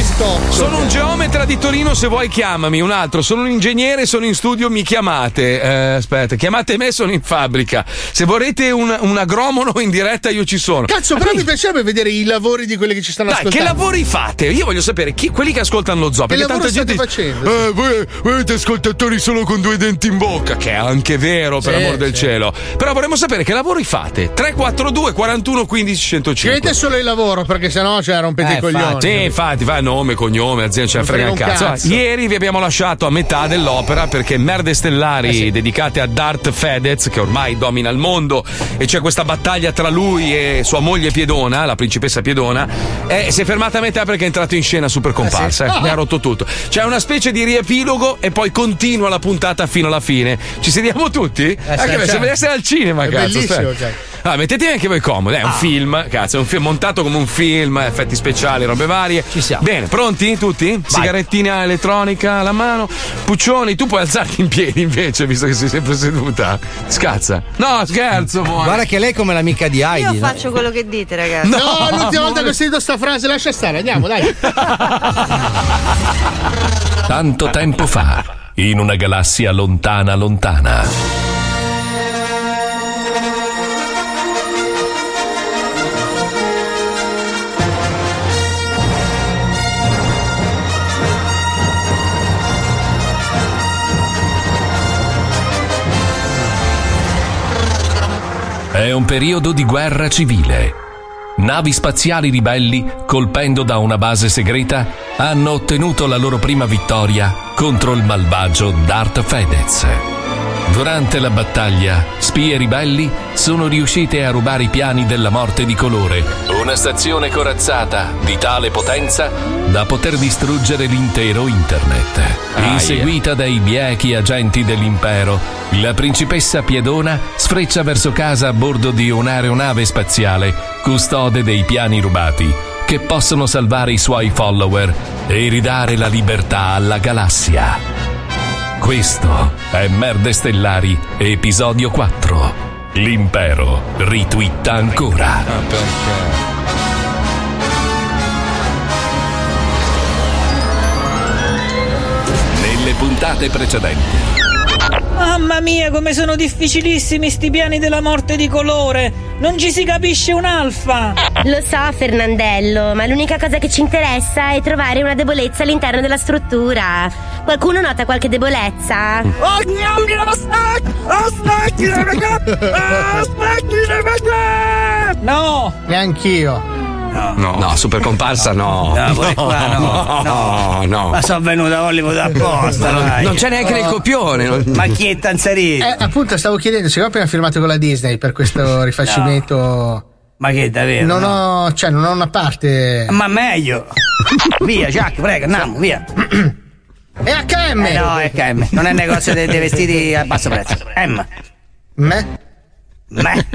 Speaker 2: sono un geometra di Torino, se vuoi chiamami, un altro. Sono un ingegnere, sono in studio, mi chiamate. Eh, aspetta, chiamate me, sono in fabbrica. Se vorrete un, un agromono in diretta, io ci sono.
Speaker 5: Cazzo, però mi piacerebbe vedere i lavori di quelli che ci stanno
Speaker 2: Dai, che
Speaker 5: ascoltando.
Speaker 2: lavori fate? Io voglio sapere chi, quelli che ascoltano lo zoo.
Speaker 5: Che
Speaker 2: Perché
Speaker 5: lavoro
Speaker 2: tanta
Speaker 5: state
Speaker 2: gente.
Speaker 5: facendo?
Speaker 2: Eh, voi, voi avete ascoltatori solo con due denti in bocca. Che è anche vero, per
Speaker 5: Sì,
Speaker 2: amor del
Speaker 5: sì.
Speaker 2: cielo. Però vorremmo sapere che lavori fate. 342 41 15 105.
Speaker 5: Scrivete solo il lavoro perché sennò cioè, rompete
Speaker 2: Eh,
Speaker 5: i
Speaker 2: infatti,
Speaker 5: coglioni.
Speaker 2: sì, infatti, fa nome, cognome, azienda, ce ne
Speaker 5: Non
Speaker 2: frega un
Speaker 5: frega un
Speaker 2: cazzo.
Speaker 5: cazzo.
Speaker 2: Ah, Ieri vi abbiamo lasciato a metà dell'opera perché Merde Stellari,
Speaker 5: Eh
Speaker 2: dedicate a Dart Fedez, che ormai domina il mondo, e c'è questa battaglia tra lui e sua moglie Piedona, la principessa Piedona, e si è fermata a metà perché è entrato in scena super comparsa, eh, ne
Speaker 5: Ah.
Speaker 2: ha rotto tutto. C'è una specie di riepilogo e poi continua la puntata fino alla fine. Ci sediamo tutti?
Speaker 4: Eh,
Speaker 2: Anche
Speaker 5: certo.
Speaker 2: se sembra di essere al cinema,
Speaker 5: È
Speaker 2: cazzo.
Speaker 5: bellissimo,
Speaker 2: aspetta.
Speaker 5: cioè.
Speaker 2: Ah, mettetevi anche voi comodi, è un film, cazzo, è un film montato come un film, effetti speciali, robe varie. Ci siamo. Bene, pronti tutti? Sigarettina elettronica alla mano. Puccioni, tu puoi alzarti in piedi invece, visto che sei sempre seduta. Scazza. No, scherzo, buono.
Speaker 4: Guarda che lei è come l'amica di
Speaker 6: Io
Speaker 4: Heidi. no?
Speaker 6: faccio quello che dite, ragazzi.
Speaker 5: No, l'ultima volta che ho sentito sta frase, lascia stare, andiamo, dai.
Speaker 22: Cioè,
Speaker 1: Tanto tempo fa, in una galassia lontana lontana. È un periodo di guerra civile. Navi spaziali ribelli, colpendo da una base segreta, hanno ottenuto la loro prima vittoria contro il malvagio Darth Fedez. Durante la battaglia, spie ribelli sono riuscite a rubare i piani della morte di colore, una stazione corazzata di tale potenza da poter distruggere l'intero internet.
Speaker 8: Aia.
Speaker 1: Inseguita dai biechi agenti dell'impero, la principessa Piedona sfreccia verso casa a bordo di un'aeronave spaziale, custode dei piani rubati, che possono salvare i suoi follower e ridare la libertà alla galassia. Questo è Merde Stellari, episodio 4. L'impero ritwitta ancora. Nelle puntate precedenti.
Speaker 23: Mamma mia, come sono difficilissimi sti piani della morte di colore! Non ci si capisce un'alfa!
Speaker 24: Lo so, Fernandello, ma l'unica cosa che ci interessa è trovare una debolezza all'interno della struttura. Qualcuno nota qualche debolezza?
Speaker 20: Oh, mio
Speaker 23: No!
Speaker 5: Neanch'io.
Speaker 22: No, super comparsa no.
Speaker 4: No, pure qua Eh, no,
Speaker 22: no, no.
Speaker 4: Ma sono venuto a Hollywood apposta.
Speaker 22: Non-
Speaker 4: dai.
Speaker 22: non c'è neanche nel copione, non-
Speaker 4: Ma chi è Tanzarino?
Speaker 5: Eh, appunto, stavo chiedendo se ho appena firmato con la Disney per questo rifacimento.
Speaker 4: Ma che eh, davvero?
Speaker 5: Non
Speaker 4: no?
Speaker 5: ho, cioè, non ho una parte.
Speaker 4: Ma meglio. via, Jack, prego, andiamo, via.
Speaker 5: È HM!
Speaker 4: Eh no, è HM, non è negozio dei, dei vestiti a basso prezzo. M.
Speaker 5: Me?
Speaker 4: Me?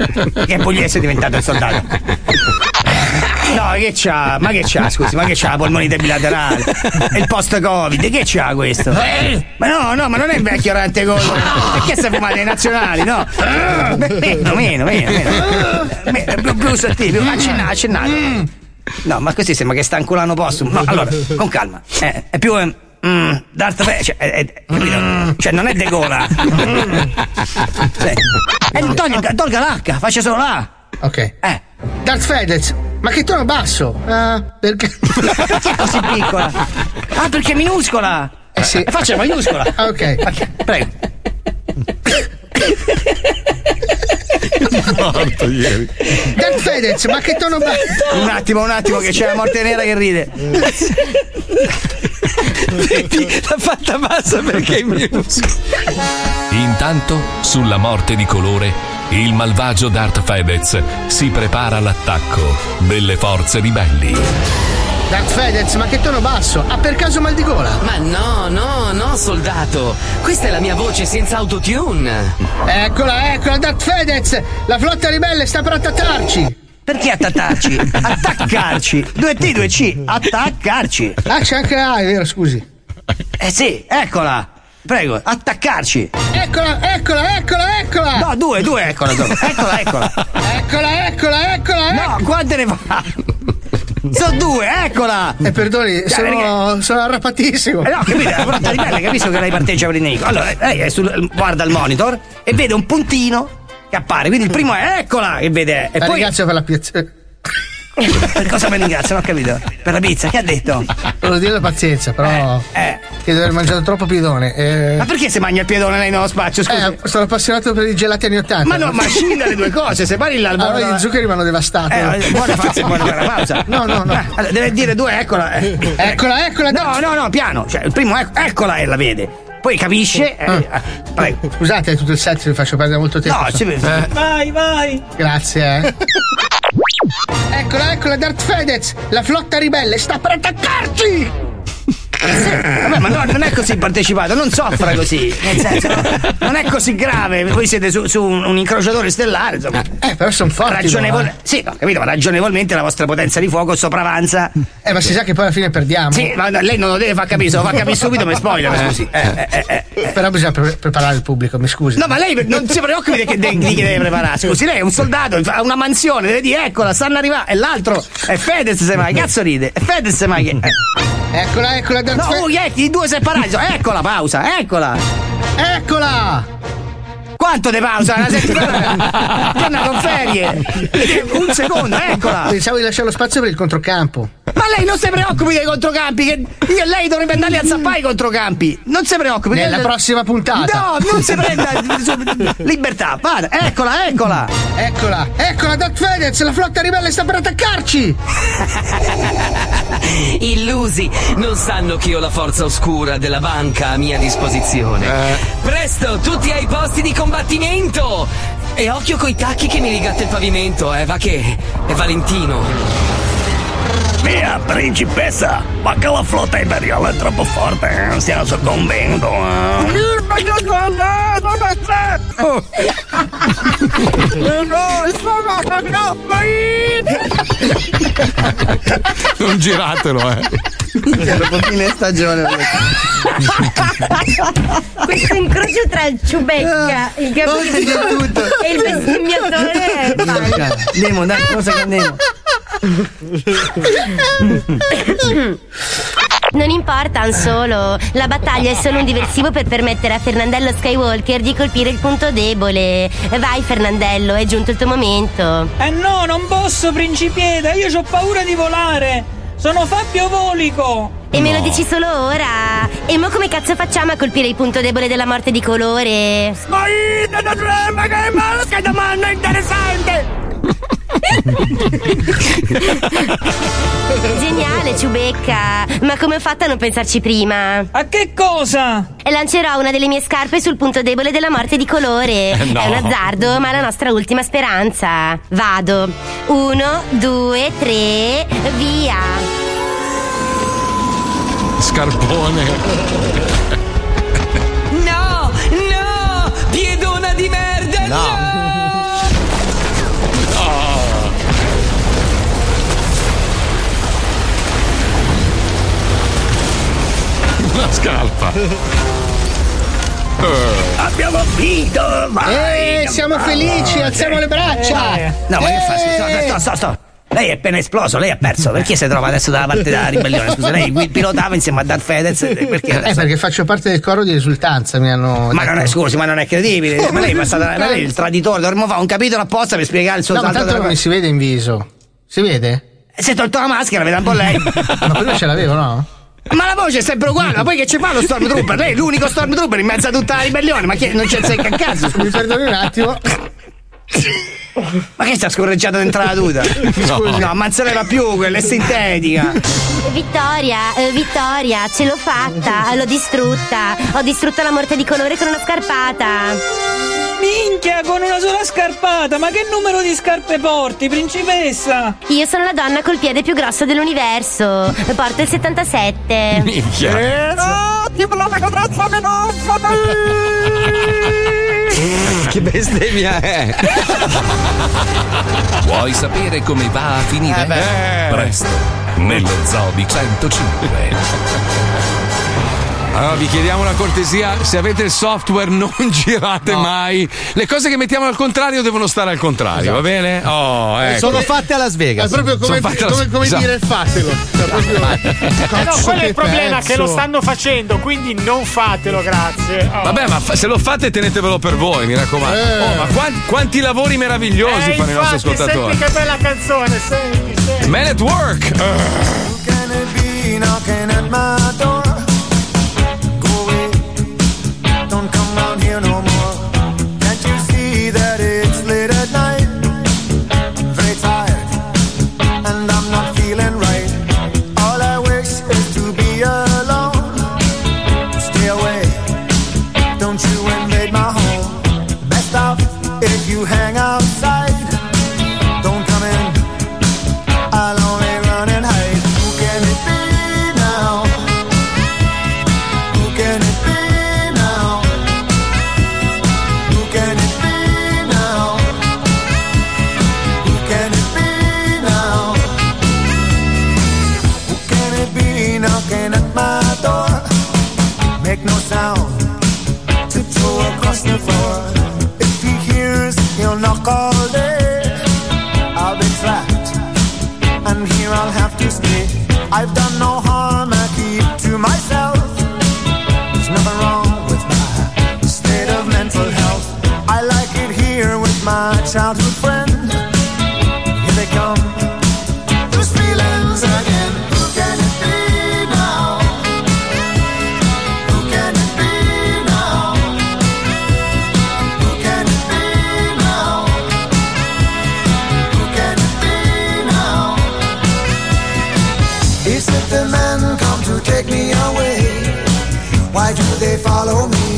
Speaker 4: Che pugliese è diventato il soldato. No, che c'ha? Ma che c'ha, scusi, ma che c'ha la polmonite bilaterale? E il post-Covid, che c'ha questo?
Speaker 22: Eh,
Speaker 4: Ma no, no, ma non è vecchio rante gol. Perché stai fumando ai nazionali, no? Meno, meno, meno, meno. Meno, Più, più sottile, più accennato, accennato. No, ma così sembra che sta anculando possum. No, allora, con calma. Eh, è più. eh, mm, Darth Vader, cioè,
Speaker 3: eh,
Speaker 4: è- è- capito? Cioè, non è de gola. Sì. Eh, tolga, tolga l'H, faccia solo l'A.
Speaker 5: Ok. Eh. Darth Fedez, ma che tono basso? Ah, perché?
Speaker 4: Perché è così piccola? Ah, perché è minuscola!
Speaker 5: Eh sì.
Speaker 4: E faccia maiuscola!
Speaker 5: Ah, ok.
Speaker 4: Prego.
Speaker 22: Morto ieri.
Speaker 5: Darth Fedez, ma che tono basso?
Speaker 4: Un attimo, un attimo, che c'è la morte nera che ride.
Speaker 22: Vedi, l'ha fatta bassa perché è minuscola.
Speaker 1: Intanto, sulla morte di colore, il malvagio Darth Fedez si prepara all'attacco delle forze ribelli.
Speaker 5: Darth Fedez, ma che tono basso? Ha per caso mal di gola?
Speaker 11: Ma no, no, no, soldato. Questa è la mia voce senza autotune.
Speaker 5: Eccola, eccola, Darth Fedez! La flotta ribelle sta per attaccarci!
Speaker 4: Perché attaccarci? Attaccarci! 2T, 2C, attaccarci!
Speaker 5: Ah, c'è anche la A, è vero, scusi.
Speaker 4: Eh sì, eccola! Prego, attaccarci!
Speaker 5: Eccola, eccola, eccola, eccola!
Speaker 4: No, due, due, eccola, due. eccola, eccola!
Speaker 5: Eccola, eccola, eccola!
Speaker 4: No, quante ne fa? Sono due, eccola!
Speaker 5: E perdoni,
Speaker 4: Dai,
Speaker 5: sono, sono arrapatissimo.
Speaker 4: Eh no, capito, la porta di pelle, capisco che lei parteggia per il nemico. Allora, lei è sul- guarda il monitor e vede un puntino che appare. Quindi il primo è eccola che vede. E
Speaker 5: La
Speaker 4: poi.
Speaker 5: ringrazio per la pizza.
Speaker 4: Per cosa mi ringrazio? Non ho capito. Per la pizza, che ha detto?
Speaker 5: Volevo dire la pazienza, però. Che di aver mangiato troppo pidone. eh.
Speaker 4: Eh, Ma perché se mangia il piedone lei non lo spaccio? Scusa.
Speaker 5: Eh, sono appassionato per i gelati anni 80.
Speaker 4: Ma no, ma scinda le due cose, se pari là al
Speaker 5: Allora
Speaker 4: volo-
Speaker 5: gli zuccheri mi hanno devastato.
Speaker 4: Eh, buona pausa, buona, buona pausa.
Speaker 5: No, no, no.
Speaker 4: Eh, allora, deve dire due, eccola. eh.
Speaker 5: Eccola, eccola.
Speaker 4: No, no, no, piano. Cioè, il primo, ecco- eccola e la vede. Poi capisce. eh,
Speaker 5: Ah.
Speaker 4: Prego.
Speaker 5: Scusate, tutto il set vi faccio perdere molto tempo.
Speaker 4: No, ci-
Speaker 5: Vai, vai. Grazie, eh. Eccola, eccola, Darth Fedez! La flotta ribelle sta per attaccarci!
Speaker 4: Vabbè, ma no, non è così partecipato, non soffra così. Nel senso, non è così grave. Voi siete su, su un, un incrociatore stellare, insomma.
Speaker 5: Eh, però sono forti.
Speaker 4: Ragionevol-
Speaker 5: no, eh.
Speaker 4: Sì, ho capito, ma ragionevolmente la vostra potenza di fuoco sopravanza.
Speaker 5: Eh, ma si sa che poi alla fine perdiamo.
Speaker 4: Sì, ma no, lei non lo deve far capire, se lo fa capire subito mi spoiler, scusi. Eh, eh, eh, eh.
Speaker 5: Però bisogna pre- preparare il pubblico, mi scusi.
Speaker 4: No, ma lei non si preoccupi di che, di chi deve preparare. Scusi, lei è un soldato, ha una mansione, deve dire, eccola, stanno arrivando. E l'altro è Fedez, semmai, cazzo ride. È Fedez, semmai. che- eh.
Speaker 5: Eccola, eccola, Darth
Speaker 4: No, oh, ecco, i due separati. sono- Eccola, pausa, eccola.
Speaker 5: Eccola!
Speaker 4: Quanto di pausa? Una settimana? Torna con ferie. Un secondo, eccola.
Speaker 5: Pensavo di lasciare lo spazio per il controcampo.
Speaker 4: Ma lei non si preoccupi dei controcampi, che io e lei dovrebbe andare a zappare i controcampi. Non si preoccupi.
Speaker 5: Nella
Speaker 4: lei-
Speaker 5: prossima puntata.
Speaker 4: No, non si prenda su- libertà. Vada, eccola, eccola.
Speaker 5: Eccola, eccola, Darth Fedez! La flotta ribelle sta per attaccarci!
Speaker 11: Illusi, non sanno che ho la forza oscura della banca a mia disposizione. Presto, tutti ai posti di combattimento! E occhio coi tacchi che mi rigatta il pavimento, eh, va che è Valentino.
Speaker 20: Via, principessa! Ma che la flotta imperiale è troppo forte, eh? stiamo soccombendo. eh.
Speaker 22: Non giratelo, eh.
Speaker 4: Dopo fine stagione.
Speaker 24: Questo incrocio tra il ciubecca, il gabinetto e il bestemmiatore.
Speaker 4: Nemo, dai, cosa che Nemo.
Speaker 24: Non importa, un solo. La battaglia è solo un diversivo per permettere a Fernandello Skywalker di colpire il punto debole. Vai, Fernandello, è giunto il tuo momento.
Speaker 8: Eh no, non posso, principieta, io ho paura di volare. Sono Fabio Volico.
Speaker 24: E me lo dici solo ora? E mo come cazzo facciamo a colpire il punto debole della morte di colore?
Speaker 20: Ma io non trema che è male, che domanda interessante!
Speaker 24: Geniale, ciubecca! Ma come ho fatto a non pensarci prima? A che cosa? Lancerò una delle mie scarpe sul punto debole della morte di colore.
Speaker 7: Eh, no.
Speaker 24: È un azzardo, ma è la nostra ultima speranza. Vado. Uno, due, tre, via!
Speaker 25: Scarpone.
Speaker 20: No, no, piedona di merda, no.
Speaker 2: Una scarpa.
Speaker 4: Abbiamo vinto! Vai!
Speaker 5: Eh, siamo felici, alziamo le braccia.
Speaker 4: No, ma che
Speaker 5: Eh.
Speaker 4: fa? Scusa, sto, sto, sto. Lei è appena esploso, lei ha perso. Perché si trova adesso dalla parte della ribellione? Scusa, lei qui pilotava insieme a Darth Fedez. Perché
Speaker 5: Eh,
Speaker 4: adesso?
Speaker 5: perché faccio parte del coro di risultanza, mi hanno.
Speaker 4: Ma
Speaker 5: detto. Oh,
Speaker 4: non è, scusi, ma non è credibile. Ma lei è passata. Ma lei è il traditore, dovremmo fare un capitolo apposta per spiegare il suo
Speaker 5: No, ma
Speaker 4: salto
Speaker 5: tanto
Speaker 4: della
Speaker 5: non mi si vede in viso. Si vede?
Speaker 4: Si è tolto la maschera, vede un po' lei.
Speaker 5: Ma prima ce l'avevo, no?
Speaker 4: Ma la voce è sempre uguale, ma poi che ci fa lo Stormtrooper? Lei è l'unico Stormtrooper in mezzo a tutta la ribellione, ma che non c'è secca a caso?
Speaker 5: Mi perdoni un attimo.
Speaker 4: Ma che sta scorreggiata dentro la tuta?
Speaker 5: Scusi.
Speaker 4: No, ammazzereva più, quella è sintetica.
Speaker 24: Vittoria, eh, Vittoria, ce l'ho fatta, l'ho distrutta. Ho distrutto la morte di colore con una scarpata.
Speaker 26: Minchia, con una sola scarpata, ma che numero di scarpe porti, principessa?
Speaker 24: Io sono la donna col piede più grosso dell'universo. Porto il 77.
Speaker 7: Minchia.
Speaker 1: Che bestemmia è! Vuoi sapere come va a finire?
Speaker 2: Eh,
Speaker 1: Presto, nello zoo di 105.
Speaker 2: Allora Ah, vi chiediamo una cortesia, se avete il software non girate mai. Le cose che mettiamo al contrario devono stare al contrario, va bene? Oh, ecco.
Speaker 25: Sono fatte
Speaker 4: a Las
Speaker 25: È proprio come,
Speaker 2: Sono fatte alla-
Speaker 25: come- come
Speaker 2: Esatto.
Speaker 25: dire fatelo. Cioè, proprio-
Speaker 14: Eh no,
Speaker 25: Cazzo,
Speaker 14: quello è
Speaker 25: che
Speaker 14: il problema,
Speaker 25: pezzo.
Speaker 14: che lo stanno facendo, quindi non fatelo, grazie. Oh.
Speaker 2: Vabbè, ma fa- se lo fate tenetevelo per voi, mi raccomando.
Speaker 14: Eh.
Speaker 2: Oh, ma quan- quanti lavori meravigliosi
Speaker 14: Eh,
Speaker 2: fanno i nostri
Speaker 14: infatti,
Speaker 2: ascoltatori.
Speaker 14: Senti che bella canzone, senti, senti.
Speaker 2: Man at work! Eh.
Speaker 7: knocking at my door. Go away, don't come round here no more. Can't you see that it's late at night? I'm very tired, and I'm not feeling right. All I wish is to be alone. Stay away, don't you invade my home. Best off if you hang outside. Don't come in. I'll only run and hide. Who can it be now? Who can it be now? Who can it be now? Who can it be now? Who can it be knocking at my door? Make no sound. Tiptoe across the floor. If he hears, he'll knock all day. I'll be trapped and here I'll have to stay. I've done no harm, I keep to myself. There's nothing wrong with my state of mental health. I like it here with my childhood friend. Here they come, those feelings again. Who can it be now? Who can it be now? Who can it be now? Who can it be now? Is it the men come to take me away? Why do they follow me?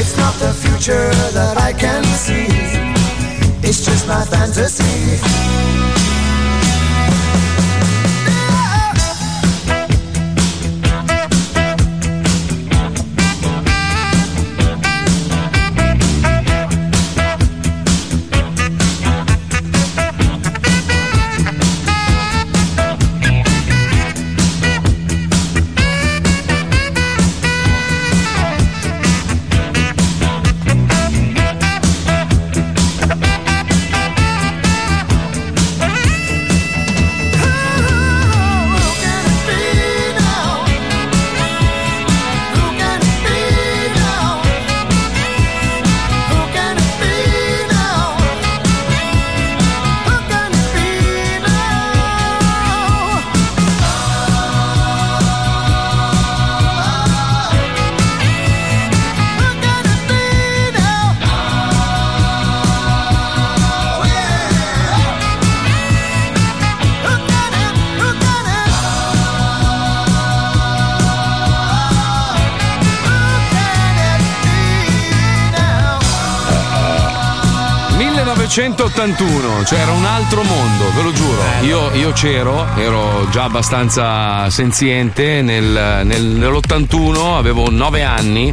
Speaker 7: It's not the future that I can see, it's just my fantasy.
Speaker 2: 1981, cioè era un altro mondo, ve lo giuro.
Speaker 14: Eh,
Speaker 2: Io, io c'ero, ero già abbastanza senziente nel- nel- nell'81, avevo 9 anni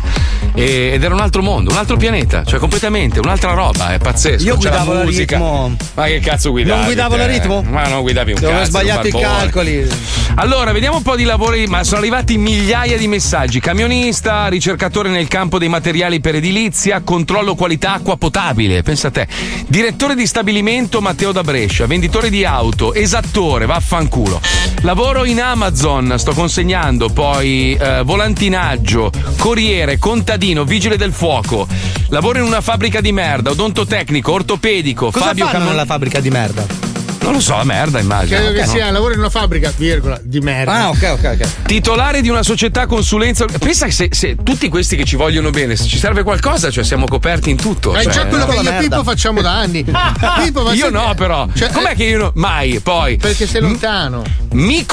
Speaker 2: e- ed era un altro mondo, un altro pianeta, cioè completamente, un'altra roba, è pazzesco.
Speaker 13: Io
Speaker 2: C'era
Speaker 13: guidavo la
Speaker 2: Eh, musica.
Speaker 13: ritmo.
Speaker 2: Ma che cazzo guidavi?
Speaker 13: Non guidavo la
Speaker 2: te?
Speaker 13: ritmo?
Speaker 2: Ma non guidavi un
Speaker 13: Dove ho
Speaker 2: cazzo. era un
Speaker 13: sbagliato i
Speaker 2: barbone.
Speaker 13: calcoli.
Speaker 2: Allora, vediamo un po' di lavori, ma sono arrivati migliaia di messaggi. Camionista, ricercatore nel campo dei materiali per edilizia, controllo qualità acqua potabile, pensa a te. Direttore di stabilimento Matteo da Brescia, venditore di auto, esattore, vaffanculo. Lavoro in Amazon, sto consegnando, poi eh, volantinaggio, corriere, contadino, vigile del fuoco. Lavoro in una fabbrica di merda, odontotecnico, ortopedico,
Speaker 13: Cosa
Speaker 2: Fabio
Speaker 13: fanno
Speaker 2: Camon-
Speaker 13: nella fabbrica di merda?
Speaker 2: Non lo so, la merda immagino.
Speaker 5: Credo che
Speaker 2: No?
Speaker 5: sia lavoro in una fabbrica, virgola, di merda.
Speaker 13: Ah, ok, ok, ok.
Speaker 2: Titolare di una società consulenza. Pensa che se, se tutti questi che ci vogliono bene, se ci serve qualcosa, cioè siamo coperti in tutto.
Speaker 5: Ma è
Speaker 2: cioè,
Speaker 5: già quello
Speaker 2: no?
Speaker 5: che io e Pippo facciamo da anni. Pippo, ma sai-
Speaker 2: Io no, però.
Speaker 5: Cioè,
Speaker 2: Com'è che io no? Mai, poi.
Speaker 5: Perché sei lontano.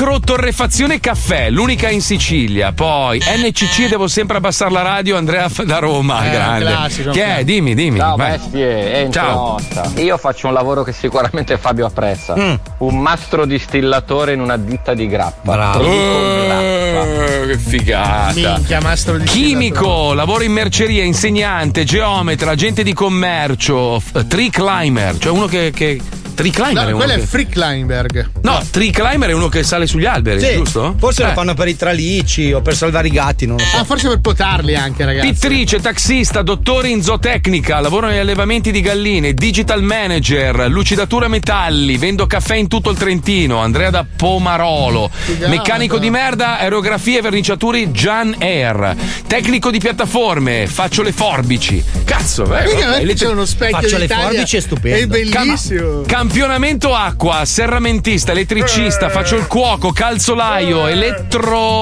Speaker 2: Microtorrefazione caffè, l'unica in Sicilia. Poi
Speaker 5: Eh,
Speaker 2: NCC, devo sempre abbassare la radio. Andrea F- da Roma,
Speaker 14: Eh,
Speaker 2: grande.
Speaker 14: classico.
Speaker 2: che è? Dimmi, dimmi.
Speaker 14: Ciao
Speaker 2: vai.
Speaker 14: bestie, entro
Speaker 2: Ciao.
Speaker 14: Notta. Io faccio un lavoro che sicuramente Fabio apprezza.
Speaker 1: Mm.
Speaker 2: Mm.
Speaker 14: Un mastro distillatore in una ditta di grappa. Produco
Speaker 1: Oh,
Speaker 14: grappa.
Speaker 2: Che figata.
Speaker 5: Minchia, mastro di
Speaker 2: Chimico, lavoro in merceria, insegnante, geometra, agente di commercio, f- tree climber, cioè uno che. che tree climber
Speaker 5: No,
Speaker 2: uno
Speaker 5: quello è
Speaker 2: che-
Speaker 5: Free Kleinberg.
Speaker 2: No, tree climber è uno che sale sugli alberi,
Speaker 13: Sì,
Speaker 2: giusto?
Speaker 13: Forse
Speaker 2: Eh.
Speaker 13: lo fanno per i tralicci o per salvare i gatti, non lo so.
Speaker 5: Ah, forse per potarli anche, ragazzi.
Speaker 2: Pittrice, taxista, dottore in zootecnica, lavoro negli allevamenti di galline, digital manager, lucidatura metalli, vendo caffè in tutto il Trentino, Andrea da Pomarolo,
Speaker 16: Figata.
Speaker 2: meccanico di merda, aerografie e verniciature Gian Air, tecnico di piattaforme, faccio le forbici. Cazzo, eh,
Speaker 5: Mica,
Speaker 2: vabbè,
Speaker 5: eh,
Speaker 2: le-
Speaker 5: c'è uno specchio
Speaker 2: Faccio le
Speaker 5: d'Italia.
Speaker 2: forbici, è stupendo.
Speaker 5: È bellissimo.
Speaker 2: Campionamento acqua, serramentista, elettricista,
Speaker 7: Eh.
Speaker 2: faccio il cuoco, calzolaio,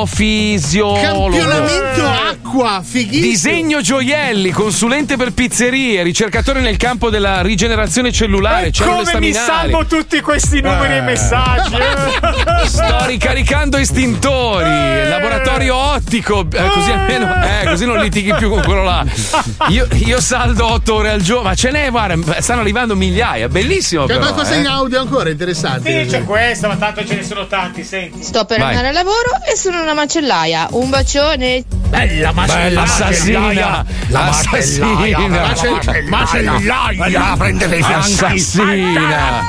Speaker 2: elettrofisiologo.
Speaker 5: Campionamento acqua, fighissimo.
Speaker 2: Oh, Disegno gioielli, consulente per pizzerie, ricercatore nel campo della rigenerazione cellulare, cellule
Speaker 7: Come mi
Speaker 2: staminali.
Speaker 7: salvo tutti questi numeri
Speaker 2: Eh.
Speaker 7: e messaggi? eh?
Speaker 2: Sto ricaricando estintori, laboratorio ottico, eh, così almeno eh, così non litighi più con quello là. Io, io saldo 8 ore al giorno, ma ce n'è, guarda, stanno arrivando migliaia, bellissimo.
Speaker 5: C'è
Speaker 2: però,
Speaker 5: qualcosa
Speaker 2: eh.
Speaker 5: in audio ancora interessante.
Speaker 7: Sì, c'è questo, ma tanto ce ne sono tanti, senti.
Speaker 17: Sto per
Speaker 2: Vai.
Speaker 17: andare al lavoro e sono una macellaia. Un bacione.
Speaker 7: Bella
Speaker 2: Bella assassina, assassina,
Speaker 16: Macellaia, prendete i fianchi.
Speaker 2: Assassina.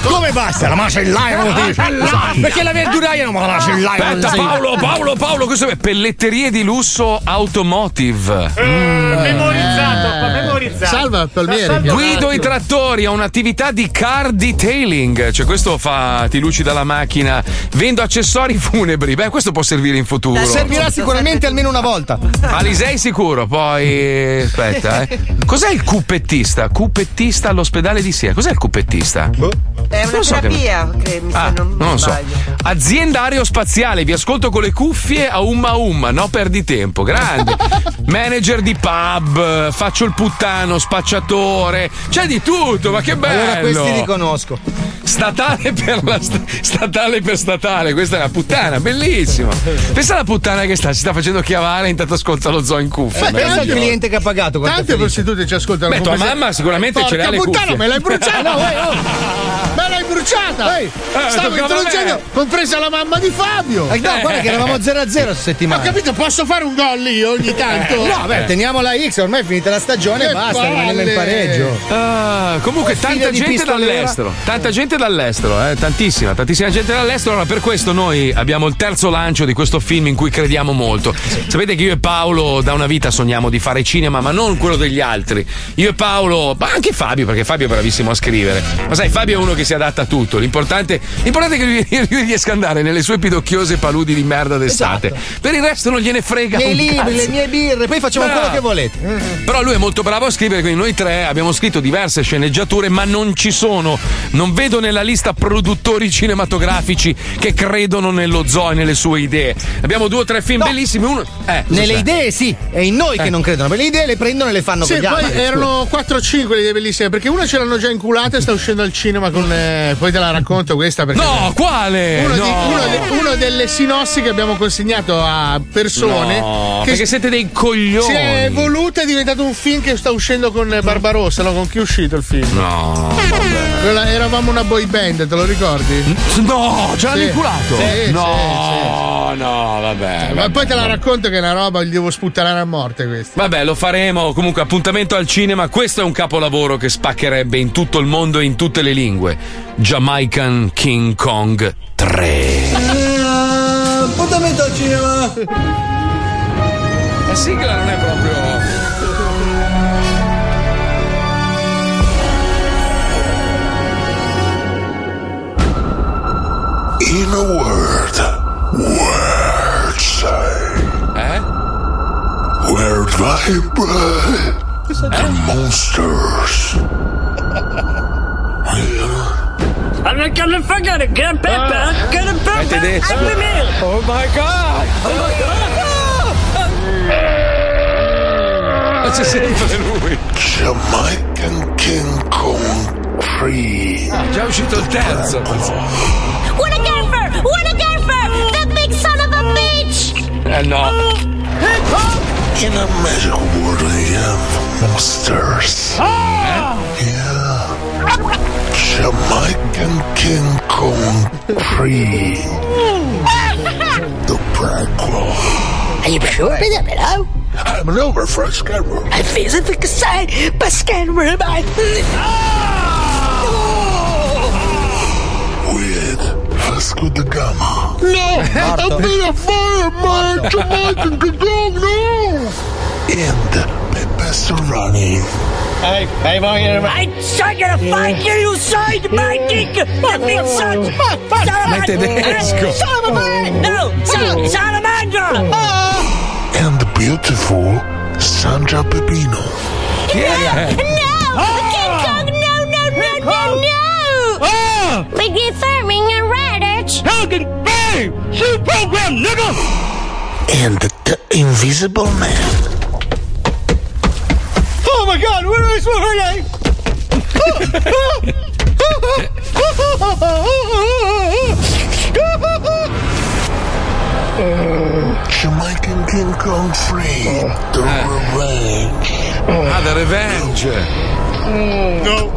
Speaker 16: Come basta? La
Speaker 2: eh,
Speaker 16: macellaia non ti- Perché la verduraia non me la macellaia? non
Speaker 2: Esatto. Aspetta
Speaker 16: si-
Speaker 2: Paolo, Paolo, Paolo, questo è pelletterie di lusso automotive.
Speaker 7: Eh. memorizzato, fa memorizzato.
Speaker 5: Salva il palmiere.
Speaker 2: Guido i trattori, ho un'attività di car detailing, cioè questo fa ti luci dalla macchina, vendo accessori funebri, beh questo può servire in futuro.
Speaker 13: Servirà sicuramente almeno una volta.
Speaker 2: Alisei sicuro, poi aspetta, eh. Cos'è il cupettista? Cupettista all'ospedale di Siena. Cos'è il cupettista?
Speaker 12: Boh.
Speaker 6: È una
Speaker 2: Non so che-
Speaker 6: terapia, che mi
Speaker 2: Ah,
Speaker 6: se non,
Speaker 2: non lo so.
Speaker 6: sbaglio.
Speaker 2: Azienda aerospaziale, vi ascolto con le cuffie a umma umma, no perdi tempo, grande. Manager di pub, faccio il puttano, spacciatore, c'è di tutto, ma che bello.
Speaker 13: Allora questi li conosco.
Speaker 2: Statale per la sta- statale per statale, questa è la puttana, bellissimo. Pensa alla puttana che sta, si sta facendo chiavare, intanto ascolta lo zoo in cuffia.
Speaker 13: Eh, Pensa al
Speaker 2: Meraviglioso.
Speaker 13: cliente che ha pagato. quanto è
Speaker 5: Tante
Speaker 13: felice.
Speaker 5: prostitute ci ascoltano.
Speaker 2: Beh,
Speaker 5: come
Speaker 2: tua
Speaker 5: se-
Speaker 2: mamma sicuramente ce l'ha
Speaker 5: Porca
Speaker 2: le
Speaker 5: puttana,
Speaker 2: cuffie.
Speaker 5: me l'hai bruciata!
Speaker 2: No, eh,
Speaker 5: oh. Me l'hai bruciata! Stavo
Speaker 2: toccava a me.
Speaker 5: introducendo, compresa la mamma di Fabio!
Speaker 13: Eh, no, guarda che eravamo 0 a 0
Speaker 5: Ho
Speaker 13: settimana.
Speaker 5: capito, posso fare un gol io ogni tanto?
Speaker 13: Eh,
Speaker 5: Eh,
Speaker 13: No, beh, teniamo la X, ormai è finita la stagione
Speaker 5: Che
Speaker 13: e basta,
Speaker 5: palle.
Speaker 13: rimaniamo in pareggio.
Speaker 2: Ah, comunque
Speaker 13: Sfida
Speaker 2: tanta
Speaker 13: di
Speaker 2: gente
Speaker 13: pistolera.
Speaker 2: dall'estero, tanta gente dall'estero, eh, tantissima, tantissima gente dall'estero. Allora per questo noi abbiamo il terzo lancio di questo film in cui crediamo molto. Sapete che io e Paolo da una vita sogniamo di fare cinema, ma non quello degli altri. Io e Paolo, ma anche Fabio, perché Fabio è bravissimo a scrivere. Ma sai, Fabio è uno che si adatta a tutto. L'importante, l'importante è che lui, lui riesca ad andare nelle sue pidocchiose paludi di merda d'estate. Per il resto non gliene frega.
Speaker 13: I miei
Speaker 2: un
Speaker 13: Esatto. libri,
Speaker 2: cazzo. Ah.
Speaker 13: le mie birre, poi facciamo
Speaker 2: Bravo.
Speaker 13: quello che volete.
Speaker 2: Però lui è molto bravo a scrivere, quindi noi tre abbiamo scritto diverse sceneggiature, ma non ci sono. Non vedo nella lista produttori cinematografici che credono nello zoo e nelle sue idee. Abbiamo due o tre film bellissimi. Uno. Eh,
Speaker 13: Nelle
Speaker 2: cos'è?
Speaker 13: idee sì, è in noi
Speaker 2: Eh.
Speaker 13: che non credono, perché le idee le prendono e le fanno
Speaker 5: sì,
Speaker 13: con gli
Speaker 5: poi
Speaker 4: eh,
Speaker 13: altri.
Speaker 5: erano 4-5 le idee bellissime, perché una ce l'hanno già inculata e sta uscendo al cinema con. eh, poi te la racconto questa perché.
Speaker 2: No, quale?
Speaker 5: Uno,
Speaker 2: No.
Speaker 5: di- uno de- uno delle sinossi che abbiamo consegnato a persone.
Speaker 2: No,
Speaker 5: che
Speaker 2: perché siete dei coglioni.
Speaker 5: Si è voluta è diventato un film che sta uscendo con eh, Barbarossa. No, con chi è uscito il film?
Speaker 2: No.
Speaker 5: Quella- eravamo una boy band, te lo ricordi?
Speaker 2: No, ce l'hanno
Speaker 5: Sì.
Speaker 2: inculato.
Speaker 5: Sì,
Speaker 2: no,
Speaker 5: sì, sì.
Speaker 2: no, vabbè.
Speaker 5: Ma
Speaker 2: vabbè,
Speaker 5: poi te la
Speaker 2: vabbè.
Speaker 5: racconto che è una roba, gli devo sputtanare a morte questa.
Speaker 2: Vabbè, lo faremo. Comunque, appuntamento al cinema. Questo è un capolavoro che spaccherebbe in tutto il mondo e in tutte le lingue. Jamaican King Kong 3.
Speaker 20: Appuntamento al cinema.
Speaker 2: La sigla non è proprio.
Speaker 9: In a word, word say.
Speaker 2: Eh?
Speaker 9: Word vibrate and monsters.
Speaker 20: I'm gonna forget it. Get a pepper.
Speaker 7: eh?
Speaker 20: Get a
Speaker 2: È
Speaker 20: pepper.
Speaker 2: tedesco.
Speaker 20: Happy meal.
Speaker 2: Ah. Oh my god.
Speaker 20: Oh my
Speaker 2: Ma c'è sempre lui.
Speaker 9: Jamaican King Kong 3.
Speaker 2: Già è uscito il terzo.
Speaker 20: What a camper. What a camper. That big son of a bitch.
Speaker 2: Eh no.
Speaker 20: Hip
Speaker 7: Eh, oh.
Speaker 20: hop.
Speaker 9: In a magical world we have monsters. Yeah. Jamaican King Kong 3. the prequel.
Speaker 20: Are you sure? Hello?
Speaker 9: I'm an over French camera.
Speaker 20: I feel it like a sign. Pascal, where am I?
Speaker 9: With Vasco da Gama.
Speaker 20: No!
Speaker 9: Morto.
Speaker 20: I'm being a fireman! Jamaican Kong, no!
Speaker 9: And Pepe Serrani.
Speaker 20: Hey, hey, boy, I'm sorry, gonna fight you, you sorry, my dick! The big son!
Speaker 9: Ma è tedesco.
Speaker 20: Salamander! No! Sal- Salamander!
Speaker 9: And the beautiful Sandra Pepino.
Speaker 20: No! King Kong, no, no, no, no, no! Oh! Like the farming and radish! Talking bang! Shoot program, nigga!
Speaker 9: And the Invisible Man.
Speaker 20: Oh my god, where is my
Speaker 9: Jamaican King Kong 3. The Revenge.
Speaker 2: Ah, The Revenge.
Speaker 9: No.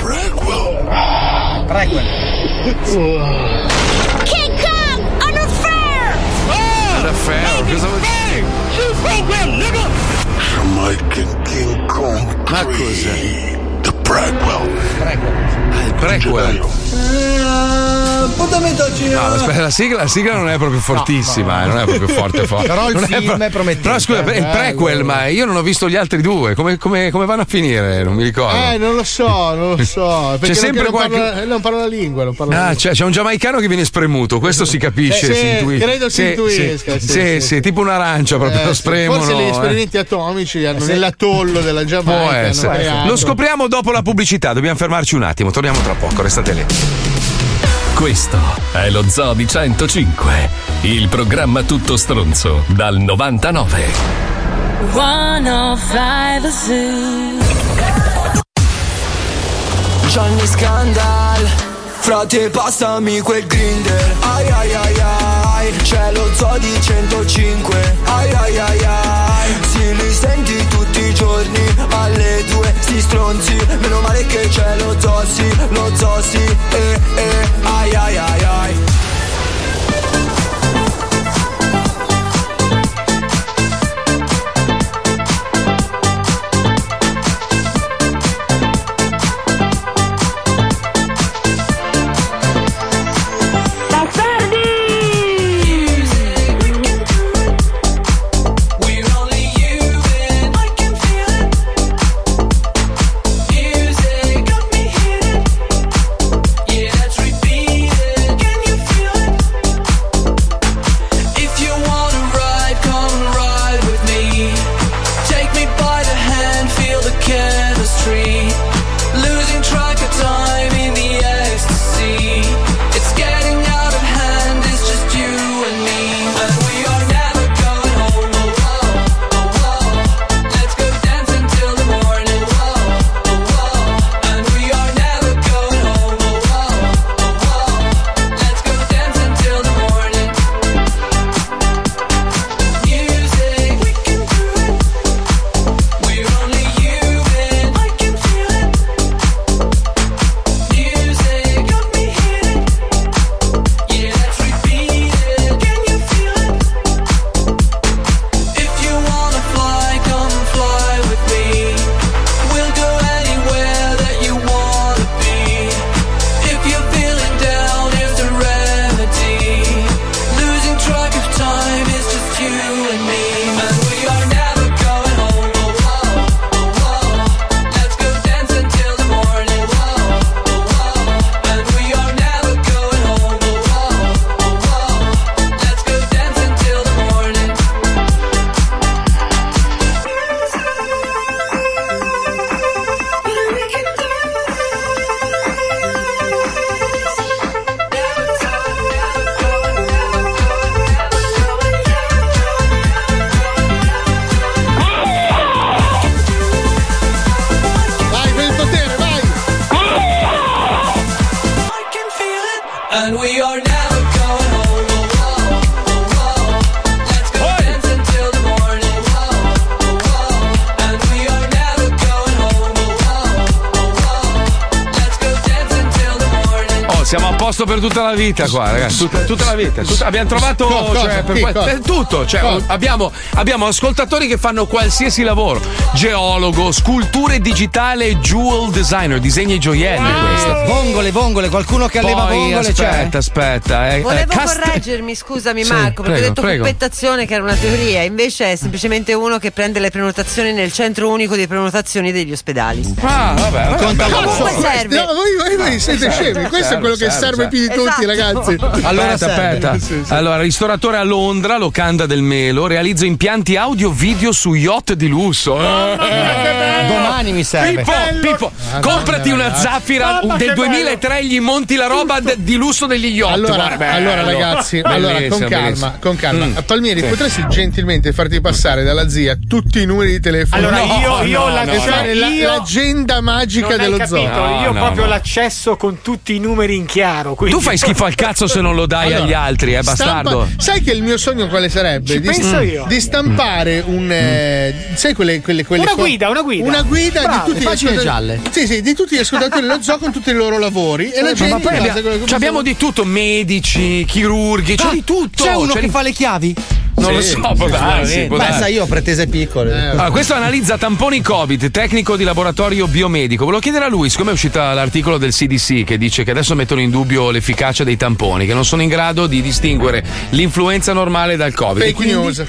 Speaker 9: Prequel.
Speaker 20: King Kong, on a fair!
Speaker 2: The Affair, cosa vuol dire?
Speaker 20: Shoot program, nigga!
Speaker 9: Jamaican King Kong 3.
Speaker 2: Ma cos'è?
Speaker 9: The Prequel.
Speaker 2: Ah, il prequel.
Speaker 20: Appuntamento al
Speaker 2: No,
Speaker 13: Ah,
Speaker 2: ma Ah, aspetta, la sigla, la sigla non è proprio fortissima, eh, non è proprio forte forte.
Speaker 13: Però il
Speaker 2: Non
Speaker 13: film è promettente.
Speaker 2: Però scusa,
Speaker 13: Eh,
Speaker 2: il prequel,
Speaker 13: bello.
Speaker 2: ma io non ho visto gli altri due. Come, come- come vanno a finire? Non mi ricordo.
Speaker 5: Eh, non lo so, non lo so. Perché
Speaker 2: sempre
Speaker 5: non,
Speaker 2: qualche-
Speaker 5: parlo, non parlo la lingua, non parlo la
Speaker 2: Ah,
Speaker 5: lingua.
Speaker 2: c'è, c'è un giamaicano che viene spremuto, questo si capisce,
Speaker 5: Eh, Sì,
Speaker 2: si intuisce.
Speaker 5: credo si
Speaker 2: Sì,
Speaker 5: intuisca,
Speaker 2: Sì,
Speaker 5: sì,
Speaker 2: sì,
Speaker 5: sì.
Speaker 2: sì, tipo un'arancia proprio,
Speaker 5: Eh,
Speaker 2: lo
Speaker 5: sì,
Speaker 2: spremono.
Speaker 5: Forse gli
Speaker 2: eh.
Speaker 5: esperimenti atomici hanno
Speaker 2: Eh, sì.
Speaker 5: nell'atollo della Giamaica.
Speaker 2: Può
Speaker 5: hanno
Speaker 2: essere.
Speaker 5: creato.
Speaker 2: Lo scopriamo dopo la pubblicità, dobbiamo fermarci un attimo, torniamo tra poco, restate lì.
Speaker 1: Questo è lo Zoo di 105, il programma tutto stronzo dal 99.
Speaker 20: 105 The Zoo.
Speaker 21: Johnny Scandal Frate passami quel grinder Ai ai ai ai C'è lo zoo di 105 Ai ai ai ai Si li senti tutti i giorni Alle due sti stronzi Meno male che c'è lo zoo sì Lo zoo sì eh, eh, Ai ai ai ai
Speaker 20: Bastardi!
Speaker 2: Oh, Siamo a posto per tutta la vita qua, ragazzi. Tutta, tutta la vita. Tutta- abbiamo trovato
Speaker 9: Co- cosa?
Speaker 2: cioè, per
Speaker 9: Che
Speaker 2: que-
Speaker 9: cosa?
Speaker 2: per tutto. Cioè,
Speaker 9: Cosa?
Speaker 2: abbiamo, abbiamo ascoltatori che fanno qualsiasi lavoro: geologo, sculture digitale, jewel designer, disegni e gioielli. Questa.
Speaker 13: Vongole, vongole, qualcuno che alleva
Speaker 2: Poi,
Speaker 13: vongole cioè.
Speaker 2: aspetta,
Speaker 13: c'è.
Speaker 2: aspetta. eh. Eh,
Speaker 6: Volevo
Speaker 2: cast-
Speaker 6: correggermi, scusami
Speaker 2: Sì,
Speaker 6: Marco, perché
Speaker 2: prego,
Speaker 6: ho detto
Speaker 2: prego.
Speaker 6: puppettazione che era una teoria, invece è semplicemente uno che prende le prenotazioni nel centro unico di prenotazioni degli ospedali.
Speaker 2: Ah, vabbè, vabbè,
Speaker 6: Conta
Speaker 2: bello.
Speaker 6: comunque
Speaker 5: Questo-
Speaker 6: serve.
Speaker 5: no, voi, voi-
Speaker 2: Ah,
Speaker 5: voi siete
Speaker 2: serve,
Speaker 5: scemi, questo
Speaker 2: serve,
Speaker 5: è quello che
Speaker 2: serve,
Speaker 5: serve più di
Speaker 2: serve.
Speaker 5: tutti, ragazzi.
Speaker 2: Esatto. Allora,
Speaker 5: Serve.
Speaker 2: aspetta.
Speaker 5: Sì, sì.
Speaker 2: Allora, ristoratore a Londra, locanda del melo, realizza impianti audio-video su yacht di lusso. Eh.
Speaker 13: Domani mi serve.
Speaker 2: Pippo, Pippo, comprati una zaffira
Speaker 13: Mamma, che
Speaker 2: del
Speaker 13: bello.
Speaker 2: 2003 gli monti la roba de- di lusso degli yacht.
Speaker 5: Allora,
Speaker 2: Guarda, bello.
Speaker 5: allora, ragazzi, allora, con
Speaker 2: Bellissimo,
Speaker 5: calma,
Speaker 2: bellissimo.
Speaker 5: con calma.
Speaker 2: Mm.
Speaker 5: Palmieri,
Speaker 2: Sì.
Speaker 5: potresti gentilmente farti passare dalla zia tutti i numeri di telefono?
Speaker 7: Allora, No, io- io no, la-
Speaker 5: e
Speaker 7: no,
Speaker 5: fare
Speaker 7: no.
Speaker 5: la-
Speaker 7: io-
Speaker 5: l'agenda magica
Speaker 7: Non hai
Speaker 5: dello
Speaker 7: capito,
Speaker 5: zoo.
Speaker 7: io proprio l'accesso con tutti i numeri in chiaro. quindi-
Speaker 2: Tu fai schifo al cazzo se non lo dai
Speaker 5: Allora,
Speaker 2: agli altri, eh,
Speaker 5: stampa-
Speaker 2: bastardo.
Speaker 5: sai che il mio sogno quale sarebbe?
Speaker 7: Ci
Speaker 5: di,
Speaker 7: penso io.
Speaker 5: di stampare un.
Speaker 2: Mm.
Speaker 5: eh, sai quelle, quelle, quelle
Speaker 7: Una
Speaker 5: co-
Speaker 7: guida, una guida.
Speaker 5: Una guida
Speaker 7: Bravo.
Speaker 5: di tutti gli
Speaker 7: Pagine
Speaker 5: ascoltatori-
Speaker 7: gialle.
Speaker 5: Sì, sì, di tutti gli ascoltatori dello zoo con tutti i loro lavori. E la gente
Speaker 2: Ma poi
Speaker 5: in base a
Speaker 2: abbiamo,
Speaker 5: quello che
Speaker 2: cioè, abbiamo di tutto: medici, chirurghi, c'è
Speaker 13: Ah,
Speaker 2: di tutto.
Speaker 13: C'è uno
Speaker 2: c'è
Speaker 13: che
Speaker 2: di-
Speaker 13: fa le chiavi?
Speaker 2: Non lo so, può darsi, può Eh,
Speaker 13: Beh,
Speaker 2: darsi.
Speaker 13: sai, io ho pretese piccole.
Speaker 2: Allora, questo analizza tamponi Covid, tecnico di laboratorio biomedico. Volevo chiedere a lui, siccome è uscita l'articolo del CDC che dice che adesso mettono in dubbio l'efficacia dei tamponi, che non sono in grado di distinguere l'influenza normale dal Covid. E
Speaker 5: Fake
Speaker 2: quindi-
Speaker 5: news.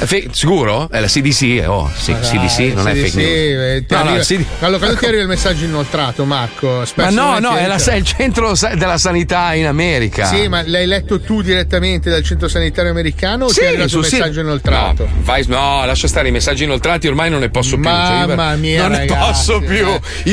Speaker 2: Eh, fe- sicuro? È la CDC, eh, oh, sì,
Speaker 5: Ma dai,
Speaker 2: CDC non è
Speaker 5: sì,
Speaker 2: fake
Speaker 5: sì, eh, ti
Speaker 2: news. No, no,
Speaker 5: arriva-
Speaker 2: il CD
Speaker 5: Allora, quando ti arriva il messaggio inoltrato, Marco?
Speaker 2: ma
Speaker 5: spesso
Speaker 2: no,
Speaker 5: non
Speaker 2: no,
Speaker 5: che
Speaker 2: è, la-
Speaker 5: entra.
Speaker 2: è il centro sa- della sanità in America.
Speaker 5: Sì, ma l'hai letto tu direttamente dal centro sanitario americano o ti è arrivato
Speaker 2: sul
Speaker 5: un
Speaker 2: sito.
Speaker 5: messaggio inoltrato?
Speaker 2: No, fai- no, lascia stare i messaggi inoltrati, ormai non ne posso più. cioè, io ver-
Speaker 5: Mamma mia,
Speaker 2: non ne
Speaker 5: ragazzi, eh.
Speaker 2: posso più.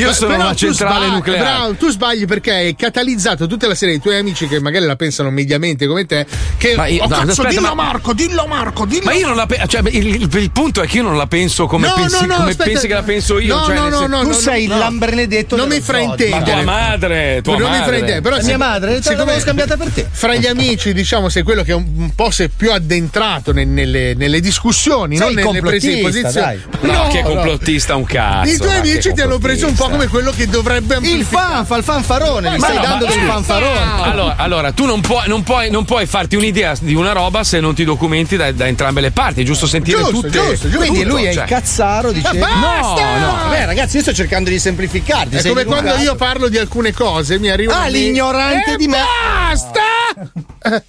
Speaker 2: Io
Speaker 5: Beh,
Speaker 2: sono
Speaker 5: però
Speaker 2: una
Speaker 5: tu
Speaker 2: centrale
Speaker 5: sbagli-
Speaker 2: nucleare.
Speaker 5: Bravo, tu sbagli perché hai catalizzato tutta la serie di tuoi amici che magari la pensano mediamente come te. Che
Speaker 2: Ma io-
Speaker 5: oh,
Speaker 2: no,
Speaker 5: cazzo,
Speaker 2: aspetta,
Speaker 5: dillo a
Speaker 2: ma-
Speaker 5: Marco, dillo a Marco, dillo
Speaker 2: Ma
Speaker 5: a
Speaker 2: io non la penso, cioè, il, il- il punto è che io non la penso come,
Speaker 5: No,
Speaker 2: pensi,
Speaker 5: no, no,
Speaker 2: come
Speaker 5: aspetta.
Speaker 2: pensi che la penso io.
Speaker 5: No,
Speaker 2: cioè,
Speaker 5: no,
Speaker 2: nel
Speaker 5: no,
Speaker 2: senso-
Speaker 5: no,
Speaker 13: Tu
Speaker 5: no,
Speaker 13: sei
Speaker 5: no.
Speaker 13: il lambernedetto.
Speaker 5: Non mi
Speaker 13: dello zoo,
Speaker 5: fraintendere.
Speaker 13: di
Speaker 2: Tua
Speaker 13: Marco.
Speaker 2: madre, tua
Speaker 5: non mi
Speaker 2: madre.
Speaker 5: fraintendere, però
Speaker 13: Mia
Speaker 5: se-
Speaker 13: madre, te l'avevo scambiata per te.
Speaker 5: Fra gli amici, diciamo, sei quello che è un, un po' se più addentrato ne- nelle, nelle discussioni,
Speaker 13: Sei
Speaker 5: non nelle prese di
Speaker 13: complottista,
Speaker 5: posizione.
Speaker 2: No, che
Speaker 5: no.
Speaker 2: complottista un cazzo.
Speaker 5: I tuoi
Speaker 2: ma che
Speaker 5: amici ti hanno preso un po' come quello che dovrebbe
Speaker 13: Il fanfa, il fanfarone, mi
Speaker 5: Ma
Speaker 13: stai
Speaker 5: no,
Speaker 13: dando
Speaker 5: ma-
Speaker 13: del fanfarone.
Speaker 2: Allora, allora, tu non puoi, non puoi- non puoi farti un'idea di una roba se non ti documenti da, da entrambe le parti, è giusto sentire
Speaker 13: Giusto,
Speaker 2: tutte.
Speaker 13: giusto, giusto. Quindi
Speaker 2: tutto,
Speaker 13: lui è
Speaker 2: cioè.
Speaker 13: il cazzaro, dice.
Speaker 5: basta!
Speaker 13: No, no. Beh, ragazzi, io sto cercando di semplificarti.
Speaker 5: È
Speaker 13: sei
Speaker 5: come quando
Speaker 13: divulgato.
Speaker 5: io parlo di alcune cose, mi arriva.
Speaker 13: Ah,
Speaker 5: lì-
Speaker 13: l'ignorante
Speaker 5: Eh,
Speaker 13: di me.
Speaker 5: Basta!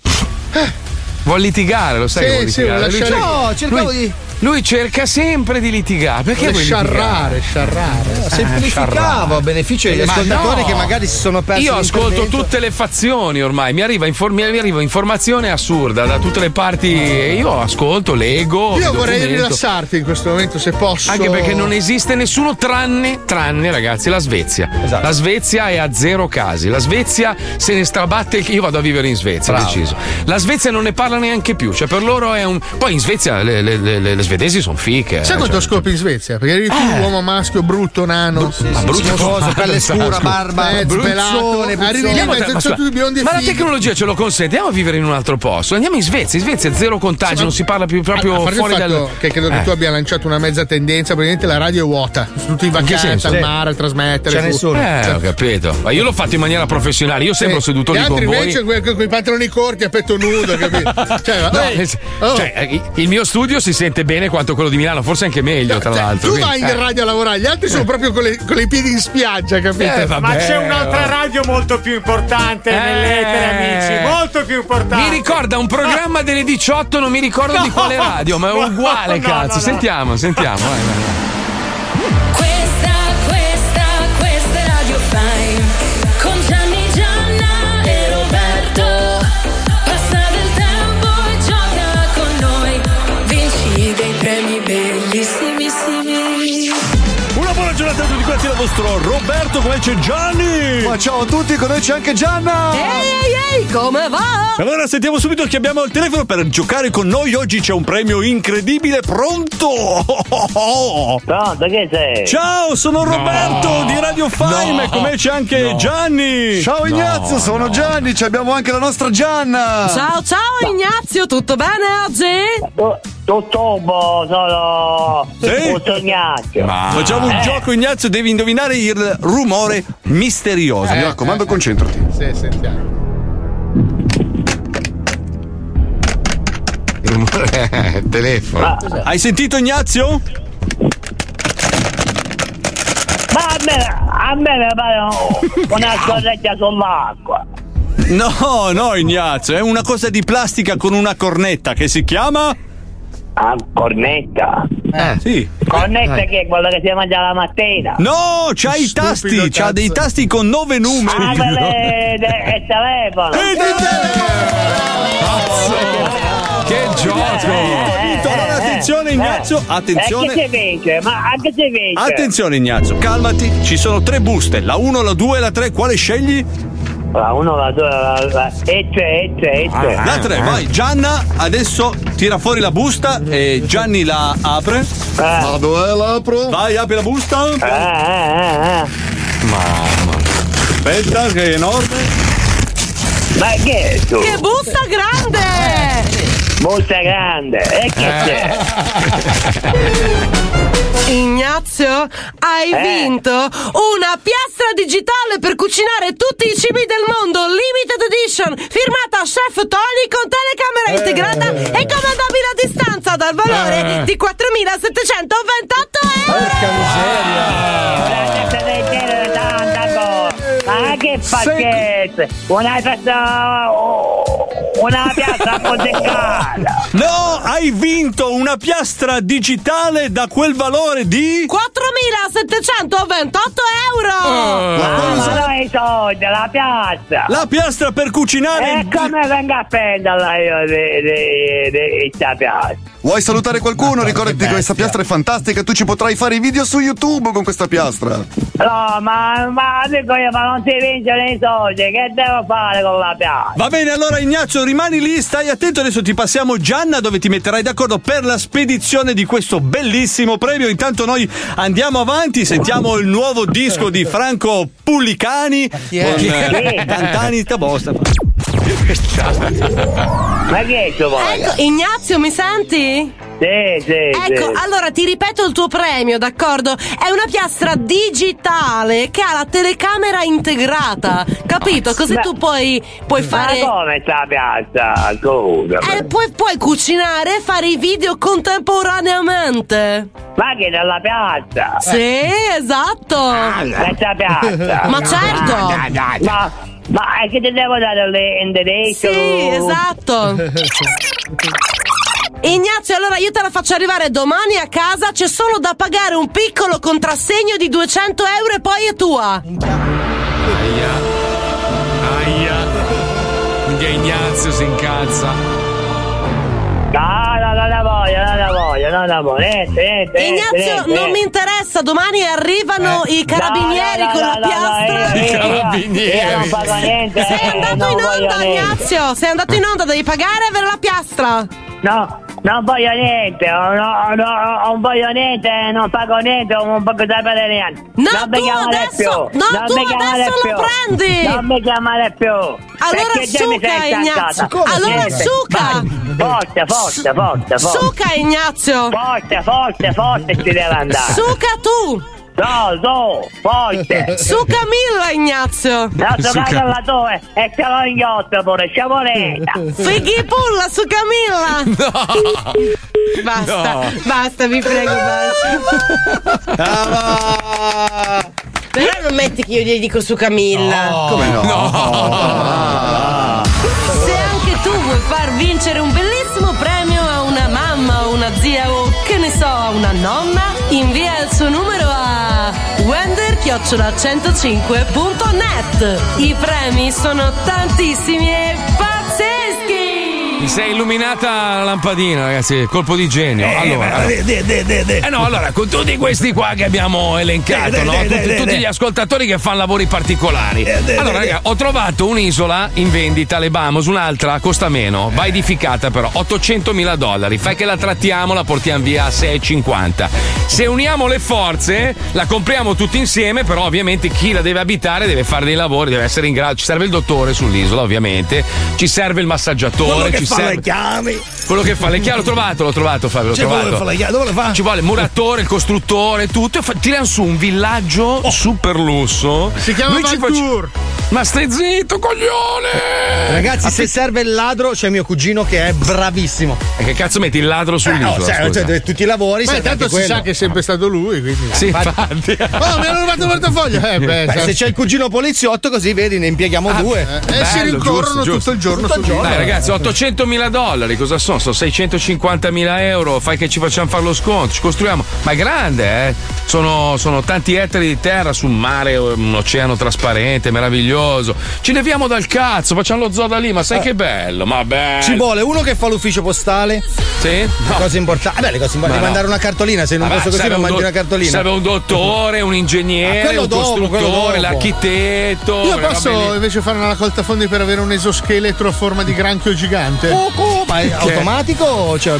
Speaker 2: Vuol litigare, lo sai
Speaker 5: Sì,
Speaker 2: che vuol
Speaker 5: sì,
Speaker 2: litigare.
Speaker 5: lascia-
Speaker 2: cerca-
Speaker 5: no, cercavo
Speaker 2: lui-
Speaker 5: di-
Speaker 2: Lui cerca sempre di litigare.
Speaker 5: Vuole
Speaker 2: Perché vuoi
Speaker 5: sciarrare,
Speaker 2: litigare?
Speaker 5: sciarrare.
Speaker 13: No, Eh, semplificavo a beneficio degli
Speaker 2: Eh, Ma
Speaker 13: ascoltatori
Speaker 2: no!
Speaker 13: che magari si sono persi.
Speaker 2: Io ascolto
Speaker 13: l'intervento.
Speaker 2: tutte le fazioni ormai, mi arriva, infor- mi arriva informazione assurda da tutte le parti e io ascolto, leggo.
Speaker 5: Io
Speaker 2: mi
Speaker 5: vorrei
Speaker 2: documento.
Speaker 5: rilassarti in questo momento, se posso.
Speaker 2: Anche perché non esiste nessuno tranne, tranne ragazzi, la Svezia.
Speaker 5: Esatto.
Speaker 2: La Svezia è a zero casi. La Svezia se ne strabatte. il- Io vado a vivere in Svezia, ho
Speaker 12: Bravo.
Speaker 2: deciso. La Svezia non ne parla neanche più. Cioè, per loro è un. Poi in Svezia le, le- le- le- le svedesi sono fiche.
Speaker 5: Sai
Speaker 2: eh,
Speaker 5: quanto
Speaker 2: cioè-
Speaker 5: scopri in Svezia? Perché arrivi tu, uomo maschio, brutto, nano.
Speaker 2: ma brutto
Speaker 13: Schifoso, pelle scura, barba,
Speaker 5: Eh, spelato.
Speaker 13: bruzzone,
Speaker 5: Arrivi lì,
Speaker 13: puzzone.
Speaker 5: mezzo
Speaker 2: Ma scusa,
Speaker 5: tutti biondi e
Speaker 2: ma la
Speaker 5: fighi.
Speaker 2: tecnologia ce lo consente, andiamo a vivere in un altro posto. Andiamo in Svezia, in Svezia zero contagi, non si parla più proprio
Speaker 5: A parte
Speaker 2: fuori
Speaker 5: il fatto
Speaker 2: dal.
Speaker 5: che credo che
Speaker 2: Eh.
Speaker 5: tu abbia lanciato una mezza tendenza, praticamente la radio è vuota. Sono tutti in
Speaker 2: In che
Speaker 5: vacanza,
Speaker 2: senso?
Speaker 5: al
Speaker 2: Sì.
Speaker 5: mare, a trasmettere.
Speaker 2: Eh,
Speaker 5: su.
Speaker 2: ho capito. Ma io l'ho fatto in maniera professionale, io sembro
Speaker 5: Sì.
Speaker 2: seduto
Speaker 5: Gli
Speaker 2: lì con
Speaker 5: altri
Speaker 2: voi.
Speaker 5: invece que- que- quei pantaloni corti a petto nudo, capito? Cioè,
Speaker 2: No,
Speaker 5: vabbè.
Speaker 2: nel- cioè, eh, il mio studio si sente bene quanto quello di Milano, forse anche meglio, tra l'altro.
Speaker 5: cioè, tu
Speaker 2: quindi-
Speaker 5: vai in
Speaker 2: eh.
Speaker 5: radio a lavorare, gli altri sono proprio con, le- con i piedi in spiaggia, capito?
Speaker 2: Eh, vabbè. Eh.
Speaker 7: Ma c'è un'altra radio molto più importante nell'etere, amici. Molto più importante.
Speaker 2: Mi ricorda un programma delle 18, non mi ricordo di
Speaker 7: No.
Speaker 2: quale radio, ma è
Speaker 7: No,
Speaker 2: uguale,
Speaker 7: no,
Speaker 2: cazzo.
Speaker 7: no, no.
Speaker 2: Sentiamo, sentiamo. vai, vai.
Speaker 20: Questa, questa, questa è Radio Fine Con Gianni, Gianna e Roberto Passa del tempo e gioca con noi Vinci dei premi bellissimissimi
Speaker 15: Una buona giornata a tutti quanti dal vostro Roberto, come c'è Gianni!
Speaker 13: Ma ciao a tutti, con noi c'è anche Gianna!
Speaker 20: Eh? Ehi, ehi, come va?
Speaker 15: Allora sentiamo subito chi abbiamo al telefono per giocare con noi. Oggi c'è un premio incredibile pronto!
Speaker 22: Pronto, che sei?
Speaker 15: Ciao, sono Roberto di Radio Fime e con me c'è anche Gianni!
Speaker 18: Ciao Ignazio, sono
Speaker 20: Ah.
Speaker 18: Gianni, ci abbiamo anche la nostra Gianna.
Speaker 20: Oh,
Speaker 19: Ciao ciao Ignazio, tutto bene oggi?
Speaker 20: Tutto bo, sono
Speaker 13: Sì?
Speaker 20: Bottoniaccio.
Speaker 13: Facciamo un
Speaker 20: Eh,
Speaker 13: gioco, Ignazio, devi indovinare il rumore misterioso.
Speaker 5: Eh,
Speaker 13: Mi raccomando, concentrati.
Speaker 5: Sì, sentiamo.
Speaker 13: Telefono. Hai sentito Ignazio?
Speaker 20: Ma a me, a me mi pare un- una scorreggia sull'acqua.
Speaker 13: No, no, Ignazio, è una cosa di plastica con una cornetta che si chiama.
Speaker 20: Ah, cornetta?
Speaker 13: Eh, sì.
Speaker 20: Connetta
Speaker 13: Dai.
Speaker 20: che è quello che si mangia la mattina.
Speaker 13: No, c'ha i tasti, c'ha dei tasti con nove numeri.
Speaker 20: Ah, quello è è il telefono.
Speaker 13: Che
Speaker 20: Eh,
Speaker 13: gioco! Allora, attenzione, Ignazio, attenzione.
Speaker 20: E che si vince? Ma a che si vince?
Speaker 13: Attenzione Ignazio, calmati, ci sono tre buste, la 1, la 2 e la 3, quale scegli?
Speaker 20: La 1, la 2, la, Eh, E tre, e tre, e cioè. Eh. tre.
Speaker 13: La 3, Ah, vai, Gianna adesso tira fuori la busta e Gianni la apre.
Speaker 20: Eh.
Speaker 13: Vado e la apro. Vai, apri la busta.
Speaker 20: eh,
Speaker 13: Mamma. Aspetta che è enorme.
Speaker 20: Ma che è tu?
Speaker 12: Che busta grande!
Speaker 20: Molto grande. E Eh, che c'è?
Speaker 13: Eh.
Speaker 12: Ignazio, hai
Speaker 20: Eh.
Speaker 12: vinto una piastra digitale per cucinare tutti i cibi del mondo, limited edition, firmata Chef Tony con telecamera integrata e comandabile a distanza dal valore
Speaker 20: Eh.
Speaker 12: di 4.728 euro.
Speaker 20: Ma che pacchetto! Una piazza! Una piazza appoggecata!
Speaker 13: No, hai vinto una piastra digitale da quel valore di
Speaker 12: 4.728
Speaker 20: Ma
Speaker 12: euro! Ah.
Speaker 20: non i soldi, la piazza!
Speaker 13: La piastra per cucinare!
Speaker 20: E come vengo a prenderla io di, di, di, questa piazza?
Speaker 18: Vuoi salutare qualcuno? Ricordati che questa piastra è fantastica, tu ci potrai fare i video su YouTube con questa piastra.
Speaker 4: Eh,
Speaker 20: No, ma, ma dico io, ma non si vincono i soldi, che devo fare con la piazza?
Speaker 13: Va bene, allora Ignazio, rimani lì, stai attento. Adesso ti passiamo Gianna, dove ti metterai d'accordo per la spedizione di questo bellissimo premio. Intanto noi andiamo avanti, sentiamo il nuovo disco di Franco Pullicani
Speaker 20: è?
Speaker 13: con
Speaker 20: Chi
Speaker 13: eh,
Speaker 20: è?
Speaker 13: Tantani Tabosta.
Speaker 20: Ma che è
Speaker 12: Ecco, Ignazio, mi senti?
Speaker 20: Sì, sì,
Speaker 12: Ecco,
Speaker 20: sì.
Speaker 12: allora ti ripeto il tuo premio, d'accordo? È una piastra digitale che ha la telecamera integrata, capito? Così
Speaker 20: Beh.
Speaker 12: tu puoi, puoi fare...
Speaker 20: Ma come sta piazza? Scusa.
Speaker 12: E puoi, puoi cucinare e fare i video contemporaneamente.
Speaker 20: Ma che nella piazza?
Speaker 12: Sì, esatto.
Speaker 20: Questa piazza. Ah,
Speaker 12: Ma certo.
Speaker 20: Ma, ma è che ti devo dare l'indirizzo?
Speaker 12: Sì, esatto. Ignazio, allora io te la faccio arrivare domani a casa, c'è solo da pagare un piccolo contrassegno di 200 euro e poi è tua.
Speaker 2: Aia. Aia. Quindi Ignazio si incazza.
Speaker 20: No, no, non la voglio, non la voglio, non la voglio. Niente, niente, niente,
Speaker 12: Ignazio,
Speaker 20: niente,
Speaker 12: non mi
Speaker 20: niente.
Speaker 12: interessa, domani arrivano i carabinieri
Speaker 20: Eh, No, no,
Speaker 12: con
Speaker 20: no,
Speaker 12: la
Speaker 20: no,
Speaker 12: piastra.
Speaker 20: no, io- io-
Speaker 12: carabinieri.
Speaker 20: Io non pago niente. eh,
Speaker 12: Sei andato in onda, Ignazio, sei andato in onda, devi pagare e avere la piastra.
Speaker 20: No, non voglio niente, oh, no, no, non voglio niente, non pago niente, non posso sapere niente.
Speaker 12: No,
Speaker 20: non mi
Speaker 12: tu
Speaker 20: chiamare
Speaker 12: adesso-
Speaker 20: più.
Speaker 12: no,
Speaker 20: non
Speaker 12: tu
Speaker 20: mi chiamare
Speaker 12: adesso
Speaker 20: più.
Speaker 12: lo prendi.
Speaker 20: Non mi chiamare più.
Speaker 12: Allora
Speaker 20: perché già mi
Speaker 12: suca,
Speaker 20: sei incantata.
Speaker 12: Ignazio. Allora
Speaker 20: Niente.
Speaker 12: suca.
Speaker 20: Forte, forte, forte, forte.
Speaker 12: Suca, Ignazio.
Speaker 20: Forte, forte, forte ci deve andare.
Speaker 12: Suca tu.
Speaker 20: No, no, forte.
Speaker 12: Suca mille, Ignazio.
Speaker 20: No, giocate alla tua e ce l'ho in ghiotto pure, sciamonetta.
Speaker 12: Fighi pulla su Camilla! Basta,
Speaker 20: No.
Speaker 12: basta, vi prego,
Speaker 18: Ah,
Speaker 12: basta. Però non metti che io gli dico su Camilla.
Speaker 18: Come no?
Speaker 12: Ecco, Se anche tu vuoi far vincere un bellissimo premio a una mamma o una zia o che ne so, a una nonna, invia il suo numero a wender-105.net. I premi sono tantissimi e pazzeschi!
Speaker 2: Mi sei illuminata la lampadina, ragazzi. Colpo di genio.
Speaker 4: Eh,
Speaker 2: allora,
Speaker 4: beh, de- de- de- de- de.
Speaker 2: Eh no, allora, con tutti questi qua che abbiamo elencato,
Speaker 4: De- de-
Speaker 2: Certo, no?
Speaker 4: de-
Speaker 2: tutti,
Speaker 4: de-
Speaker 2: tutti
Speaker 4: de-
Speaker 2: gli ascoltatori che fanno lavori particolari.
Speaker 4: Eh, de-
Speaker 2: allora,
Speaker 4: de- de-
Speaker 2: raga, ho trovato un'isola in vendita, le Bahamas, un'altra costa meno, va edificata però, 800 mila dollari. Fai che la trattiamo, la portiamo via a 6,50. Se uniamo le forze, la compriamo tutti insieme, però ovviamente chi la deve abitare deve fare dei lavori, deve essere in grado. Ci serve il dottore sull'isola, ovviamente, ci serve il massaggiatore, ci
Speaker 27: fa
Speaker 2: serve.
Speaker 27: le chiavi.
Speaker 2: Quello che fa le chiavi, l'ho trovato, l'ho trovato Fabio, l'ho
Speaker 27: Cioè, quello
Speaker 2: trovato.
Speaker 27: che fa le chiavi, dove le fa?
Speaker 2: Ci vuole il muratore, il costruttore, tutto. E fa- tirano su un villaggio super lusso.
Speaker 5: Oh. Si chiama
Speaker 2: Lui ci face-
Speaker 5: Valtour.
Speaker 2: Ma stai zitto, coglione!
Speaker 4: Ragazzi, se serve il ladro, c'è mio cugino che è bravissimo.
Speaker 2: E che cazzo metti il
Speaker 7: Eh,
Speaker 2: ladro
Speaker 4: no,
Speaker 2: sull'isola?
Speaker 4: cioè,
Speaker 2: scusa?
Speaker 4: cioè, tutti i lavori.
Speaker 5: Ma
Speaker 4: serve
Speaker 5: intanto
Speaker 4: anche
Speaker 5: si
Speaker 4: quello.
Speaker 5: sa che è sempre stato lui, quindi.
Speaker 2: Sì,
Speaker 4: infatti.
Speaker 5: Oh, mi hanno rubato il portafoglio! Eh, beh,
Speaker 4: Beh, cioè, Ah,
Speaker 5: sa-
Speaker 4: se c'è il cugino poliziotto, così vedi, ne impieghiamo due.
Speaker 5: eh, e si Bello, rincorrono giusto, tutto giusto. il giorno
Speaker 4: Tutto il giorno.
Speaker 2: Dai ragazzi, 800 mila dollari, cosa sono? Sono 650 mila euro, fai che ci facciamo fare lo sconto, ci costruiamo. Ma è grande, eh? Sono, sono tanti ettari di terra su un mare, un oceano trasparente, meraviglioso. Ci leviamo dal cazzo, facciamo lo zoo da lì, ma sai
Speaker 4: Eh.
Speaker 2: che bello, ma bello.
Speaker 4: Ci vuole uno che fa l'ufficio postale.
Speaker 2: Sì?
Speaker 4: Le cose importanti. Ah, Beh, le cose
Speaker 2: Ma
Speaker 4: importanti.
Speaker 2: no.
Speaker 4: Devi mandare una cartolina. Se in un
Speaker 2: Vabbè,
Speaker 4: posto così
Speaker 2: serve
Speaker 4: non
Speaker 2: un
Speaker 4: mandi
Speaker 2: do-
Speaker 4: una cartolina.
Speaker 2: Serve un dottore, un
Speaker 4: Ah,
Speaker 2: ingegnere,
Speaker 4: quello
Speaker 2: un
Speaker 4: dopo, quello
Speaker 2: costruttore,
Speaker 4: dopo.
Speaker 2: l'architetto.
Speaker 5: Io
Speaker 2: le robe lì.
Speaker 5: posso invece fare una raccolta fondi per avere un esoscheletro a forma di granchio gigante? Cioè,
Speaker 4: Poco, ma è automatico o cioè.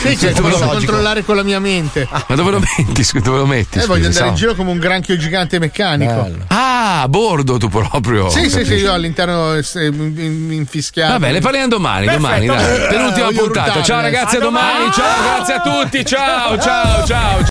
Speaker 5: Sì, cioè,
Speaker 2: Sì,
Speaker 5: posso
Speaker 2: logico. Ah,
Speaker 5: controllare con la mia mente.
Speaker 2: Ma dove lo metti? scusa, Dove lo metti?
Speaker 5: Eh,
Speaker 2: scusa,
Speaker 5: voglio andare in
Speaker 2: Sam?
Speaker 5: giro come un granchio gigante meccanico.
Speaker 2: Ah, a bordo tu proprio.
Speaker 5: sì, sì, sì,
Speaker 2: Capisci?
Speaker 5: io all'interno eh, in- in- infischiato.
Speaker 2: Va bene, parliamo domani, domani, dai. Penultima
Speaker 5: Voglio
Speaker 2: puntata.
Speaker 5: urtarvi,
Speaker 2: Ciao
Speaker 5: adesso.
Speaker 2: ragazzi, a domani. Ciao, grazie a tutti. Ciao, ciao, ciao.